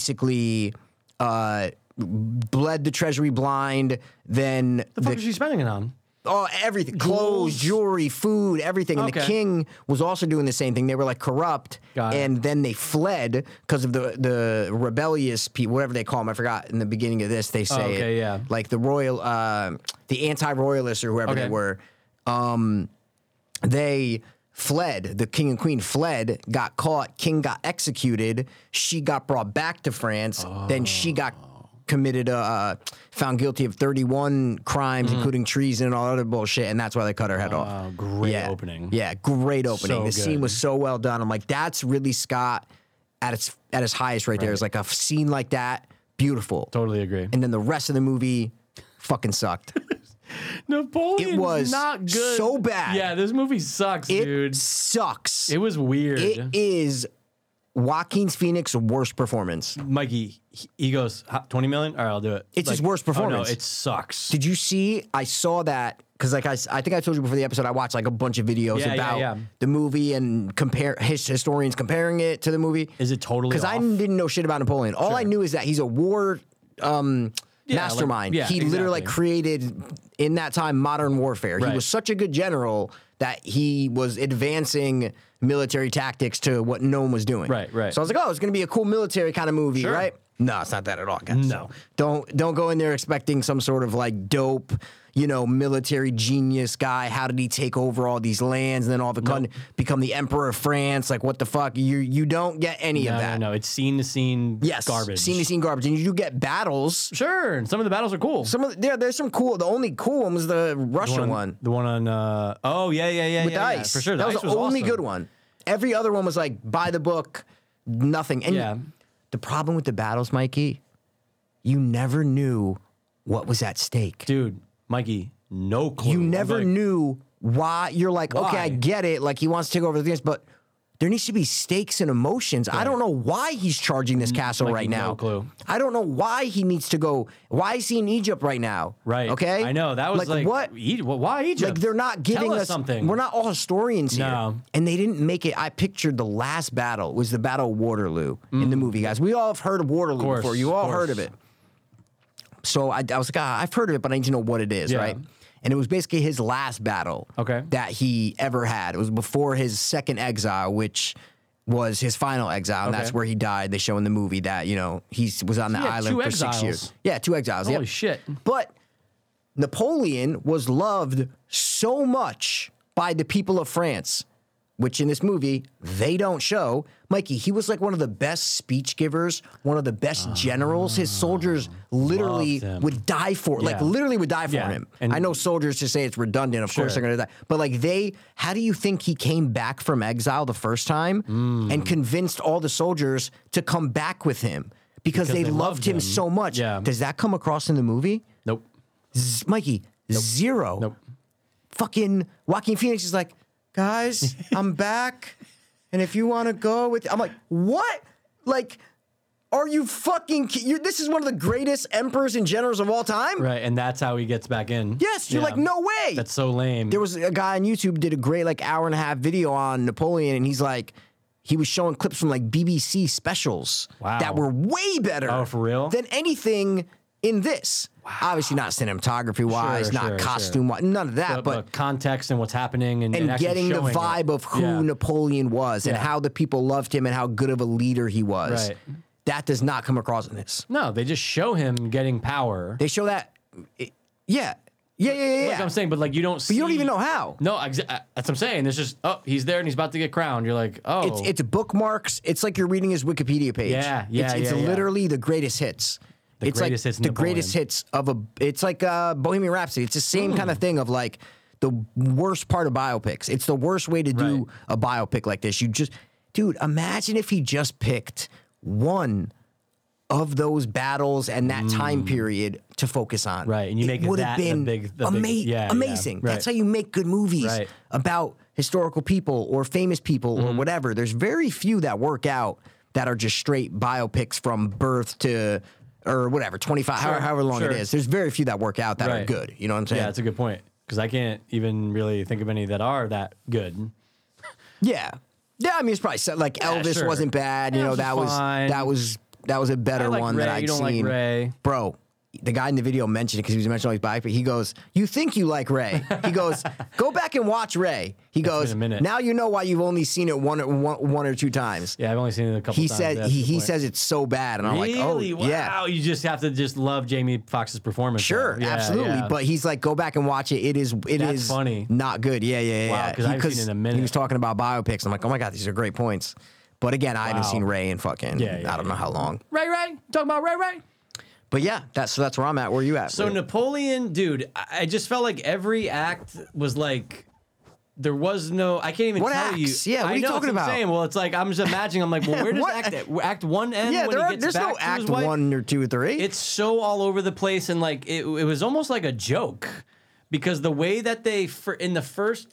basically uh, bled the treasury blind, then The fuck is she spending it on? Oh, everything. Clothes, Jewels. jewelry, food, everything. And the Okay. king was also doing the same thing. They were like corrupt. Got it. and then they fled because of the, the rebellious people, whatever they call them. I forgot in the beginning of this, they say Oh, okay, it. yeah. Like the royal, uh, the anti royalists or whoever they Okay. were. Um, they fled. The king and queen fled, got caught. King got executed. She got brought back to France. Then she got committed, uh, found guilty of 31 Mm-hmm. crimes, including treason and all that other bullshit. And that's why they cut her head Oh, off. great yeah. opening. Yeah, great opening. So the scene good. was so well done. I'm like, that's really Scott at its at his highest right, there. It's like a scene like that, beautiful. Totally agree. And then the rest of the movie fucking sucked. Napoleon It was not good. so bad. Yeah, this movie sucks, it dude. sucks. It was weird. It is Joaquin Phoenix's worst performance. Mikey, he- he goes "Huh, twenty million. All right, I'll do it. It's his worst oh, no, performance. it sucks. Did you see? I saw that because, like, I, s- I think I told you before the episode, I watched like a bunch of videos Yeah, yeah, about yeah. the movie and compare his, historians comparing it to the movie. Is it totally Because I off? didn't know shit about Napoleon. All I knew is that he's a war um, Yeah, like- mastermind. yeah, he literally like, exactly. created in that time modern warfare. He Right. was such a good general that he was advancing military tactics to what no one was doing. Right, right. So I was like, oh, it's going to be a cool military kind of movie, Sure. right? No, it's not that at all, guys. No. So don't don't go in there expecting some sort of like dope, you know, military genius guy. How did he take over all these lands and then all of a sudden become the emperor of France? Like what the fuck? You you don't get any no, of no, that. no. It's scene to scene. Yes, garbage. Scene to scene garbage, and you do get battles. Sure, and some of the battles are cool. Some of the, there, there's some cool. The only cool one was the Russian the one, one, the one on. Uh, oh yeah, yeah, yeah. with yeah, the yeah, ice. for sure. that was ice the only awesome. good one. Every other one was like by the book, nothing. And Yeah. the problem with the battles, Mikey, you never knew what was at stake. dude. Mikey, no clue. you I'm never like, knew why. You're like, okay, I Why? get it. Like he wants to take over the things, but there needs to be stakes and emotions. I don't know why he's charging this castle Mikey, right Mm, no now. clue. I don't know why he needs to go. Why is he in Egypt right now? Right. Okay. I know that was like, what. E- why Egypt? Like they're not Tell giving us, something. We're not all historians No. here, and they didn't make it. I pictured the last battle was the Battle of Waterloo in the movie, guys. We all have heard of Waterloo Mm. Course, before. You all course. heard of it. So I, I was like, ah, I've heard of it, but I need to know what it is, Yeah. right? And it was basically his last battle Okay. that he ever had. It was before his second exile, which was his final exile, and that's Okay. where he died. They show in the movie that you know he was on the He had island two for six exiles. years. Yeah, two exiles. Holy yep. shit. But Napoleon was loved so much by the people of France, which in this movie they don't show. Mikey, he was like one of the best speech givers, one of the best generals. His soldiers literally Ah. loved him. would die for, like Yeah. literally would die for Yeah, him. and- I know soldiers to say it's redundant. Of course they're Sure. going to die, but like they, how do you think he came back from exile the first time Mm. and convinced all the soldiers to come back with him? Because, they, they loved loved him him. so much. Yeah. Does that come across in the movie? Nope. Z- Mikey, zero. Nope. Fucking Joaquin Phoenix is like, *laughs* guys, I'm back. And if you want to go with, I'm like, what? Like, are you fucking? ki- You're, this is one of the greatest emperors and generals of all time. Right, and that's how he gets back in. Yes, you're Yeah. like, no way. That's so lame. there was a guy on YouTube did a great like hour and a half video on Napoleon, and he's like, he was showing clips from like BBC specials Wow. that were way better. Oh, for real? Than anything in this. Obviously, not cinematography wise, Sure, not sure, costume wise, none of that. but, but but context and what's happening and, and actually getting the showing it. vibe of who Yeah. Napoleon was and Yeah. how the people loved him and how good of a leader he was. Right. That does not come across in this. No, they just show him getting power. They show that, it- yeah, yeah, yeah, yeah. Like yeah. I'm saying, but like you don't. but see, you don't even know how. No, exa- uh, that's what I'm saying. It's just oh, he's there and he's about to get crowned. You're like oh, It's it's bookmarks. It's like you're reading his Wikipedia page. Yeah, yeah, It's, it's yeah, yeah. literally the greatest hits. The it's greatest like hits in the Napoleon. greatest hits of a. It's like uh, Bohemian Rhapsody. It's the same kind of Hmm. thing of like the worst part of biopics. It's the worst way to do Right. a biopic like this. You just, dude, imagine if he just picked one of those battles and that time period to focus on. Mm. Right, and you make it would've that the big- the big- yeah, yeah, amazing. That's how right. you make good movies Right. Mm-hmm. about historical people or famous people or whatever. There's very few that work out that are just straight biopics from birth to or whatever, 25, however, however long sure. it is. There's very few that work out that are Right. good. You know what I'm saying? Yeah, that's a good point because I can't even really think of any that are that good. yeah. Yeah, I mean, it's probably so- like Elvis sure. wasn't bad. You Elvis know, was that was fine. that was that was a better I like one that Ray. I'd You don't like seen. Ray. Bro, the guy in the video mentioned it because he was mentioning all his biopic. He goes, "You think you like Ray?" He *laughs* goes, "Go back and watch Ray." He goes, a minute. "Now you know why you've only seen it one or, one, one or two times." Yeah, I've only seen it a couple. He times. said That's he, the he point. says it's so bad, and I'm really? like, "Oh wow, yeah, You just have to just love Jamie Foxx's performance. Sure, though. Yeah, absolutely. yeah. But he's like, go back and watch it. It is, it is That's funny. Not good. Yeah, yeah, yeah. Wow, yeah. 'cause I haven't seen it in a minute. He was talking about biopics. I'm like, oh my god, these are great points. But again, I haven't Wow. seen Ray in fucking. Yeah, yeah, I don't know how long. Ray Ray, talking about Ray Ray. But yeah, that's so that's where I'm at. Where you at? So Napoleon, dude, I I just felt like every act was like there was no. I can't even What tell acts? you. Yeah, what I are you know, talking that's what I'm about? Saying. Well, it's like I'm just imagining. I'm *laughs* like, well, where does What? act act one end? yeah, when there he are, gets there's back no to act his wife? one or two or three. it's so all over the place and like it, it was almost like a joke because the way that they for in the first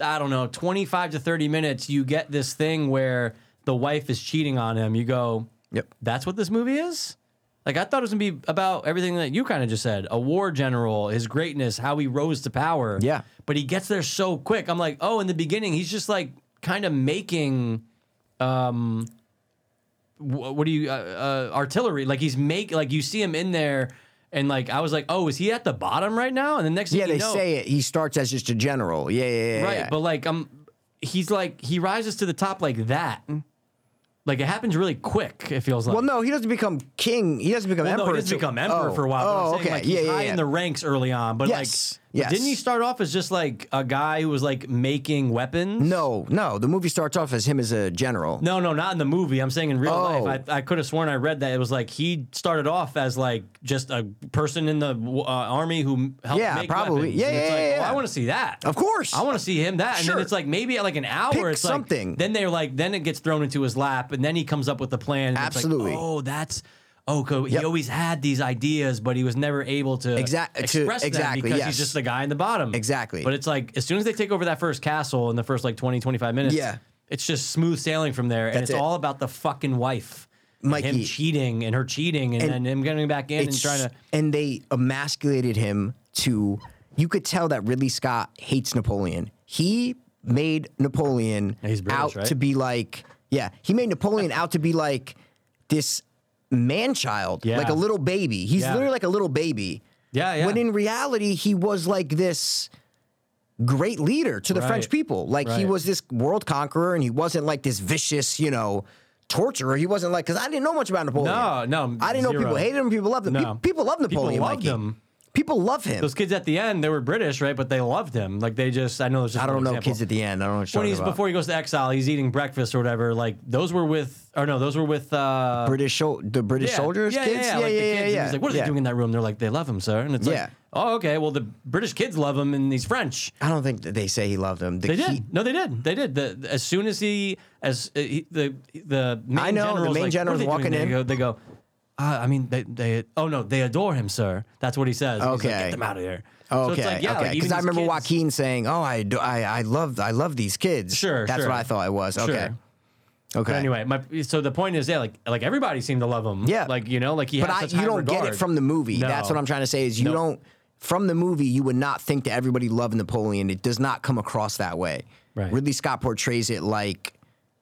i don't know 25 to 30 minutes you get this thing where the wife is cheating on him you go Yep. that's what this movie is like i thought it was going to be about everything that you kind of just said a war general his greatness how he rose to power Yeah. but he gets there so quick i'm like oh in the beginning he's just like kind of making wh- what do you uh, uh, artillery? Like he's make like you see him in there, and like I was like, oh, is he at the bottom right now? And the next thing yeah, you they know, say it. He starts as just a general. Yeah, yeah, yeah. right, yeah. but like um, he's like he rises to the top like that. Like it happens really quick. It feels like. well, no, he doesn't become king. He doesn't become Well, emperor. no, he doesn't till- become emperor oh, for a while. but I'm Oh, saying, okay. Like, he's yeah, yeah, high yeah. in the ranks early on, but Yes, like, yes. didn't he start off as just like a guy who was like making weapons? no, no. The movie starts off as him as a general. No, no, not in the movie. I'm saying in real Oh. life. I, I could have sworn I read that it was like he started off as like just a person in the uh, army who helped. Yeah, make probably. weapons. Yeah, And it's yeah, like, yeah, oh, yeah. I want to see that. Of course. I want to see him that. And Sure. then it's like maybe at like an hour. Pick it's like something. Then they're like, then it gets thrown into his lap, and then he comes up with the plan. and it's like, Absolutely. oh, that's. Oh, 'cause he Yep. always had these ideas, but he was never able to Exact- to- express exactly, them because yes. he's just the guy in the bottom. Exactly. But it's like as soon as they take over that first castle in the first like 20, 25 minutes, Yeah. it's just smooth sailing from there, and That's it's it. all about the fucking wife, And Mikey. him cheating and her cheating, and, then him getting back in and It's- trying to. and they emasculated him to you could tell that Ridley Scott hates Napoleon. He made Napoleon he's British, out right? to be like yeah, he made Napoleon out to be like this man child, Yeah. like a little baby. He's Yeah. literally like a little baby. Yeah, yeah. When in reality he was like this great leader to the Right. French people. Like he Right. was this world conqueror and he wasn't like this vicious, you know, torturer. He wasn't like cuz I didn't know much about Napoleon. No, no, I didn't know people zero. hated him, people loved him. Pe- No. people love People Napoleon. loved Mikey. him. People love him. Those kids at the end, they were British, right? But they loved him. Like they just, I know. There's just I one don't know example. kids at the end. I don't know what you're when talking he's about. before he goes to exile, he's eating breakfast or whatever. Like those were with, or no, those were with uh, British sol- the British yeah, soldiers yeah, kids. Yeah, yeah, like the kids. And He's like, what are yeah. they doing in that room? They're like, they love him, sir. And it's Yeah. like, oh, okay. Well, the British kids love him, and he's French. I don't think that they say he loved him. The They key- did. No, they did. They did. The, the- as soon as he, as uh, he, the the main I know, the general's main like, general's what are they walking doing? in. They go. They go uh, I mean, they, they. Oh no, they adore him, sir. That's what he says. He's like, Okay. Get them out of here. So Okay, it's like, yeah, okay. like, even Because I these remember kids- Joaquin saying, "Oh, I, do, I, I love, I love these kids." Sure, that's sure. what I thought it was. Sure. Okay, okay. But anyway, my so the point is, yeah, like like everybody seemed to love him. Yeah. Like you know, like he. but has I, such you high don't get it regard. from the movie. No. That's what I'm trying to say. Is you No. don't from the movie you would not think that everybody loved Napoleon. It does not come across that way. Right. Ridley Scott portrays it like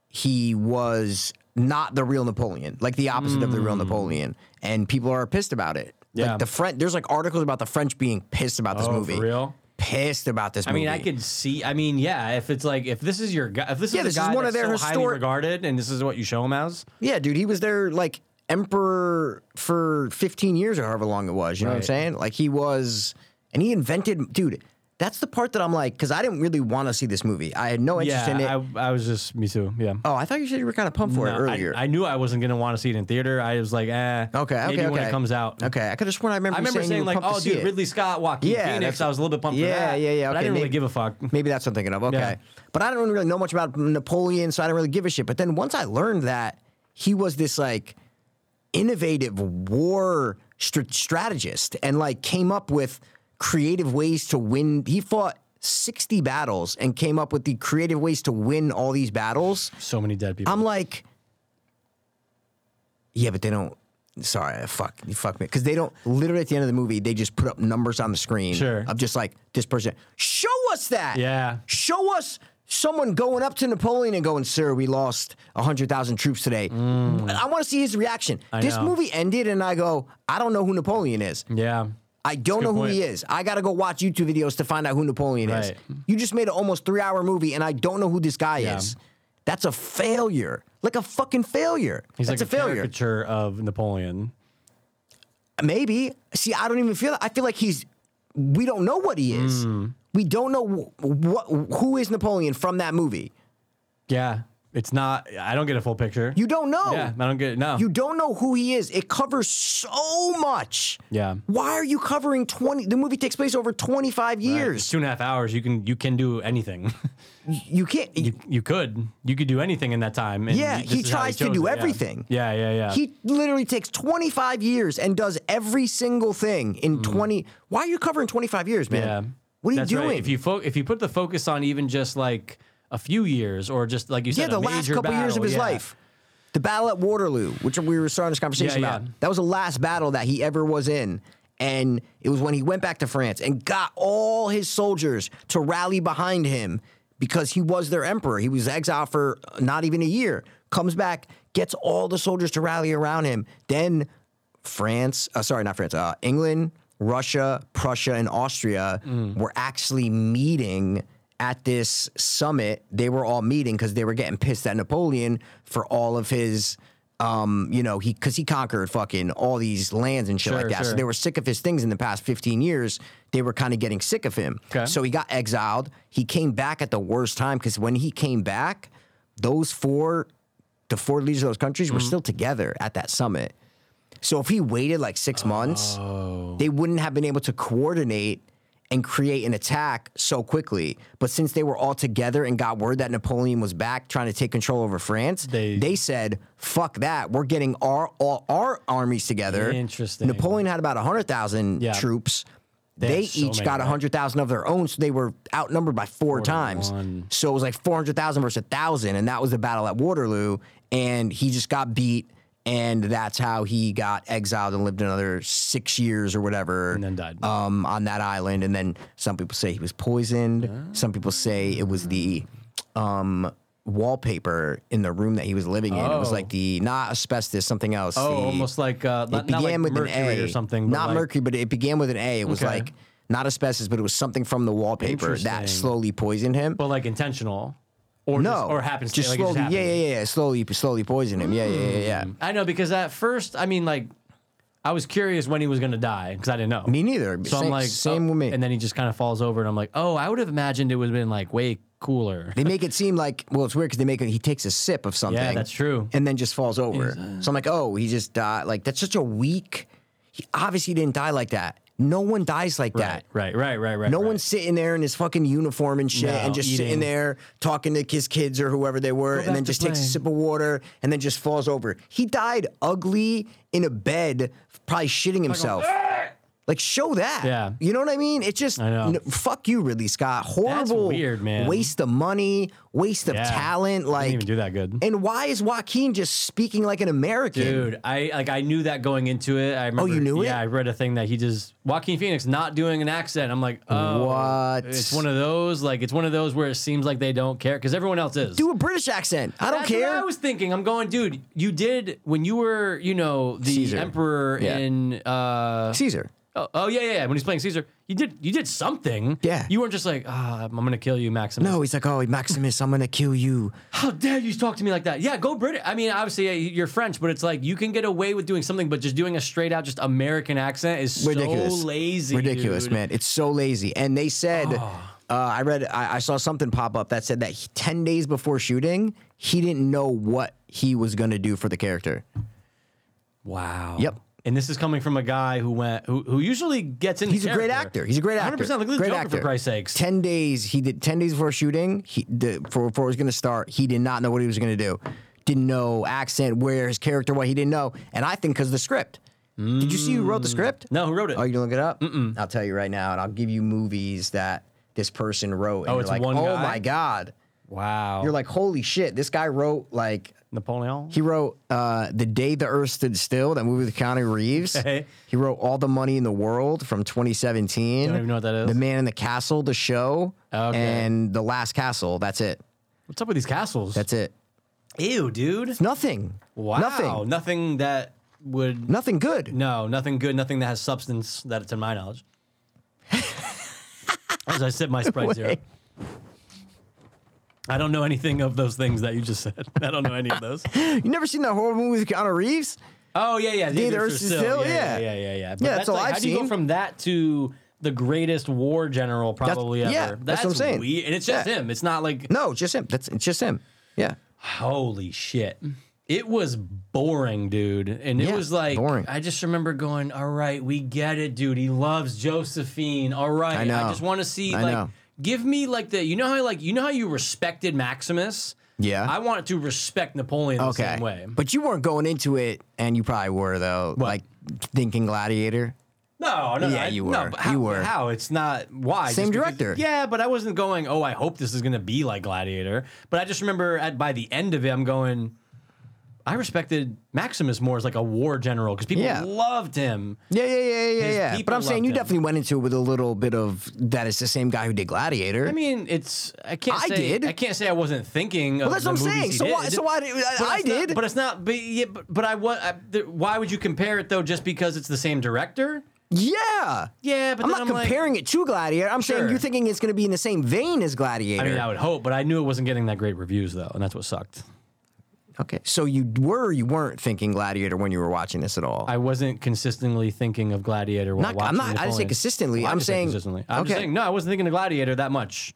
he was not the real Napoleon, like the opposite of the real Napoleon, and people are pissed about it. Hmm. Yeah. Like the French, there's like articles about the French being pissed about this Oh, for movie. real? Pissed about this I movie. mean, I could see. I mean, yeah, if it's like if this is your guy, if this Yeah, is this a is guy one of that's their so highly historic- regarded, and this is what you show him as. Yeah, dude, he was their like emperor for 15 years or however long it was. You know what I'm Right. saying? Like he was, and he invented, dude. That's the part that I'm like, because I didn't really want to see this movie. I had no interest in it. yeah, I, I was just me too. Yeah. oh, I thought you said you were kind of pumped for No, it I- earlier. I, knew I wasn't gonna want to see it in theater. I was like, eh. okay, okay, maybe okay. when it comes out. Okay, I could have sworn I remember. you I remember saying, saying, you were like, pumped to oh, see dude, it. Ridley Scott, Joaquin Yeah, Phoenix. that's- I was a little bit pumped for Yeah, that. yeah, yeah. But I okay, didn't really maybe- give a *laughs* fuck. Maybe that's what I'm thinking of. Okay. Yeah. But I don't really know much about Napoleon, so I don't really give a shit. But then once I learned that he was this like innovative war str- strategist and like came up with creative ways to win, he fought 60 battles and came up with the creative ways to win all these battles. So many dead people. I'm like, yeah, but they don't. Sorry, fuck, you fuck me, because they don't. Literally, at the end of the movie, they just put up numbers on the screen. Sure. Of just like this person. Show us that. Yeah. Show us someone going up to Napoleon and going, "Sir, we lost hundred thousand troops today." I want to see his reaction. this Mm. know. movie ended, and I go, "I don't know who Napoleon is." yeah. I don't know good who he point. is. I gotta go watch YouTube videos to find out who Napoleon is. Right. You just made an almost three hour movie and I don't know who this guy Yeah. is. That's a failure. Like a fucking failure. He's That's like a, failure. caricature of Napoleon. Maybe. See, I don't even feel that. I feel like he's we don't know what he is. Hmm. We don't know wh- what who is Napoleon from that movie. Yeah. It's not. I don't get a full picture. You don't know. Yeah. I don't get. No. You don't know who he is. It covers so much. Yeah. Why are you covering 20 the movie takes place over 25 Uh, It's years. two and a half hours. You can. You can do anything. *laughs* You can't you, you could. You could do anything in that time. and Yeah, you- he this is how tries to chose do it, yeah. everything. Yeah. Yeah. Yeah. He literally takes 25 years and does every single thing in 20. Why are you covering 25 years, man? Mm. Yeah. What are That's you right. doing? If you fo- if you put the focus on even just like a few years or just like you said, yeah, the a last major couple years of battle, his yeah. life. The battle at Waterloo, which we were starting this conversation Yeah, yeah. about. That was the last battle that he ever was in. And it was when he went back to France and got all his soldiers to rally behind him because he was their emperor. He was exiled for not even a year. Comes back, gets all the soldiers to rally around him. Then France, uh, sorry, not France, uh, England, Russia, Prussia, and Austria Mm. were actually meeting at this summit. They were all meeting because they were getting pissed at Napoleon for all of his, um, you know, he because he conquered fucking all these lands and shit Sure, like that. So sure. they were sick of his things in the past 15 years. They were kind of getting sick of him. Okay. So he got exiled. He came back at the worst time because when he came back, those four, the four leaders of those countries Mm-hmm. were still together at that summit. So if he waited like six months, Oh. they wouldn't have been able to coordinate and create an attack so quickly. But since they were all together and got word that Napoleon was back trying to take control over France, They- they said, "Fuck that! We're getting our all our armies together." Interesting. Napoleon had about hundred thousand Yeah. troops. They, had so each many, got right? hundred thousand of their own, so they were outnumbered by four times. one. So it was like four hundred thousand versus thousand, and that was the battle at Waterloo. And he just got beat, and that's how he got exiled and lived another six years or whatever, and then died. um, on that island. And then some people say he was poisoned. Ah. Some people say it was the um, wallpaper in the room that he was living in. It was Oh. like the not asbestos, something else. Oh, the- almost like uh, it not, not like began with an mercury A or something. but Not like- mercury, but it began with an A. It was Okay. like not asbestos, but it was something from the wallpaper that Interesting. slowly poisoned him. but like intentional, or no, just, or happens just like it slowly. just yeah, happened. Hmm. yeah, yeah. Slowly, slowly poisoned him. Yeah, yeah, yeah, yeah. I know because at first, I mean, like, I was curious when he was gonna die because I didn't know. Me neither. So same, I'm like, same oh, with me. And then he just kind of falls over, and I'm like, oh, I would have imagined it would have been like way cooler. They make it seem like well, it's weird because they make it. He takes a sip of something. that's true. uh, And then just falls over. so I'm like, oh, he just died. Like that's such a weak. He obviously didn't die like that. No one dies like that. Right, right, right, right. No right. one's sitting there in his fucking uniform and shit, No, and just sitting eating. there talking to his kids or whoever they were, and back then to just takes a playing. sip of water and then just falls over. He died ugly in a bed, probably shitting himself. Like show that, Yeah. You know what I mean? It's just I know. n- fuck you, Ridley Scott. Horrible, weird, man. Waste of money, waste of Yeah. talent. Like, didn't even do that good. and why is Joaquin just speaking like an American? Dude, I like I knew that going into it. I remember, Oh, you knew it? Yeah, I read a thing that he just Joaquin Phoenix not doing an accent. I'm like, oh, What? It's one of those like it's one of those where it seems like they don't care because everyone else is. do a British accent. I don't That's care. What I was thinking. I'm going, dude. You did when you were, you know, the Caesar. emperor Yeah. in. uh Caesar. oh, oh yeah, yeah, yeah, when he's playing Caesar, you did you did something. Yeah. You weren't just like, ah, I'm gonna kill you, Maximus. No, he's like, oh, Maximus, I'm gonna kill you. How dare you talk to me like that? Yeah, go British. I mean, obviously yeah, you're French, but it's like you can get away with doing something, but just doing a straight out just American accent is Ridiculous, so lazy. ridiculous, dude. Ah. man. It's so lazy. And they said, uh, I read, I, I saw something pop up that said that he- ten days before shooting, he didn't know what he was gonna do for the character. Wow. Yep. And this is coming from a guy who went who, who usually gets in. He's a great actor. He's a great actor. 100%. Look at the great Joker, for Christ's sakes. Ten days he did. Ten days before shooting, he the, before, before it was going to start, he did not know what he was going to do. Didn't know accent, where his character, what he didn't know, and I think because the script. Did you see who wrote the script? no, who wrote it? Oh, you gonna look it up? I'll tell you right now, and I'll give you movies that this person wrote. And Oh, you're it's like, one Oh guy? Oh. my god! wow. You're like, holy shit! This guy wrote like Napoleon. he wrote uh, "The Day the Earth Stood Still," that movie with Keanu Reeves. Okay. He wrote "All the Money in the World" from 2017. Don't even know what that is. "The Man in the Castle," the show, Okay. and "The Last Castle." That's it. What's up with these castles? That's it. ew, dude. Nothing. Wow. Nothing. Nothing that would. Nothing good. No, nothing good. Nothing that has substance. That to my *laughs* knowledge. As I sip my Sprite Zero. Wait. I don't know anything of those things that you just said. I don't know any of those. You never seen that horror movie with Keanu Reeves? Oh yeah, yeah. the Earth Earth is is still, yeah, yeah. yeah, yeah, yeah. yeah. But Yeah, that's all like, I've how do you go seen. from that to the greatest war general probably yeah, ever? that's what I'm saying. Weird. And it's just Yeah. him. It's not like No, just him. That's it's just him. Yeah. holy shit. It was boring, dude. And it Mm. Yeah, was like boring. I just remember going, "All right, we get it, dude. He loves Josephine. All right, I know. just want to see I like." know. Give me like the you know how like you know how you respected Maximus. Yeah. I want to respect Napoleon the Okay. same way. But you weren't going into it, and you probably were though. Like thinking Gladiator. No, no, Yeah, I- you No, were. but how, You were. How? It's not why. Same Just because- director. yeah, but I wasn't going. Oh, I hope this is going to be like Gladiator. But I just remember at by the end of it, I'm going. I respected Maximus more as like a war general because people Yeah. loved him. Yeah, yeah, yeah, yeah, His yeah. But people I'm saying loved you him. definitely went into it with a little bit of that. It's the same guy who did Gladiator. I mean, it's I can't. I say, did. I can't say I wasn't thinking. Well, that's what I'm saying. So why? So why? Did, I, I it's not- did. but it's not. But yeah, but, but I was. Why would you compare it though? Just because it's the same director? yeah. Yeah, but I'm then not I'm like- comparing it to Gladiator. I'm Sure. saying you're thinking it's going to be in the same vein as Gladiator. I mean, I would hope, but I knew it wasn't getting that great reviews though, and that's what sucked. okay. So you were, you weren't thinking Gladiator when you were watching this at all. I wasn't consistently thinking of Gladiator while Not- I'm watching. not- I didn't say Napoleon. consistently. I I'm just said saying- consistently. I'm just okay. saying. No, I wasn't thinking of Gladiator that much.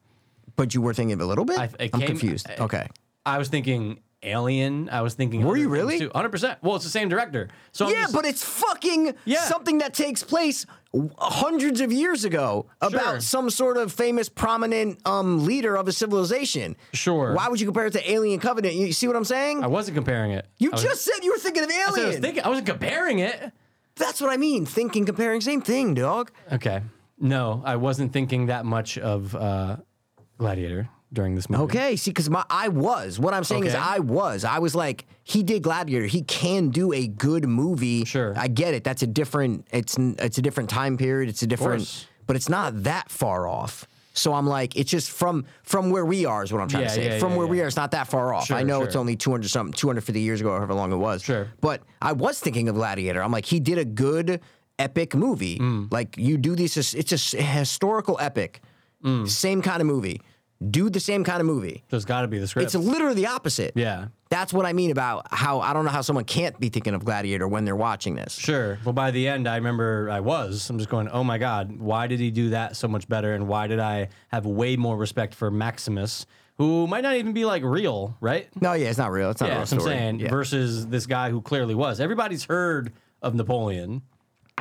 but you were thinking of it a little bit. I- it am came- confused. I- okay. I was thinking Alien. I was thinking. Were other you things, really? too. 100%. Well, it's the same director. So I'm yeah, just- but it's fucking Yeah. something that takes place w- hundreds of years ago about Sure. some sort of famous, prominent um, leader of a civilization. Sure. Why would you compare it to Alien Covenant? You see what I'm saying? I wasn't comparing it. you I was- just said you were thinking of I said I Alien. was thinking. I wasn't comparing it. That's what I mean. Thinking, comparing, same thing, dog. Okay. No, I wasn't thinking that much of uh, Gladiator during this movie. Okay, see, because my I was. What I'm saying is, Okay. I was. I was like, he did Gladiator. He can do a good movie. Sure. I get it. That's a different. It's n- it's a different time period. It's a course. different. But it's not that far off. So I'm like, it's just from from where we are is what I'm trying Yeah, to say. yeah, from yeah, where we yeah. are, it's not that far off. I Sure, know it's sure. only 200 something, 250 years ago, or however long it was. Sure. But I was thinking of Gladiator. I'm like, he did a good epic movie. Mm. Like you do these, it's a s- historical epic. Mm. Same kind of movie. Do the same kind of movie. There's got to be the script. It's literally the opposite. yeah. That's what I mean about how I don't know how someone can't be thinking of Gladiator when they're watching this. Sure. Well, by the end, I remember I was. I'm just going, oh my God, why did he do that so much better? And why did I have way more respect for Maximus, who might not even be like real, right? No, yeah, it's not real. It's not yeah, a real that's what I'm story. saying. Yeah. Versus this guy who clearly was. Everybody's heard of Napoleon.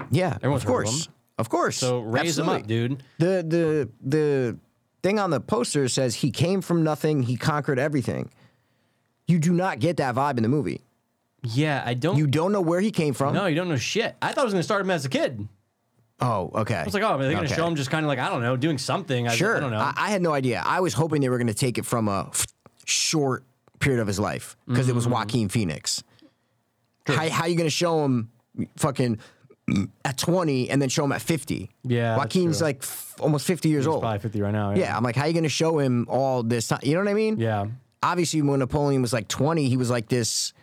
yeah, Everyone's of heard of course, him. of course. So raise him up, Absolutely. dude. The the the thing on the poster says he came from nothing, he conquered everything. You do not get that vibe in the movie. Yeah, I don't. You don't know where he came from. no, you don't know shit. I thought I was going to start him as a kid. Oh, okay. I was like, oh, they're going to show him just kind of like, I don't know, doing something. I, Sure. I don't know. I, had no idea. I was hoping they were going to take it from a f- short period of his life because it was Mm. Joaquin Phoenix. How, how you going to show him fucking at 20 and then show him at 50? Yeah, that's Joaquin's true. like f- almost 50 years He's old. probably 50 right now. Yeah. I'm like, how you going to show him all this time? You know what I mean? Yeah. Obviously, when Napoleon was like 20, he was like this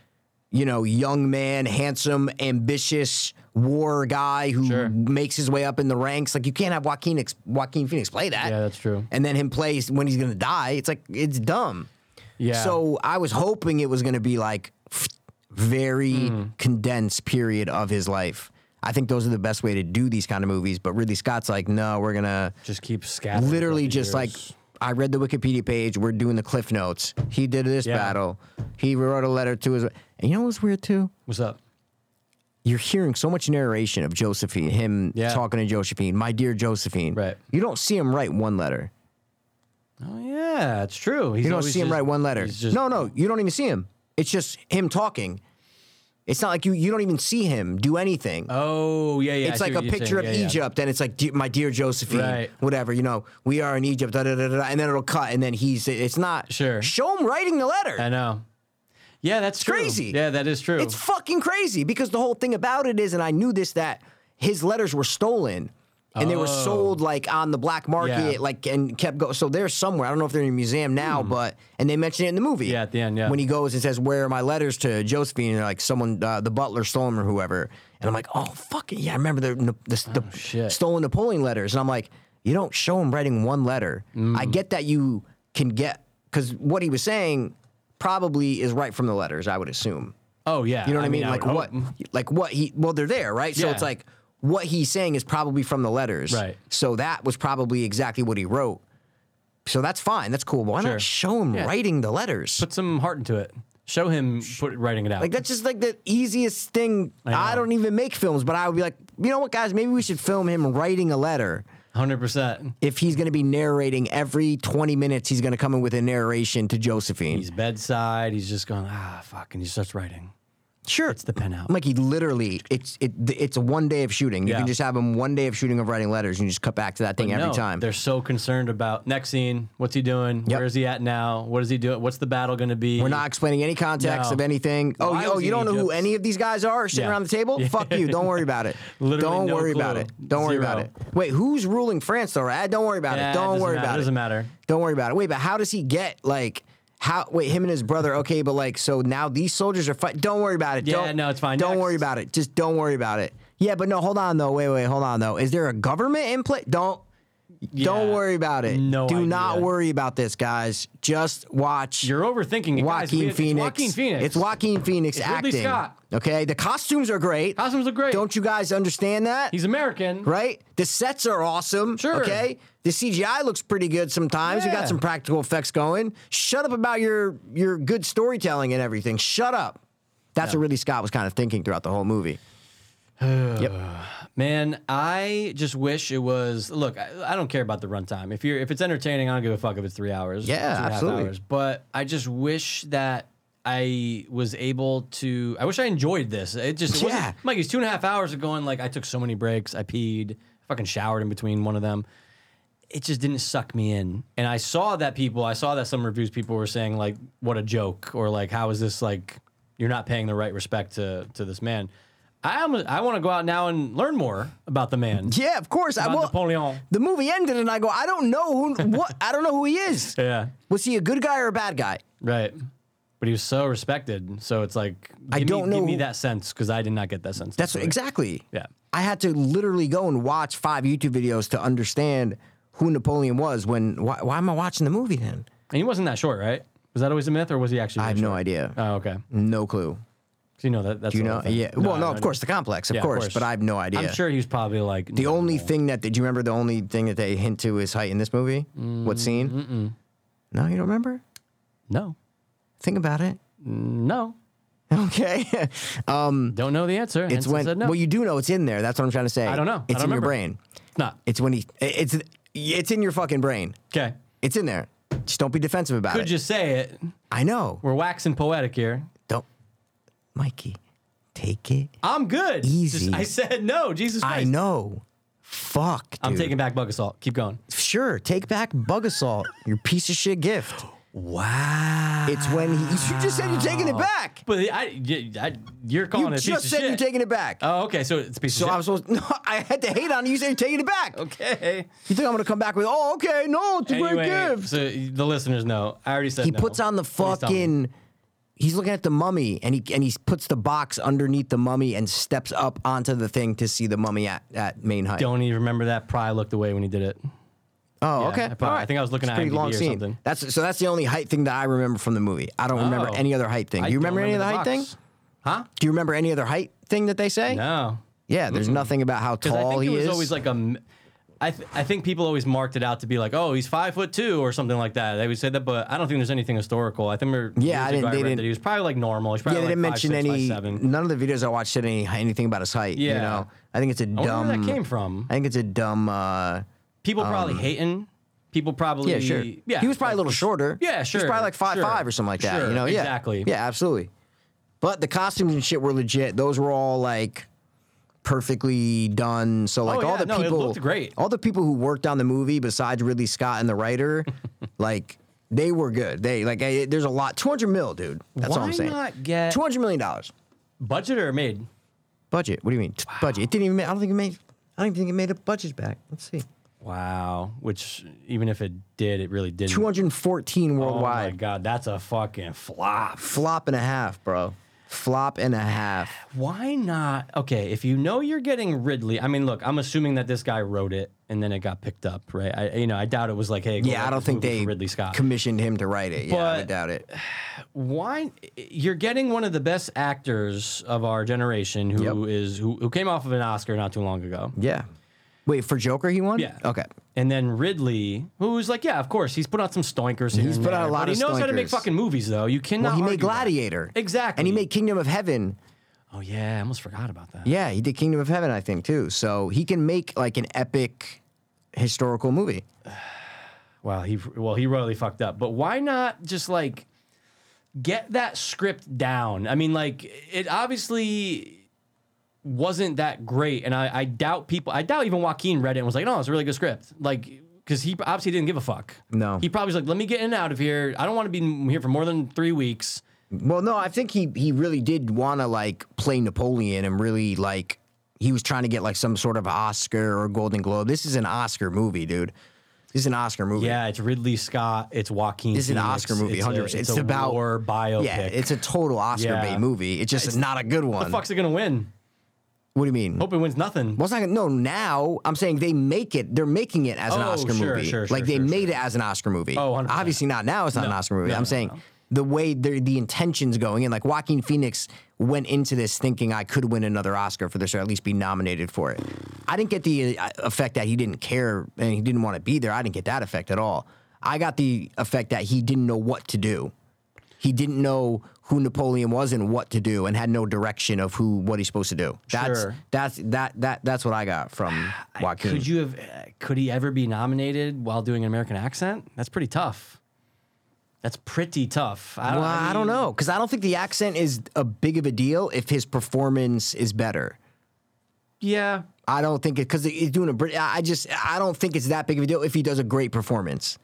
you know, young man, handsome, ambitious war guy who Sure. makes his way up in the ranks. Like you can't have Joaquin ex- Joaquin Phoenix play that. Yeah, that's true. And then him play when he's gonna die. It's like it's dumb. Yeah. So I was hoping it was gonna be like very Hmm. condensed period of his life. I think those are the best way to do these kind of movies. But Ridley Scott's like, no, we're gonna just keep scattering. literally throughout the just like years. I read the Wikipedia page. We're doing the cliff notes. He did this Yeah. battle. He wrote a letter to his. And you know what's weird too? what's up? You're hearing so much narration of Josephine, him Yeah. talking to Josephine, my dear Josephine. Right. You don't see him write one letter. Oh yeah, it's true. He's You don't always see him just- write one letter. he's just- no, no, you don't even see him. It's just him talking. It's not like you. You don't even see him do anything. Oh yeah, yeah. I it's see like a what you're picture saying. of Yeah, yeah. Egypt, and it's like, "Dear- my dear Josephine, Right. whatever, you know, we are in Egypt, da, da, da, da, da," and then it'll cut, and then he's, it's not. Sure. Show him writing the letter. I know. Yeah, that's true. crazy. Yeah, that is true. it's fucking crazy because the whole thing about it is, and I knew this, that his letters were stolen. And they were Oh. sold like on the black market, Yeah. Hmm. like and kept going. So they're somewhere. I don't know if they're in a museum now, but and they mention it in the movie. Yeah, at the end, yeah. When he goes and says, "Where are my letters to Josephine?" And they're like, "Someone, uh, the butler stole them or whoever." And I'm like, "Oh fucking yeah!" I remember the the, the, Oh, shit. stolen Napoleon letters, and I'm like, "You don't show him writing one letter." Mm. I get that you can get because what he was saying probably is right from the letters. I would assume. oh yeah. You know what I mean? would like hope. Mm-hmm. what? Like what he? Well, they're there, right? So Yeah. it's like what he's saying is probably from the letters, Right. So that was probably exactly what he wrote. So that's fine. That's cool. But why Sure. not show him Yeah. writing the letters? Put some heart into it. Show him put writing it out. like that's just like the easiest thing. I, know. don't even make films, but I would be like, you know what, guys? Maybe we should film him writing a letter. Hundred percent. If he's going to be narrating every twenty minutes, he's going to come in with a narration to Josephine. He's bedside. He's just going ah fuck, and he starts writing. Sure, It's the pen out. I'm like, he literally, it's it, it's a one day of shooting. You Yeah. can just have him one day of shooting of writing letters, and you just cut back to that thing every No, time. They're so concerned about next scene. What's he doing? Yep. Where is he at now? What is he doing? What's the battle going to be? We're not explaining any context No. of anything. Oh, Why you, oh, was he you don't in know who Egypt? any of these guys are sitting Yeah. around the table? *laughs* Yeah. Fuck you. Don't worry about it. *laughs* Literally don't no worry clue. about it. Don't worry about Zero. it. Wait, who's ruling France though? Right? Don't worry about Yeah, it. it Don't doesn't worry matter. about it. It doesn't matter. Don't worry about it. Wait, but how does he get like? How wait him and his brother okay but like so now these soldiers are fighting don't worry about it Yeah, don't, no, it's fine. don't Next. worry about it just don't worry about it yeah but no hold on though wait wait hold on though is there a government in place don't don't Yeah. worry about it No do not idea. worry about this guys just watch You're overthinking it. guys. Joaquin We- it's Phoenix. Joaquin Phoenix. It's Joaquin Phoenix It's Ridley acting. Scott. Okay, the costumes are great. Costumes look great. Don't you guys understand that? He's American. right. The sets are awesome. Sure. Okay. The CGI looks pretty good sometimes. We Yeah. got some practical effects going. Shut up about your your good storytelling and everything. Shut up. That's what Ridley Scott was kind of thinking throughout the whole movie. Man, I just wish it was. Look, I, I don't care about the runtime. If you're if it's entertaining, I don't give a fuck if it's three hours. Yeah, two and a half absolutely. Hours. But I just wish that I was able to. I wish I enjoyed this. It just it Yeah. wasn't, Mike, it's two and a half hours of going. Like I took so many breaks. I peed. Fucking showered in between one of them. It just didn't suck me in. And I saw that people. I saw that some reviews people were saying like, "What a joke," or like, "How is this like?" You're not paying the right respect to to this man. I am, I want to go out now and learn more about the man. Yeah, of course. I About will. Napoleon. The movie ended, and I go, I don't know who, what, I don't know who he is. *laughs* Yeah. Was he a good guy or a bad guy? Right. But he was so respected. So it's like, give I me, don't Give know- me that sense because I did not get that sense. That's This movie. exactly. Yeah. I had to literally go and watch five YouTube videos to understand who Napoleon was. When why, why am I watching the movie then? And he wasn't that short, right? Was that always a myth or was he actually? I that have no short? idea. Oh, okay. 'Cause no clue. you know that. That's Do you the know? whole thing. Yeah. Well, I no, have of course the complex, of, Yeah, of course, course. But I have no idea. I'm sure he was probably like The only thing that did you remember? The only thing that they hint to is height in this movie. Mm, what scene? No, you don't remember. No, Think about it. *laughs* no, *laughs* Okay. don't know the answer. it's when. said no. Well, you do know it's in there. That's what I'm trying to say. I don't know. I It's don't in your remember. brain. not It's when he. It's it's in your fucking brain. okay. It's in there. Just don't be defensive about Could it. just say it. I know. We're waxing poetic here. Don't, Mikey, take it. I'm good. Just- Easy. I said no. Jesus Christ. I know. Fuck, dude. I'm taking back bug assault. Keep going. Sure, take back bug assault. your piece of shit gift. *gasps* Wow. It's when he. You just said you're taking it back. But I, y- I- you're You calling it a piece just of said shit. you're taking it back. oh, okay. So it's a piece so of I'm shit. supposed. *laughs* No, I had to hate on you. You said you're taking it back. okay. You think I'm gonna come back with? Oh, okay, no, it's a great *laughs* Anyway, gift. so the listeners know. I already said he no. puts on the Please tell me. fucking He's looking at the mummy, and he and he puts the box underneath the mummy and steps up onto the thing to see the mummy at, at main height. Don't even remember that. Probably looked away when he did it. oh, Yeah, okay. I probably- All I think I was looking It's a at pretty IMDb long or scene. something. That's so. That's the only height thing that I remember from the movie. I don't remember Oh. any other height thing. Do I you don't remember any of the height remember thing? box. Huh? Do you remember any other height thing that they say? No. Yeah, there's nothing about how Because I tall think he it was is. always like a. m- I, th- I think people always marked it out to be like, oh, he's five foot two or something like that. They would say that, but I don't think there's anything historical. I think we're- Yeah, I years didn't- ago they read that didn't- He was probably like normal. He's yeah, probably they didn't like mention five, six, any. five, seven. None of the videos I watched said any anything about his height. You Yeah. know, I think it's a I wonder dumb. where that came from. I think it's a dumb. Uh, People probably hating. People probably yeah, sure. Yeah, he was probably like, a little shorter. Yeah, He sure, was probably like five sure, five or something like that. sure, you know, yeah, exactly. Yeah, absolutely. But the costumes and shit were legit. Those were all like perfectly done. So like all Oh, yeah, the no, it people, looked great. All the people who worked on the movie, besides Ridley Scott and the *laughs* writer, like they were good. They like I, there's a lot. Two hundred mil, dude. That's all Why I'm saying. not get- two hundred million dollars budget or made. budget? What do you mean T- budget? It didn't even. Make, I don't think it made. I don't even think it made a budget back. Let's see. Wow. Which even if it did, it really didn't. Two hundred fourteen Oh my worldwide. god, that's a fucking flop. Flop and a half, bro. Flop and a half. Why not? Okay, if you know you're getting Ridley, I mean, look, I'm assuming that this guy wrote it and then it got picked up, right? I, you know, I doubt it was like, hey, go Yeah, write I don't this think movie for they Ridley Scott. commissioned him to write it. Yeah, I would But- doubt it. Why you're getting one of the best actors of our generation who Yep. is who, who came off of an Oscar not too long ago. Yeah. Wait for Joker, he won. Yeah. Okay. And then Ridley, who's like, yeah, of course, he's put out some stoinkers. here He's and put out there, a lot but of He knows how to make stoinkers. fucking movies, though. You cannot. Well, he made argue that. Gladiator. Exactly. And he made Kingdom of Heaven. Oh yeah, I almost forgot about that. Yeah, he did Kingdom of Heaven, I think, too. So he can make like an epic historical movie. Wow, he well, he really fucked up. But why not just like get that script down? I mean, like it obviously wasn't that great, and I, I doubt people. I doubt even Joaquin read it and was like, "No, it's a really good script." Like. Because he obviously didn't give a fuck. No. he probably was like, "Let me get in and out of here. I don't want to be in here for more than three weeks." Well, no, I think he he really did want to like play Napoleon and really like he was trying to get like some sort of Oscar or Golden Globe. This is an Oscar movie, dude. This is an Oscar movie. Yeah, it's Ridley Scott. It's Joaquin. This is an Phoenix, Oscar movie, it's a- 100%. It's, It's a about- war biopic. Yeah, it's a total Oscar bait Yeah. movie. It's just not a good one. fuck's it gonna win? What do you mean? Hope it wins nothing. Well, it's not gonna, no, now I'm saying they make it, they're making it as an Oh, Oscar sure, movie. sure, sure, like they sure, made it as an Oscar movie. Oh, 100%. Obviously not now, it's not an No, Oscar movie. no, I'm no, saying no. the way they're- the intentions going in, like Joaquin Phoenix went into this thinking I could win another Oscar for this or at least be nominated for it. I didn't get the uh, effect that he didn't care and he didn't want to be there. I didn't get that effect at all. I got the effect that he didn't know what to do. He didn't know who Napoleon was and what to do, and had no direction of who what he's supposed to do. That's Sure. that's that that that's what I got *sighs* from Joaquin. Could you have? uh, Could he ever be nominated while doing an American accent? That's pretty tough. That's pretty tough. I well, I don't mean, know because I don't think the accent is a big of a deal if his performance is better. Yeah, I don't think it because he's doing a Brit. I I just I don't think it's that big of a deal if he does a great performance.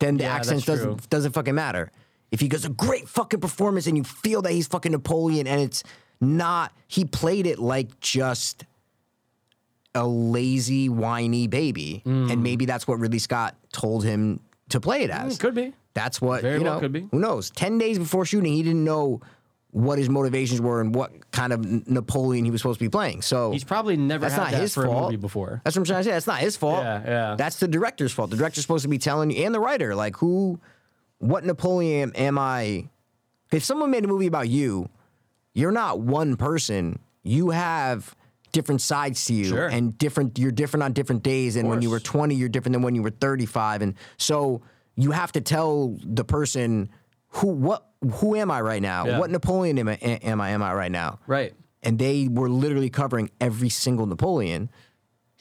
Then the Yeah, accent that's true. doesn't doesn't fucking matter. If he does a great fucking performance and you feel that he's fucking Napoleon and it's not he played it like just a lazy whiny baby Mm. and maybe that's what Ridley Scott told him to play it as. could be. That's what Very you know. well could be. Who knows? Ten days before shooting, he didn't know what his motivations were and what kind of N- Napoleon he was supposed to be playing. So he's probably never that's had not that his for fault. a movie before. That's what I'm trying to say. That's not his fault. Yeah, yeah. That's the director's fault. The director's supposed to be telling you and the writer, like, who, what Napoleon am I? If someone made a movie about you, you're not one person. You have different sides to you Sure. and different you're different on different days and when you were 20 you're different than when you were 35 and so you have to tell the person who what who am I right now? Yeah. What Napoleon am I, am I am I right now? Right. and they were literally covering every single Napoleon.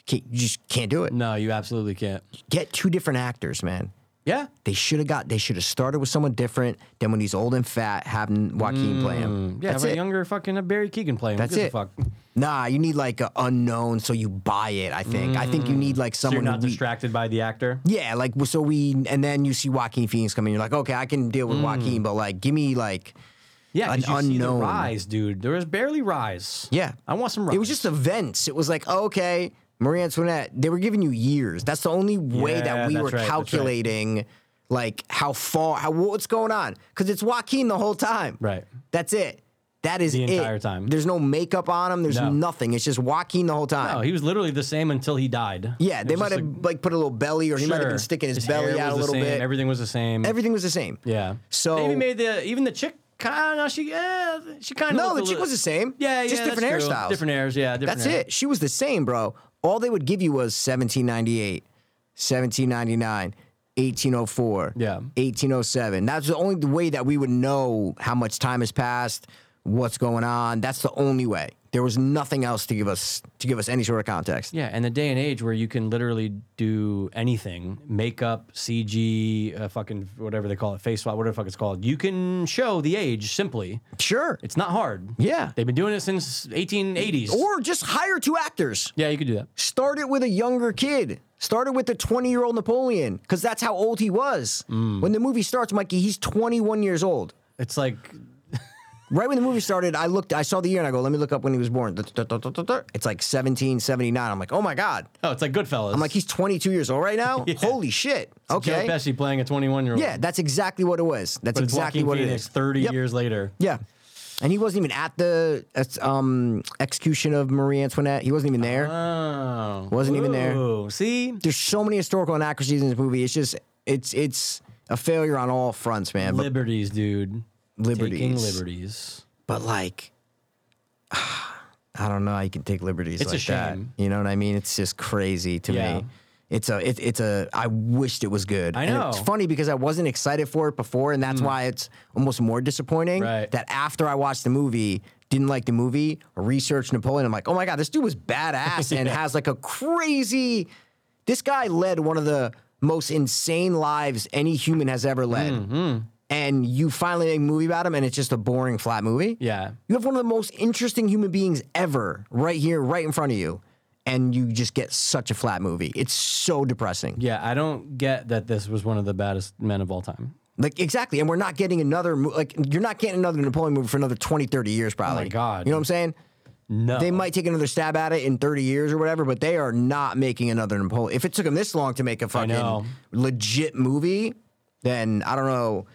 Can't, you just can't do it. No, you absolutely can't. Get two different actors, man. Yeah. They should have got. They should have started with someone different than when he's old and fat, having Joaquin play him. Mm, Yeah, that's have a it. younger fucking uh, Barry Keegan playing. that's it. Fuck. Nah, you need like a unknown, so you buy it. I think. I think you need like Mm, So you're someone. not who we- distracted by the actor. yeah, like so we, and then you see Joaquin Phoenix coming. You're like, okay, I can deal with Mm. Joaquin, but like, give me like, Yeah, 'cause An you see the unknown. rise, dude. There was barely rise. yeah, I want some rise. It was just events. It was like, oh, okay, Marie Antoinette. They were giving you years. That's the only way Yeah, that we that's were right, that's right. calculating. like how far, how what's going on? Because it's Joaquin the whole time. Right. That's it. That is The it. entire time. There's no makeup on him. There's No. nothing. It's just Joaquin the whole time. Oh, he was literally the same until he died. yeah, they It was might just have like, put a little belly, or he might have sure, been sticking his, hair belly was out a the little same, bit. Everything was the same. Everything was the same. Yeah. So- they even made the even the chick. Kind of, she, eh, she kind of. No, the chick was the same. Yeah, yeah, Just that's different true. hairstyles. Different hairs, yeah. Different That's hair. it. She was the same, bro. All they would give you was 1798, 1799, 1804, Yeah. 1807. That's the only way that we would know how much time has passed, what's going on. That's the only way. There was nothing else to give us to give us any sort of context. Yeah, and the day and age where you can literally do anything, makeup, CG, uh, fucking whatever they call it, face swap, whatever the fuck it's called, you can show the age simply. Sure. It's not hard. Yeah. They've been doing it since 1880s. Or just hire two actors. yeah, you could do that. Start it with a younger kid. Start it with the 20 year old Napoleon, because that's how old he was. Mm. When the movie starts, Mikey, he's 21 years old. It's like Right when the movie started, I looked, I saw the year and I go, let me look up when he was born. It's like 1779. I'm like, oh my God. oh, it's like Goodfellas. I'm like, he's 22 years old right *laughs* now? Holy shit. Joe Okay. Pesci playing a 21 year old. Yeah, that's exactly what it was. That's but it's exactly Joaquin what Phoenix it is. 30 Yep. years later. Yeah. And he wasn't even at the uh, um, execution of Marie Antoinette. He wasn't even there. Oh, Wasn't even there. Ooh, See, There's so many historical inaccuracies in this movie. It's just, it's, it's a failure on all fronts, man. But, liberties, dude. Taking Liberties. liberties. but like, *sighs* I don't know how you can take liberties It's a like that. shame. You know what I mean? It's just crazy to Yeah. me. It's a, it, it's a. I wished it was good. I And it's know. Mm. funny because I wasn't excited for it before, and that's why it's almost more disappointing Right. that after I watched the movie, didn't like the movie, researched Napoleon. I'm like, oh my god, this dude was badass *laughs* and has like a crazy. This guy led one of the most insane lives any human has ever led. Mm-hmm. And you finally make a movie about him, and it's just a boring, flat movie. Yeah. You have one of the most interesting human beings ever right here, right in front of you. And you just get such a flat movie. It's so depressing. Yeah, I don't get that this was one of the baddest men of all time. Like, exactly. And we're not getting another, mo- like, you're not getting another Napoleon movie for another 20, 30 years, probably. Oh God. You know what I'm saying? No. They might take another stab at it in 30 years or whatever, but they are not making another Napoleon. If it took them this long to make a know. fucking legit movie, then I don't know.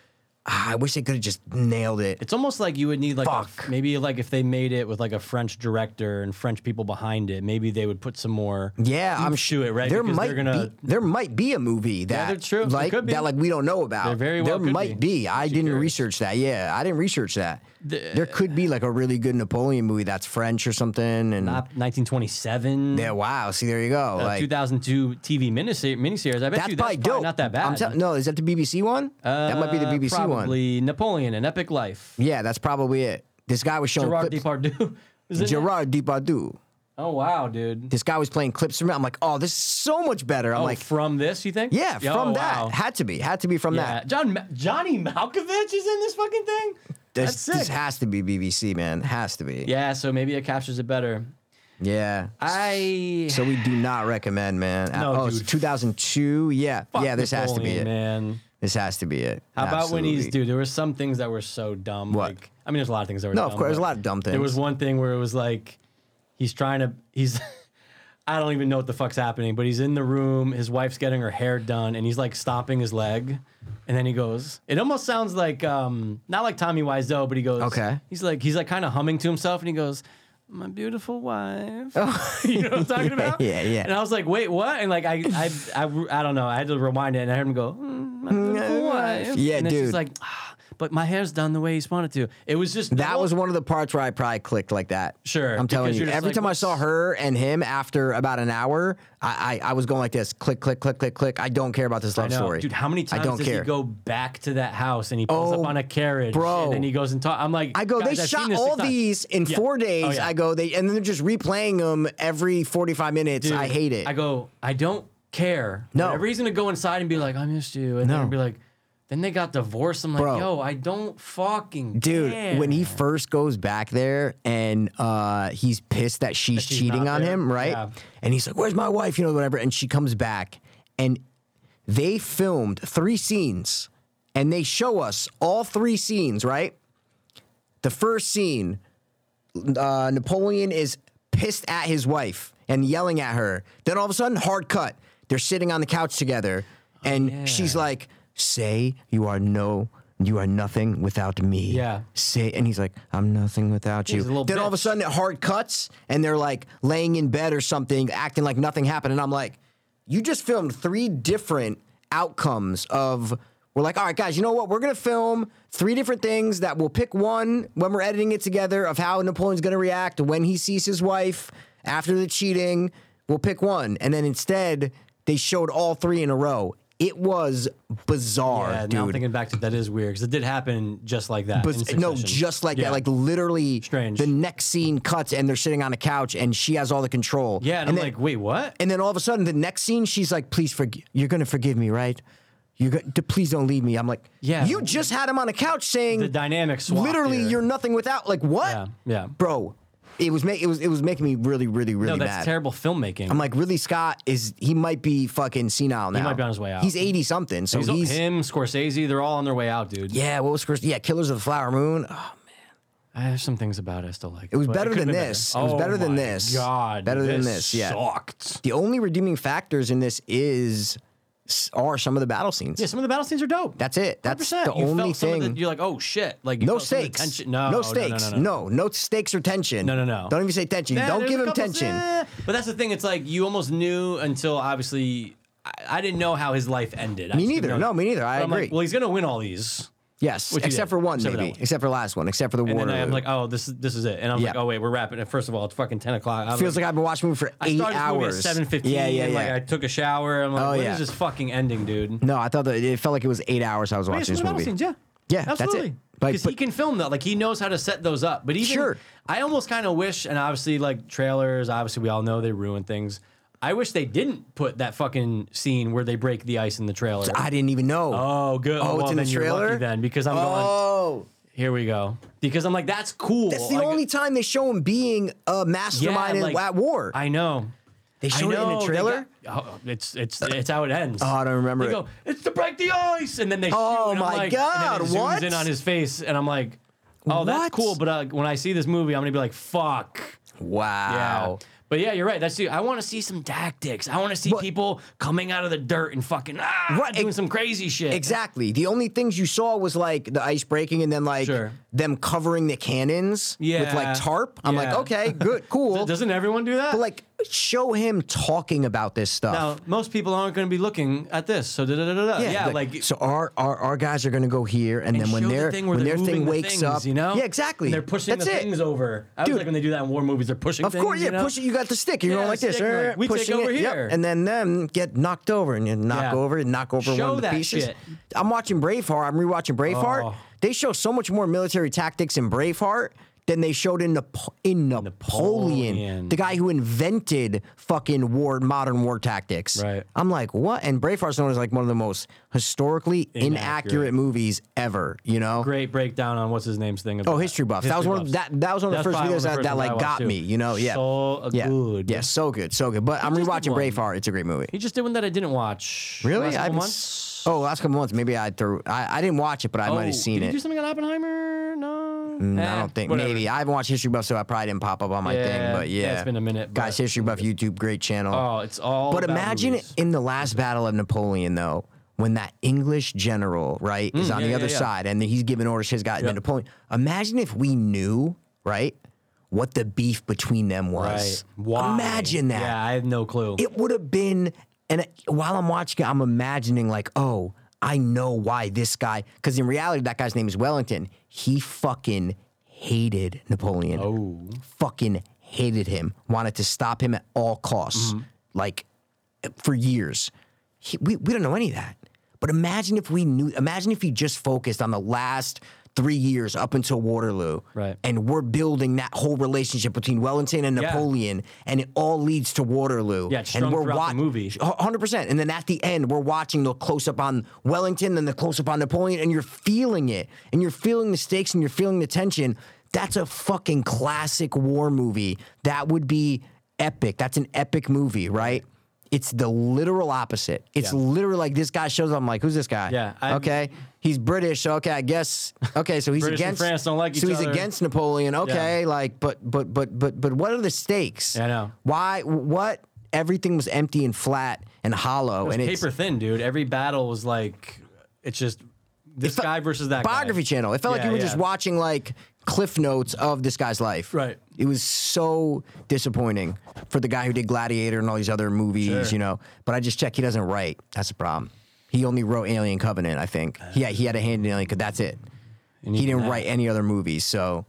Ah, I wish they could have just nailed it. It's almost like you would need like a- Fuck. maybe like if they made it with like a French director and French people behind it, maybe they would put some more. Yeah, I'm oomph to it, right? There Because might they're gonna- be, there might be a movie that that's true. It like could be. that like we don't know about. There very well there could might be. be. I didn't curious. research that. Yeah, I didn't research that. there could be like a really good Napoleon movie that's French or something. And Not 1927, yeah, wow. See, there you go. uh, like 2002 TV miniseries. miniseries. I bet that's you probably that's dope. not that bad. I'm tell- no, is that the BBC one? that might be the Uh, BBC one. Probably Napoleon, an epic life. Yeah, that's probably it. This guy was showing Gerard clips. Depardieu. *laughs* Is it? Gerard Depardieu. Oh wow, dude. This guy was playing clips from it. I'm like, oh, this is so much better. I'm oh, like, from this, you think? yeah, Oh, from that. wow. Had to be. Had to be from Yeah. that. John Ma- Johnny Malkovich is in this fucking thing. This, That's sick. this has to be BBC, man. Has to be. yeah, so maybe it captures it better. Yeah. I so we do not recommend, man. No, oh, it's dude. 2002. Yeah. Fuck yeah, this has to be Napoleon, it. Man. This has to be it. How about when he's Absolutely. dude? There were some things that were so dumb. What? Like, I mean, there's a lot of things that were No, dumb, of course, there's a but lot of dumb There was things. one thing where it was like he's trying to he's *laughs* I don't even know what the fuck's happening, but he's in the room, his wife's getting her hair done, and he's like stomping his leg. And then he goes, it almost sounds like um not like Tommy Wiseau, but he goes, Okay. He's like he's like kind of humming to himself and he goes, My beautiful wife. *laughs* you know what *laughs* I'm talking about? Oh. yeah, yeah. And I was like, wait, what? And like I I I, I don't know. I had to rewind it and I heard him go, "Mm, my beautiful wife. Yeah, and then dude. She's like, "Ah, but my hair's done the way he's wanted to. It was just That well, was one of the parts where I probably clicked like that. Sure, I'm telling because you. you're just Every like, time I what's- saw her and him after about an hour, I, I, I was going like this click, click, click, click, click. I don't care about this love I know. story. Dude, how many times I don't does care. he go back to that house and he pulls Oh, up on a carriage bro. and then he goes and talk? I'm like, I go, guys, they I've seen shot this six all times." these in Yeah. four Oh, days. yeah. I go, they, and then they're just replaying them every 45 minutes. Dude, I hate it. I go, I don't care. No. Whatever he's gonna go inside and be like, I missed you, and then be like, then they got divorced. I'm like, Bro. yo, I don't fucking Dude, care. when he first goes back there and uh, he's pissed that she's, she's cheating not on there. him, right? Yeah. And he's like, Where's my wife? You know, whatever. And she comes back and they filmed three scenes and they show us all three scenes, right? The first scene, uh, Napoleon is pissed at his wife and yelling Oh, at her. Then all of a sudden, hard cut. They're sitting on the couch together, and she's like, say you are no. You are nothing without me. Yeah. Say, and he's like, I'm nothing without you. he's a little Then all of a bitch. sudden, it hard cuts, and they're like laying in bed or something, acting like nothing happened. And I'm like, you just filmed three different outcomes of. We're like, all right, guys, you know what? We're gonna film three different things that we'll pick one when we're editing it together of how Napoleon's gonna react when he sees his wife after the cheating. We'll pick one, and then instead they showed all three in a row. It was bizarre, Yeah, now I'm dude. thinking back to that is weird because it did happen just like that. But in no, succession. just like Yeah. that, like literally, Strange. the next scene cuts and they're sitting on a couch and she has all the control. yeah, and, I'm then, like, wait, what? and then all of a sudden, the next scene, she's like, "Please forgive, you're gonna forgive me, right? You're going to please don't leave me." I'm like, Yeah. you just had him on a couch saying The dynamic swap. literally, here. you're nothing without like what? *laughs* Yeah, yeah. bro. It was make it was it was making me really, really, really no, that's mad. terrible filmmaking. I'm like, really, Scott is he might be fucking senile now. might be on his way out. He's eighty something, so he's, he's, him, Scorsese, they're all on their way out, dude. yeah. What was Chris? Yeah, Killers of the Flower Moon. I have some things about it I still like. It was but better could've than been this. It was Oh better than my this. God, Better than this, this. yeah. sucked. the only redeeming factors in this is are some of the battle scenes. Yeah, some of the battle scenes are dope. That's it. That's 100%. the You only felt some of the- thing. you're like, oh shit! Like you no felt some of the stakes. tension- No, stakes. No, no, no, no. no stakes or tension. No, no, no. Don't even say tension. Nah, Don't there's give a him couple- tension. eh. But that's the thing. It's like you almost knew until obviously I, I didn't know how his life ended. I Me just didn't neither. know. No, me neither. I But I'm like, agree. well, he's gonna win all these. yes, Which he except did. for one, Except for that maybe. one. Except for the last one. Except for the And water. then I'm like, oh, this is this is it. And I'm like, Yeah. oh wait, we're wrapping it. First of all, it's fucking ten o'clock. I'm feels like I've been watching a movie for I eight started hours. This movie at seven fifteen. Yeah, yeah, yeah. Like I took a shower. I'm like, Oh, when is yeah. this fucking ending, dude? no, I thought that it felt like it was eight hours. I was Yeah, watching some of this the battle movie. scenes, yeah. Yeah, that's it. absolutely. Like, Because he but- can film that. Like he knows how to set those up. But even Sure. I almost kind of wish, and obviously, like trailers, obviously we all know they ruin things. I wish they didn't put that fucking scene where they break the ice in the trailer. I didn't even know. oh, good. Oh, well, it's in the then you're lucky trailer? then because I'm going. oh. Here we go. Because I'm like, that's cool. That's the Like, only time they show him being a yeah, mastermind in- like, at war. I know. they I showed it in know, the they trailer. got- oh, it's it's it's how it ends. Oh, I don't remember They it. go, it's to break the ice, and then they. shoot, Oh, and I'm my like- God, And then it zooms what? in on his face, and I'm like, oh, What? that's cool. But uh, when I see this movie, I'm gonna be like, fuck. Yeah. wow. But yeah, you're right. That's the, I want to see some tactics. I want to see What- people coming out of the dirt and fucking ah, Right, doing ex- some crazy shit. Exactly. The only things you saw was like the ice breaking and then like Sure. them covering the cannons with Yeah. like tarp. I'm like, Yeah. okay, *laughs* good, cool. Doesn't everyone do that? but like, show him talking about this now, stuff. most people aren't going to be looking at this. So da da da da. Yeah, yeah like, so our, our our guys are gonna go here, and, then and when show the their thing where when they're their thing moving the wakes things, up, you know, yeah, exactly. And they're pushing That's the it. things over. I Dude. was like when they do that in war movies, they're pushing. Of things, course, yeah. you know? Push it. You got the stick. You're Yeah, going like this. stick, you're eh, like, we take pushing over it, here. Yep. And then them get knocked over, and you knock Yeah. over, and knock over Show one of the that pieces. shit. I'm watching Braveheart. I'm rewatching Braveheart. Oh. They show so much more military tactics in Braveheart than they showed in, Nap- in Napoleon, Napoleon. the guy who invented fucking war, modern war tactics. Right. I'm like, what? And Braveheart's known as like one of the most historically inaccurate, Inaccurate. movies ever. You know. Great breakdown on what's his name's thing. About Oh, history buffs. that was one of buffs. that. That was one of the That's first probably videos one that, of the that first ones I like got watched, too. me. You know, yeah. So yeah. good. Yeah, so good, so good. But I'm just did rewatching one. Braveheart. It's a great movie. He just did one that I didn't watch. Really? Last I couple haven't s- months. Oh, last couple months. Maybe I threw. I, I didn't watch it, but I might Oh, have seen it. did He do something on Oppenheimer? No. Mm, Eh, I don't think. whatever. Maybe I haven't watched History Buff, so I probably didn't pop up on my Yeah, thing. But yeah, yeah, it's been a minute, Guys, but- History Buff YouTube, great channel. Oh, it's all. But about imagine movies. in the last battle of Napoleon, though, when that English general, right, is on Mm, yeah, the yeah, other yeah. side and he's giving orders to his guy, and then Napoleon. Imagine if we knew, right, what the beef between them Right. was. Why? Imagine that. Yeah, I have no clue. It would have been, and while I'm watching it, I'm imagining, like, oh, I know why this guy, because in reality, that guy's name is Wellington. He fucking hated Napoleon. Oh. Fucking hated him. Wanted to stop him at all costs, Mm-hmm. like for years. He, we, we don't know any of that. But imagine if we knew, imagine if he just focused on the last three years up until Waterloo. Right. And we're building that whole relationship between Wellington and Yeah. Napoleon. Napoleon, and it all leads to Waterloo. Yeah, it's and strung throughout the movie. hundred percent. And then at the end, we're watching the close up on Wellington, and the close up on Napoleon, and you're feeling it, and you're feeling the stakes, and you're feeling the tension. That's a fucking classic war movie. That would be epic. That's an epic movie, right? It's the literal opposite. It's Yeah. literally like this guy shows up. I'm like, who's this guy? Yeah, I- okay. He's British. So okay, I guess. Okay, so he's British and against France don't like So each he's other. against Napoleon. Okay, like, but but but but but what are the stakes? Yeah, I know. Why? What? Everything was empty and flat and hollow, and it's paper thin, dude. Every battle was like It's just this fe- guy versus that Biography guy. channel. It felt like Yeah, you were just yeah. watching like cliff notes of this guy's life. Right. It was so disappointing for the guy who did Gladiator and all these other movies, Sure. you know. But I just checked he doesn't write. That's the problem. He only wrote Alien Covenant, I think. Yeah, he had a hand in Alien Covenant. That's it. He even didn't that- write any other movies, so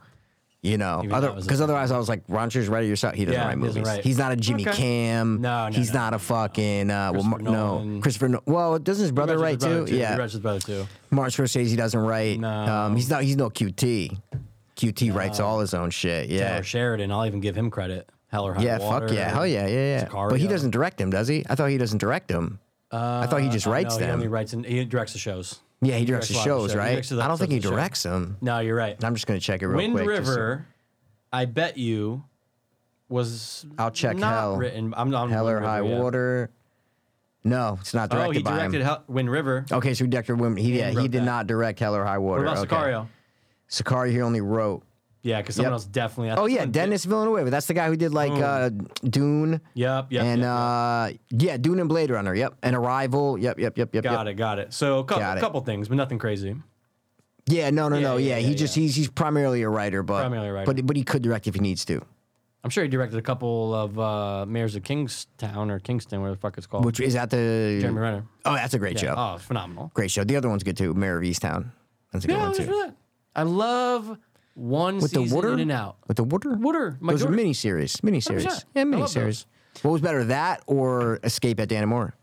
you know, Even other that was a because thing. otherwise I was like, Ron Roncher's write it yourself. He doesn't Yeah, write he doesn't movies. write. He's not a Jimmy Okay. Cam. No, no, he's no, not a fucking uh, well, Mar- Christopher no Nolan. Christopher. No- well, doesn't his brother He write writes his too? brother, too. Yeah, He writes his brother too. Martin Scorsese doesn't write. No. Um, he's not. He's no QT. QT writes all his own shit. Yeah. Taylor Sheridan. I'll even give him credit. Hell or high Yeah. water. Fuck yeah. Hell yeah. Yeah. Yeah. But he Sicario. doesn't direct them, does he? I thought he doesn't direct them. I thought he just Uh, writes no, He them. only writes and he directs the shows. yeah, he directs the directs a lot shows, of shows. He right? directs the I don't think he episodes of the show. directs them. No, you're right. I'm just gonna check it real Wind quick. just so- River, I bet you, was I'll check not Hell. written. I'm not Hell or High Water. No, it's not Oh, directed he by directed him. Hell, Wind River. okay, so he directed women. He yeah, wrote he did that. not direct Hell or High Water. what about okay. Sicario? Sicario, he only wrote. Yeah, because someone Yep. else definitely. I Oh think yeah, someone Dennis Villeneuve. That's the guy who did like uh, Dune. Did. Oh. Yep, yep. and yep, yep. uh, yeah, Dune and Blade Runner. Yep, and Arrival. Yep, yep, yep, yep. got yep. it, got it. So a couple, Got it. couple things, but nothing crazy. Yeah, no, no, Yeah, no. Yeah, yeah, he yeah, just yeah. he's he's primarily a writer, but Primarily a writer. but but he could direct if he needs to, I'm sure he directed a couple of uh, Mayors of Kingstown or Kingston, whatever the fuck it's called. which is that the Jeremy Renner. Oh, that's a great Yeah. show. Oh, phenomenal. Great show. The other one's good too. Mayor of Easttown. That's a good Yeah, one just too. for that. I love one With the season water in and out. With the water. Water, my Those are daughter- mini series. Mini series. 100%. Yeah, I love mini series. What was better, that or Escape at Dannemora?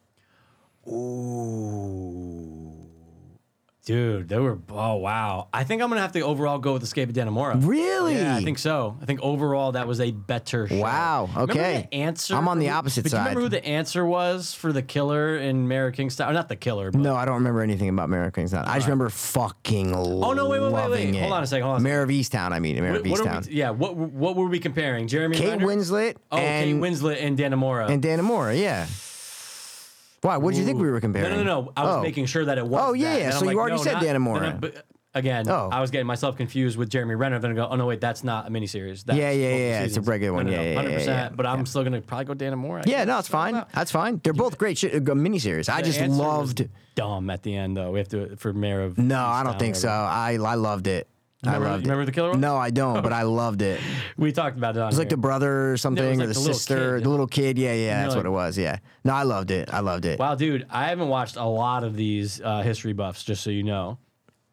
Dude, they were. Oh wow. I think I'm gonna have to overall go with Escape of Danamora. Really? Yeah, I think so. I think overall that was a better. Show. Wow, okay. Remember the answer. I'm on the Who- opposite but do you side. Remember who the answer was for the killer in Mara Kingstown? Not the killer. But No, I don't remember anything about Mayor of Kingstown. I just remember fucking Oh no! Wait, wait, wait, loving wait. it. Hold on a second. Hold on. a Mayor of Easttown, I mean, Mayor second. of What, what are Easttown. we, yeah. What What were we comparing? Jeremy. Kate Renner? Winslet Oh, and Kate Winslet and Danamora. and Dana Moore. Yeah. Why? What did you think we were comparing? No, no, no. no. I was Oh. making sure that it was. Oh, yeah, that. yeah. And So I'm you already said not- Dan Amora. then I'm- but, Again, Oh. I was getting myself confused with Jeremy Renner. Then I go, oh no, wait, that's not a miniseries. That's Yeah, yeah, multiple yeah, yeah. It's a seasons. regular No, one. no, no, Yeah, yeah, yeah, 100%, yeah. But I'm still gonna probably go Dan Amora. I Yeah, guess. no, it's fine. That's fine. They're both great shit, uh, miniseries. I The just answer was loved. dumb at the end though. We have to for mayor of. No, I don't Easttown, think so. whatever. I I loved it. I Remember- loved it. remember the killer one? No, I don't. But I loved it. It *laughs* We talked about it on. was like the brother or something, or like the, the little sister, kid. the little kid. Yeah, yeah, that's what like- it was. Yeah. No, I loved it. I loved it. Wow, dude, I haven't watched a lot of these uh, history buffs. Just so you know,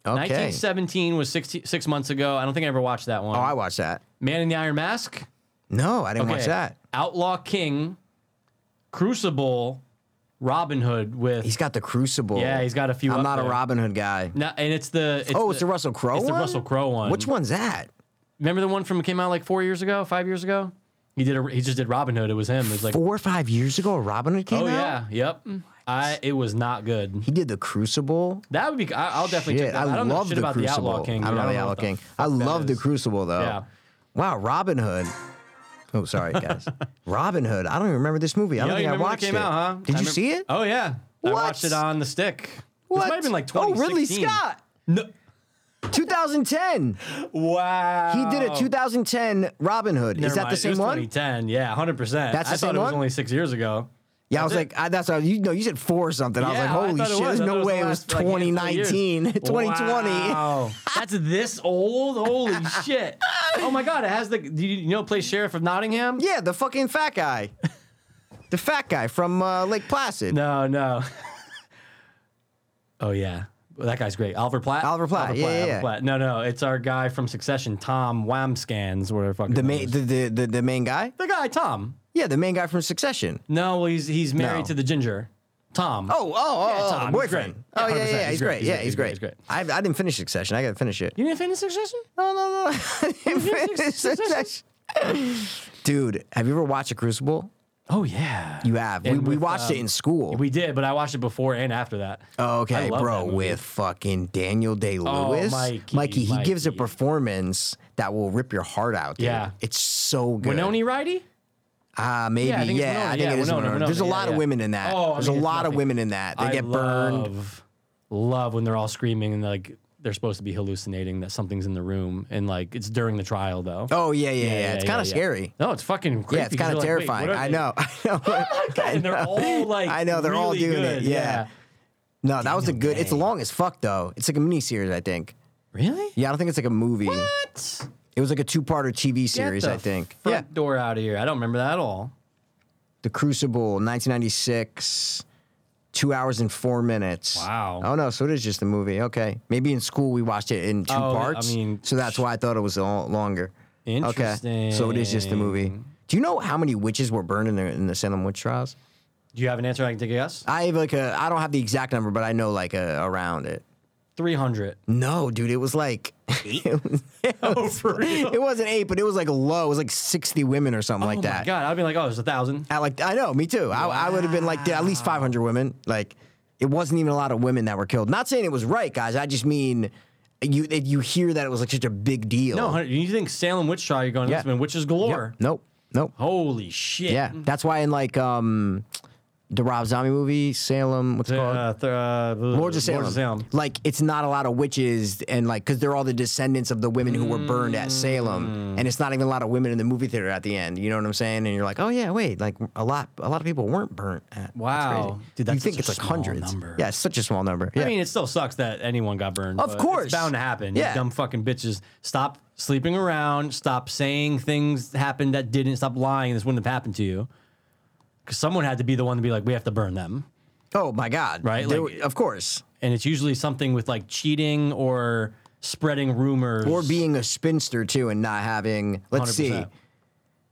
Okay. 1917 was 60, six months ago. I don't think I ever watched that one. Oh, I watched that. Man in the Iron Mask. No, I didn't watch that. Outlaw King, Crucible, Robin Hood with He's got the Crucible. Yeah, he's got a few I'm up not a there. Robin Hood guy. no, and it's the it's oh, it's the Russell Crowe it's one. the Russell Crowe one. Which one's that? Remember the one from came out like four years ago, five years ago. He did a, he just did Robin Hood. It was him. It was like Four or five years ago, Robin Hood came oh out. yeah, yep. I it was not good. He did the Crucible. That would be. I, I'll definitely Shit, check that. I, out. I don't know love shit the about Crucible. the Outlaw King. I don't dude. know the what Outlaw King. fuck I that love the is. Crucible though. Yeah. Wow, Robin Hood. Oh, sorry *laughs* guys. Robin Hood. I don't even remember this movie. I don't You know, think you I remember when it watched came it. out, huh? Did I you remem- see it? Oh yeah, I What? watched it on the stick. What? This might have been like Oh, 2016. Ridley Scott. No. 2010. Wow. He did a 2010 Robin Hood. Oh. Never Is that mind. the It same was one? 2010. Yeah, 100. percent That's the I thought same it was one? only six years ago. Yeah, I was That's like, I, that's what I, you know, you said four or something. I was Yeah, like, holy thought it shit, there's I thought no way it was the last, like, handful of years. *laughs* 2019, 2020. Wow. *laughs* That's this old? *laughs* Holy shit. Oh my God. It has the, do you, you know, play Sheriff of Nottingham? Yeah, the fucking fat *laughs* guy. The fat guy from uh, Lake Placid. No, no. *laughs* oh, yeah. Well, that guy's great. Oliver Platt? Oliver Platt, yeah, yeah, yeah. No, no. It's our guy from Succession, Tom Wamscans, whatever the fuck. The his name main, is. the, the, the, the main guy? the guy, Tom. Yeah, the main guy from Succession. No, well, he's, he's married No. to the ginger. Tom. Oh, oh, oh, Yeah, oh, Tom, the he's boyfriend. great. Oh, yeah, 100%, yeah, yeah, he's great. Yeah, he's great. He's great. I, I didn't finish Succession. I got to finish it. You didn't finish Succession? No, no, no. I didn't finish Succession. *laughs* Dude, have you ever watched a Crucible? Oh, yeah. You have. We, And we with, watched it um, in school. Oh, We did, but I watched it before and after that. Okay, I love bro, that movie. Oh, with fucking Daniel Day Lewis, Mikey, he gives a Mikey. performance that will rip your heart out. Dude. Yeah. it's so good. Winoni Righty? Ah, maybe yeah. Yeah, I I think, it think it's Winona, yeah, is Winona, Winona. Winona, There's a yeah, lot of yeah. women in that. Oh, I There's mean, a it's lot of nothing. women in that. They I get burned. Love, love when they're all screaming and like they're supposed to be hallucinating that something's in the room and like it's during the trial though. Oh yeah, yeah, yeah. it's kind of scary. No, it's fucking creepy. Yeah, it's 'cause kind of you're like, wait, what *laughs* terrifying. are I they? *laughs* know. *laughs* I know. And they're all like, I know they're all really doing good, it. Yeah. No, that was a Daniel good. It's Day. long as fuck though. It's like a mini series, I think. Really? Yeah, I don't think it's like a movie. What? It was like a two-parter TV Get series, the I think. Front door out of here. I don't remember that at all. The Crucible, 1996, two hours and four minutes. Wow. Oh no, so it is just a movie. Okay, maybe in school we watched it in two Oh, I parts. mean- so that's why I thought it was lo- longer. Okay, so it is just a movie. Interesting. Do you know how many witches were burned in the in the Salem witch trials? Do you have an answer? I can take a guess. I have like a I don't have the exact number, but I know like a, around it. Three hundred. No, dude, it was like *laughs* it, was, Oh, for real? it wasn't eight, but it was like low. It was like sixty women or something like oh that. my god! I'd be like, oh, it's a thousand. I like I know, me too. I, I would have been like yeah, at least 500 women. Like it wasn't even a lot of women that were killed. Not saying it was right, guys. I just mean you that you hear that it was like such a big deal. No, 100. you think Salem witch trial? You're going, Yeah. this man, witches galore. Nope. Nope. Holy shit! Yeah. That's why in like um the Rob Zombie movie, Salem, what's it called? Uh, th- uh, Lords of Salem. Like it's not a lot of witches and like because they're all the descendants of the women who were burned at Salem, and it's not even a lot of women in the movie theater at the end. You know what I'm saying? And you're like, oh yeah, wait, like a lot, a lot of people weren't burnt. At. That's Wow. crazy. Dude, that's you think such it's a like small hundreds? number. Yeah, it's such a small number. Yeah. I mean, it still sucks that anyone got burned. Of but course. it's bound to happen. Yeah. You dumb fucking bitches. Stop sleeping around. Stop saying things happened that didn't. Stop lying. This wouldn't have happened to you. Because someone had to be the one to be like, we have to burn them. oh my God, Right, There like- were- of course, And it's usually something with like cheating or spreading rumors or being a spinster too, and not having. Let's see. 100%.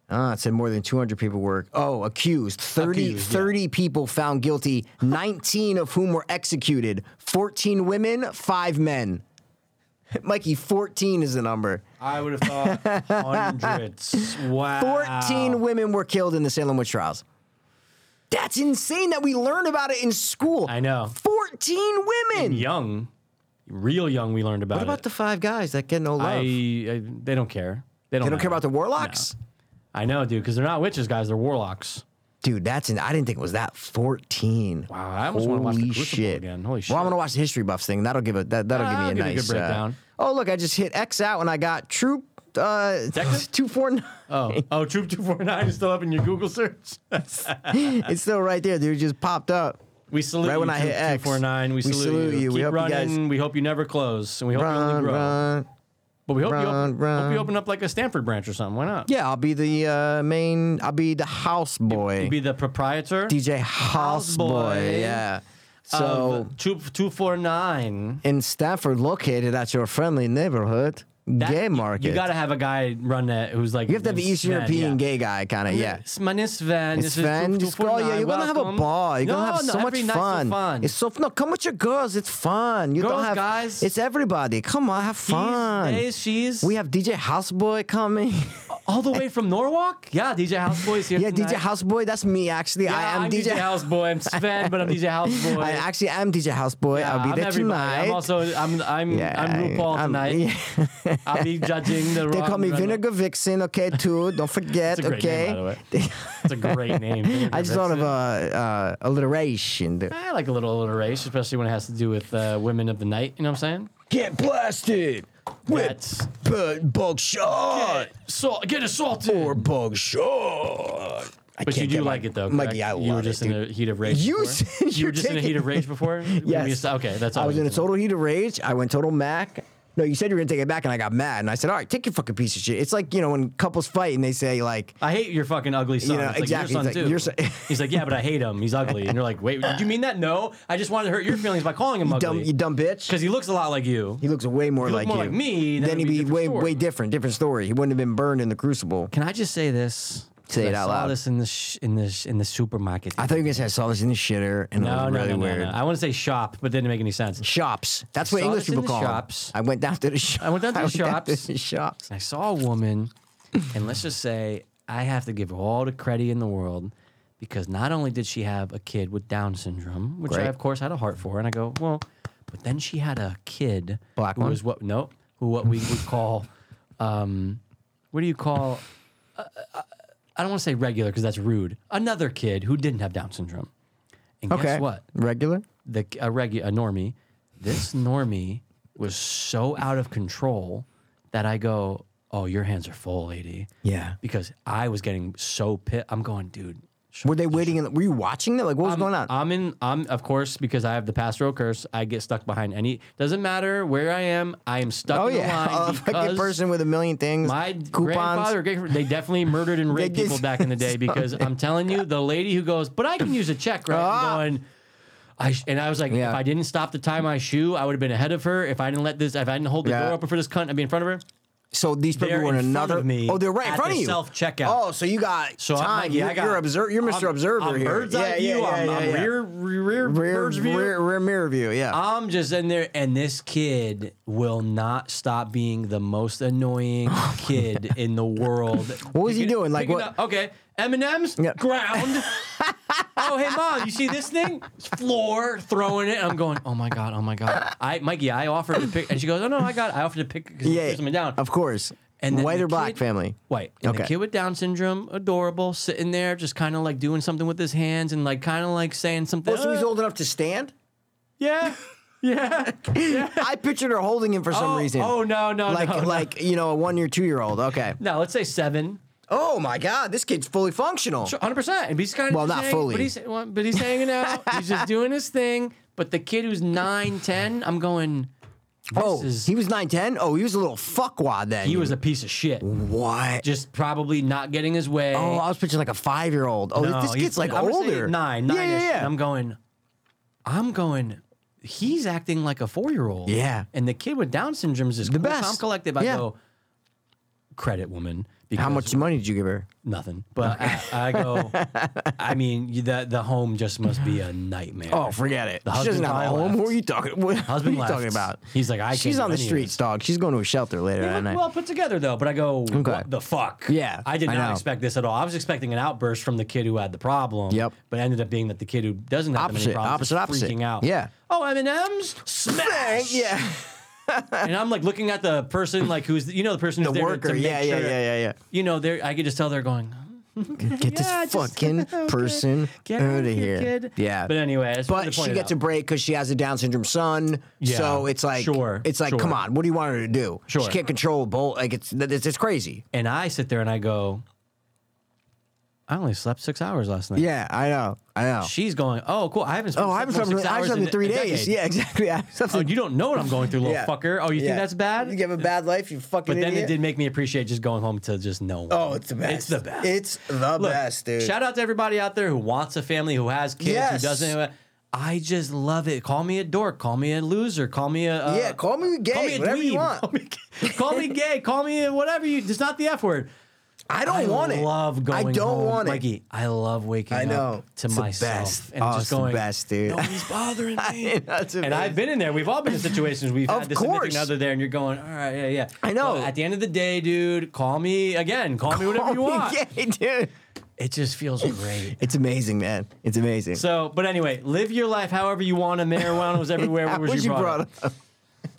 Ah, it said more than 200 people were. Oh, accused. 30, Accused, yeah. 30 people found guilty, 19 of whom were executed. 14 women, five men. *laughs* Mikey, 14 is the number. I would have thought *laughs* hundreds. Wow. 14 women were killed in the Salem witch trials. That's insane that we learn about it in school. I know. 14 women. Young, real young. We learned about What about it. the five guys that get no love? I, I they don't care. They don't. they don't care matter. about the warlocks? I know, dude, because they're not witches, guys. They're warlocks. Dude, that's an, I didn't think it was that 14. Wow, I almost wanna watch The Holy Crucible shit. again. Holy Well, I shit. want to watch the history buffs thing. That'll give a that, that'll Ah, give me a give it a nice good breakdown. Uh, oh, look, I just hit X out and I got troop uh *laughs* *laughs* 249. Oh, oh, Troop Two Four Nine is still up in your Google search. *laughs* it's still right there, dude. It just popped up. We salute Right you, when I hit X. Two Four Nine. We We salute, salute you. you. We Keep hope you guys- running. we hope you never close, and we hope you Run, only grow. run. but we hope you run, open, hope run. you open up like a Stanford branch or something. Why not? Yeah, I'll be the uh, main I'll be the house boy. You'd be the proprietor. DJ House boy. Houseboy. Yeah. So of Troop Two Four Nine. in Stafford, located at your friendly neighborhood, gay market. You gotta have a guy run that who's like. You have to have the East European gay guy kind of, yeah. My name's Sven. This is Sven, Troop just go. Yeah, 249. you're gonna have a Welcome. ball. You're no, gonna have no, so much every night's so fun. fun. It's so no. Come with your girls. It's fun. You don't Girls, have guys. It's everybody. Come on, have He's- fun. they- she's. we have DJ Houseboy coming. All the way from Norwalk? Yeah, DJ Houseboy's here. yeah, tonight. DJ Houseboy. That's me actually. Yeah, I am I'm DJ, Houseboy. I'm Sven, but I'm DJ Houseboy. *laughs* I actually am DJ Houseboy. Yeah, I'll be I'm there everybody. tonight. I'm also I'm I'm Yeah, I'm RuPaul I'm- tonight. I'll be judging the. They rock call me and roll- Vinegar Vixen. Okay, too. Don't forget. It's a great okay. name, by the way. It's a great name. *laughs* I just thought of uh, uh, alliteration. dude. I like a little alliteration, especially when it has to do with uh, women of the night. You know what I'm saying? Get blasted with That's bu- bug shot. so get assaulted. *laughs* or bug shot. I but you can't do get my- like it though, Mikey, I correct? love you were it, just dude. in a heat of rage. You before? said *laughs* you were you're just in a heat taking- of rage before. When we Yes. sta- Okay, that's all. I was you in a did. total heat of rage. I went total Mac. No, you said you were gonna take it back, and I got mad, and I said, "All right, take your fucking piece of shit." It's like you know when couples fight and they say like, I hate your fucking ugly son. know, It's like, exactly. Your son He's like, too. your son- *laughs* He's like, yeah, but I hate him. He's ugly. And you're like, wait, did you mean that? No, I just wanted to hurt your feelings by calling him "Dumb, you ugly. dumb bitch." Because he looks a lot like you. He looks way more If he like looked more you. like me, then then it'd he'd be a be, different way, story. way different, different story. He wouldn't have been burned in the crucible. Can I just say this? Say it I out saw loud. this in the sh- in the sh- in the supermarket. I thought you guys had saw this in the shitter, and it no, was no, really no, no, weird. no. I want to say shop, but didn't make any sense. Shops. That's what saw English this people in the call 'em. shops. I went down to the *laughs* shop. I went down to the shops. the shops. I saw a woman, and let's just say I have to give her all the credit in the world because not only did she have a kid with Down syndrome, which I Right. of course had a heart for, and I go, well, but then she had a kid Black who one? was what no, who what we would call, um, what do you call? Uh, uh, I don't want to say regular because that's rude. Another kid who didn't have Down syndrome, and Okay. guess what? Regular. the a regu- a normie. This normie was so out of control that I go, "Oh, your hands are full, lady." Yeah. Because I was getting so pit. I'm going, dude. Were they waiting? In the, were you watching that? Like, what was going on? I'm in. I'm of course because I have the pastoral curse. I get stuck behind any. Doesn't matter where I am. I am stuck oh in the yeah, *laughs* line a fucking because person with a million things. my coupons. grandfather. great- They definitely murdered and raped did people back in the day because I'm telling you, the lady who goes, but I can use a check, right? Ah. I'm going. I sh-, and I was like, Yeah. if I didn't stop to tie my shoe, I would have been ahead of her. If I didn't let this, if I didn't hold the Yeah. door open for this cunt, I'd be in front of her. So these people They're were in in front another. of me oh, they're right in at front the of you. self-checkout. Oh, so you got So time. I'm like, yeah, you're, I got, you're observer. You're mister I'm- observer I'm here. Bird's eye view. I'm, I'm rear, rear, rear, bird's view. rear, rear mirror view. Yeah. I'm just in there, and this kid will not stop being the most annoying *laughs* kid in the world. Oh What was he Picking- doing? Like, picking what- up- okay, M and M's Yeah. *laughs* ground. oh hey mom, you see this thing? It's floor throwing it. I'm going. Oh my god. Oh my god. I Mikey, I offered to pick, and she goes, Oh no, I got. It. I offered to pick because yeah. something down. Of course. And then white the or black kid- family. White. And the Okay. kid with Down syndrome, adorable, sitting there, just kind of like doing something with his hands and like kind of like saying something. Oh, so he's "Uh, old enough to stand. Yeah. *laughs* Yeah. I pictured her holding him for some oh, reason. oh, no, no, like no, no. like you know a one year two year old. Okay. No, let's say seven. Oh my God, this kid's fully functional. Sure, 100%. And he's kind of Well, not fully. But he's, well, but he's *laughs* hanging out. he's just doing his thing. But the kid who's 9, 10, I'm going, this oh, is. he was nine ten. Oh, he was a little fuckwad then. He was a piece of shit. what? Just probably not getting his way. Oh, I was picturing like a five year old. Oh, No, this he's- kid's like I'm gonna say older. Nine, Yeah, nine. yeah, yeah. I'm going. I'm going. He's acting like a four year old. Yeah. And the kid with Down syndrome is just The cool, best. Calm, collective. I Yeah. go. Credit woman. Because How much money did you give her? Nothing. But I, I go. I mean, you- the the home just must be a nightmare. Oh, forget it. The she doesn't husband have a probably home. left. What are you talking? *laughs* What, Husband what are you talking about? left. He's like, I can't She's do on the any of streets, this. dog. She's going to a shelter later They that look night. well put together though, but I go, Okay. what the fuck? Yeah, I did I not know. expect this at all. I was expecting an outburst from the kid who had the problem. Yep. But it ended up being that the kid who doesn't have Opposite, the problems is opposite, opposite. freaking out. Yeah. Oh, M and M's *laughs* smash. yeah, and I'm like looking at the person, like who's you know the person the who's there to- worker. To, make yeah, yeah, sure- yeah, yeah, You know, there I could just tell they're going. yeah. Get this Yeah, just- *laughs* fucking okay. person Get out of here. kid. Yeah, But anyway, that's but she gets a break because she has a Down syndrome son. Yeah. So it's like, Sure, it's like, sure. come on, what do you want her to do? Sure. She can't control both. Like it's it's, it's crazy. And I sit there and I go, I only slept six hours last night. Yeah, I know, I know. She's going, oh cool, I haven't. oh, I haven't slept. slept more in- six I haven't hours slept in a three decade. days. Yeah, exactly. I haven't slept Oh, in- you don't know what I'm going through, little Yeah. fucker. Oh, you Yeah. think that's bad? You give a bad life, you fucking. but then idiot. it did make me appreciate just going home to just know. Oh, it's the best. It's the best. It's the Look, best, dude. Shout out to everybody out there who wants a family, who has kids, Yes. who doesn't. I just love it. Call me a dork. Call me a loser. Call me a uh, yeah, call me gay, call me a whatever you dweeb, want. Call me, call me gay. Call me a whatever you. It's not the f word. I don't I want it. Love going. I don't home. want it. *laughs* Mikey, I love waking I know. up to It's the myself best. and Oh, just it's the going. best, dude. Nobody's bothering *laughs* me. That's and I've amazing. been in there. We've all been in situations. We've Of had this significant course. other there, and you're going, all right, yeah, yeah. I know. But at the end of the day, dude, call me again. Call me whatever Call you me want. gay, Oh, dude. It just feels great. It's amazing, man. It's amazing. So, but anyway, live your life however you want. to. *laughs* Marijuana was everywhere. Where How was was you you brought up? up?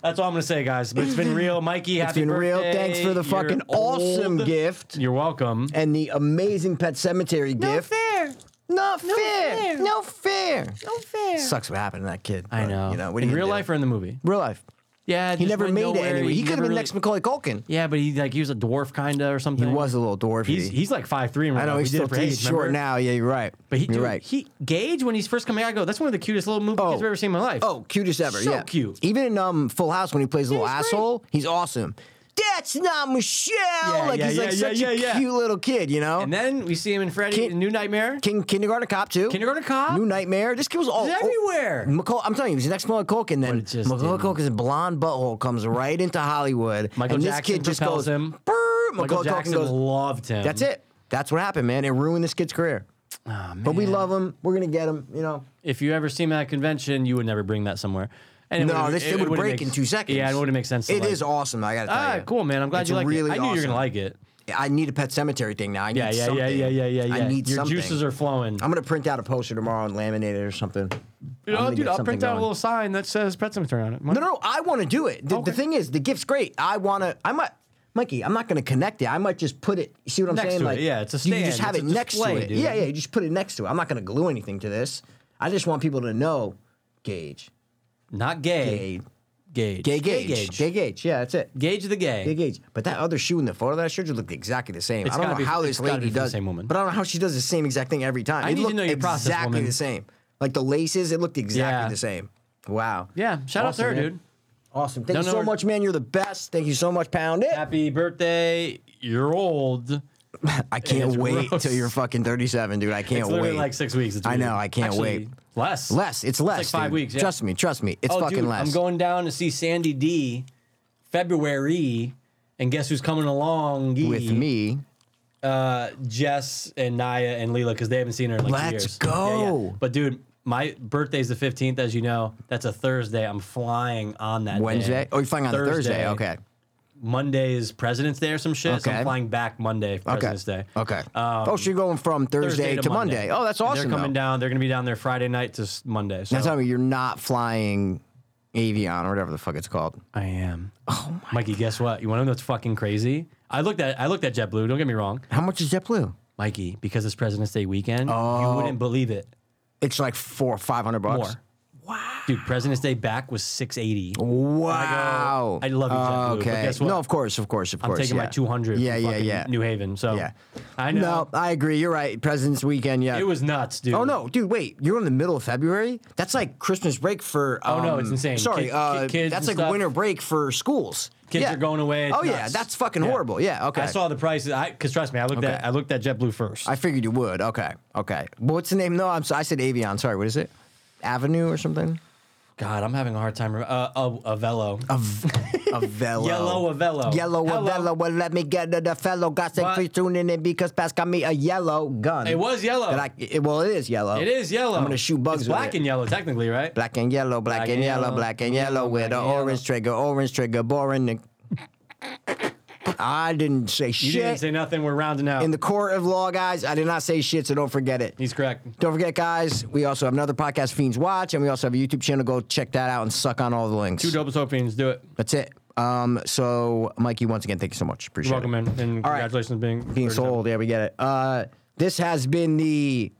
That's all I'm gonna say, guys. But *laughs* it's been real, Mikey. It's happy been birthday. real. Thanks for the You're fucking awesome old. gift You're welcome. and the amazing Pet Cemetery gift. fair. No fair. fair. No fair. No fair. Sucks what happened to that kid. I but, know. You know what are in you real gonna life do? or in the movie? real life. Yeah, He never made it anyway. He could have been next next Macaulay Culkin. Yeah, but he like he was a dwarf kind of or something. He was a little dwarfy. He's he's like five three. I know he's still he's short now. Yeah, you're right. But he, you're dude, right. he Gage when he's first coming out, I go, that's one of the cutest little movie Oh. kids I've ever seen in my life. Oh, cutest ever. So yeah. cute. Even in um Full House when he plays a little he's great. asshole, he's awesome. That's not Michelle. Yeah, like yeah, he's like yeah, such yeah, a yeah, yeah. cute little kid, you know. And then we see him in Freddy Kid- in New Nightmare, King Kindergarten Cop too. Kindergarten Cop. New Nightmare. This kid was all He's everywhere. Macaul- I'm telling you, he's next Macaulay Culkin. Then it just Macaulay didn't. Culkin's blonde butthole comes right into Hollywood. Michael and Jackson this kid just propels goes. him. "Brr," Michael Macaulay Culkin Jackson goes. loved him. That's it. That's what happened, man. It ruined this kid's career. Aw, But we man. love him. We're gonna get him. You know. If you ever see him at a convention, you would never bring that somewhere. And No, would've- this it, would would've break made- in two seconds. Yeah, it wouldn't make sense. to It is like- awesome. I gotta tell Ah, you. cool, man. I'm glad It's you like really it. I knew you were awesome. gonna like it. I need a pet cemetery thing now. I need Yeah, yeah, something. yeah, yeah, yeah, yeah, yeah. I need Your something. juices are flowing. I'm gonna print out a poster tomorrow and laminate it or something. You know, I'm gonna dude, get I'll something print out a going. little sign that says Pet Cemetery on it. No, no, no, I want to do it. The, the Okay. thing is, the gift's great. I want to. I might, Mikey. I'm not gonna connect it. I might just put it. You see what I'm Next saying? to it, like, yeah, it's a You can just stand. have It's it a next to display, it. dude. Yeah, yeah. You just put it next to it. I'm not gonna glue anything to this. I just want people to know, Gage, Not gay. Gage, Gauge. Gay gauge. Gay gauge. Gay gauge. Yeah, that's it. Gauge the gay. Gay gauge. But that other shoe in the photo that I showed you looked exactly the same. It's I don't gotta know be- how this it's gotta lady be for the does, same woman. but I don't know how she does the same exact thing every time. I it need to looked know your process, exactly woman. the same. Like the laces, it looked exactly Yeah. the same. Wow. Yeah. Awesome, Shout out to her, man. dude. Awesome. Thank No, you no, so we're- much, man. You're the best. Thank you so much, Pound It. Happy birthday. You're old. I can't It's wait gross. till you're fucking 37, dude. I can't It's literally wait. like six weeks. It's I know, weird. I can't wait. Less. Less. It's less. like five dude. weeks, yeah. Trust me. Trust me. It's oh, fucking dude, less. I'm going down to see Sandy D. February, and guess who's coming along? with me. uh, Jess and Naya and Leela because they haven't seen her in like two Let's years. go. But dude, my birthday's the fifteenth, as you know. That's a Thursday. I'm flying on that day. Wednesday. Oh, you're flying on Thursday. Thursday. Okay. Monday is President's Day or some shit. So Okay. I'm flying back Monday for Okay. President's Day. Okay. Um, oh, so you're going from Thursday, to, Monday. Oh, that's And awesome. they're coming though. down. They're gonna be down there Friday night to s- Monday. So Now tell me you're not flying Avion or whatever the fuck it's called. I am. Oh my Mikey, guess what? You want to know what's fucking crazy? I looked at I looked at JetBlue. Don't get me wrong, How much is JetBlue? Mikey, because it's President's Day weekend. Oh. You wouldn't believe it. It's like four, five hundred More. bucks. Dude, President's Day back was 680. Wow. I love you, JetBlue, but Okay. guess what? No, of course, of course, of I'm course. taking yeah. my 200. Yeah, from yeah, fucking yeah. New Haven. So Yeah. I know. No, I agree. You're right. President's Weekend. Yeah. It was nuts, dude. Oh no, dude! Wait, you're in the middle of February. That's like Christmas break for. Um, Oh, no, it's insane. Sorry, Kid- kid- uh, kids that's like and stuff. winter break for schools. Kids Yeah. are going away. It's oh yeah, nuts. that's fucking Yeah. horrible. Yeah, okay. I saw the prices. I because trust me, I looked at I looked at JetBlue first. I figured you would. Okay, okay. But what's the name? No, I'm. so- I said Avion. Sorry, what is it? Avenue or something? God, I'm having a hard time. rem- Uh, a, a velo. A, v- a velo. Yellow *laughs* Avello. Yellow Hello. Avello. Well, let me get to the fellow. Got say But- please tune in and because Pass got me a yellow gun. it was yellow. That I, it, well, it is yellow. it is yellow. Oh. I'm gonna shoot bugs It's with black it. and yellow, technically, right? Black and yellow, black, and, yellow, black and yellow with black an and yellow. orange trigger, orange trigger, boring. The- I didn't say You didn't shit. say nothing. We're rounding out. In the court of law, guys, I did not say shit, so don't forget it. He's correct. Don't forget, guys, we also have another podcast, Fiends Watch, and we also have a YouTube channel. Go check that out and suck on all the links. Two double soap fiends. Do it. That's it. Um, so, Mikey, once again, thank you so much. Appreciate You're welcome, it. man. And All right. congratulations on being Being 37. sold, yeah, we get it. Uh, this has been the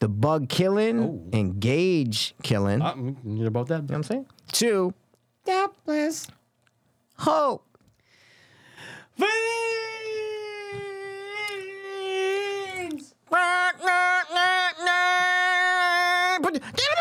the bug killing Oh. and gauge killing. Uh, mm, you know about that. You know what I'm saying? Two. That was hope. Fiends! But-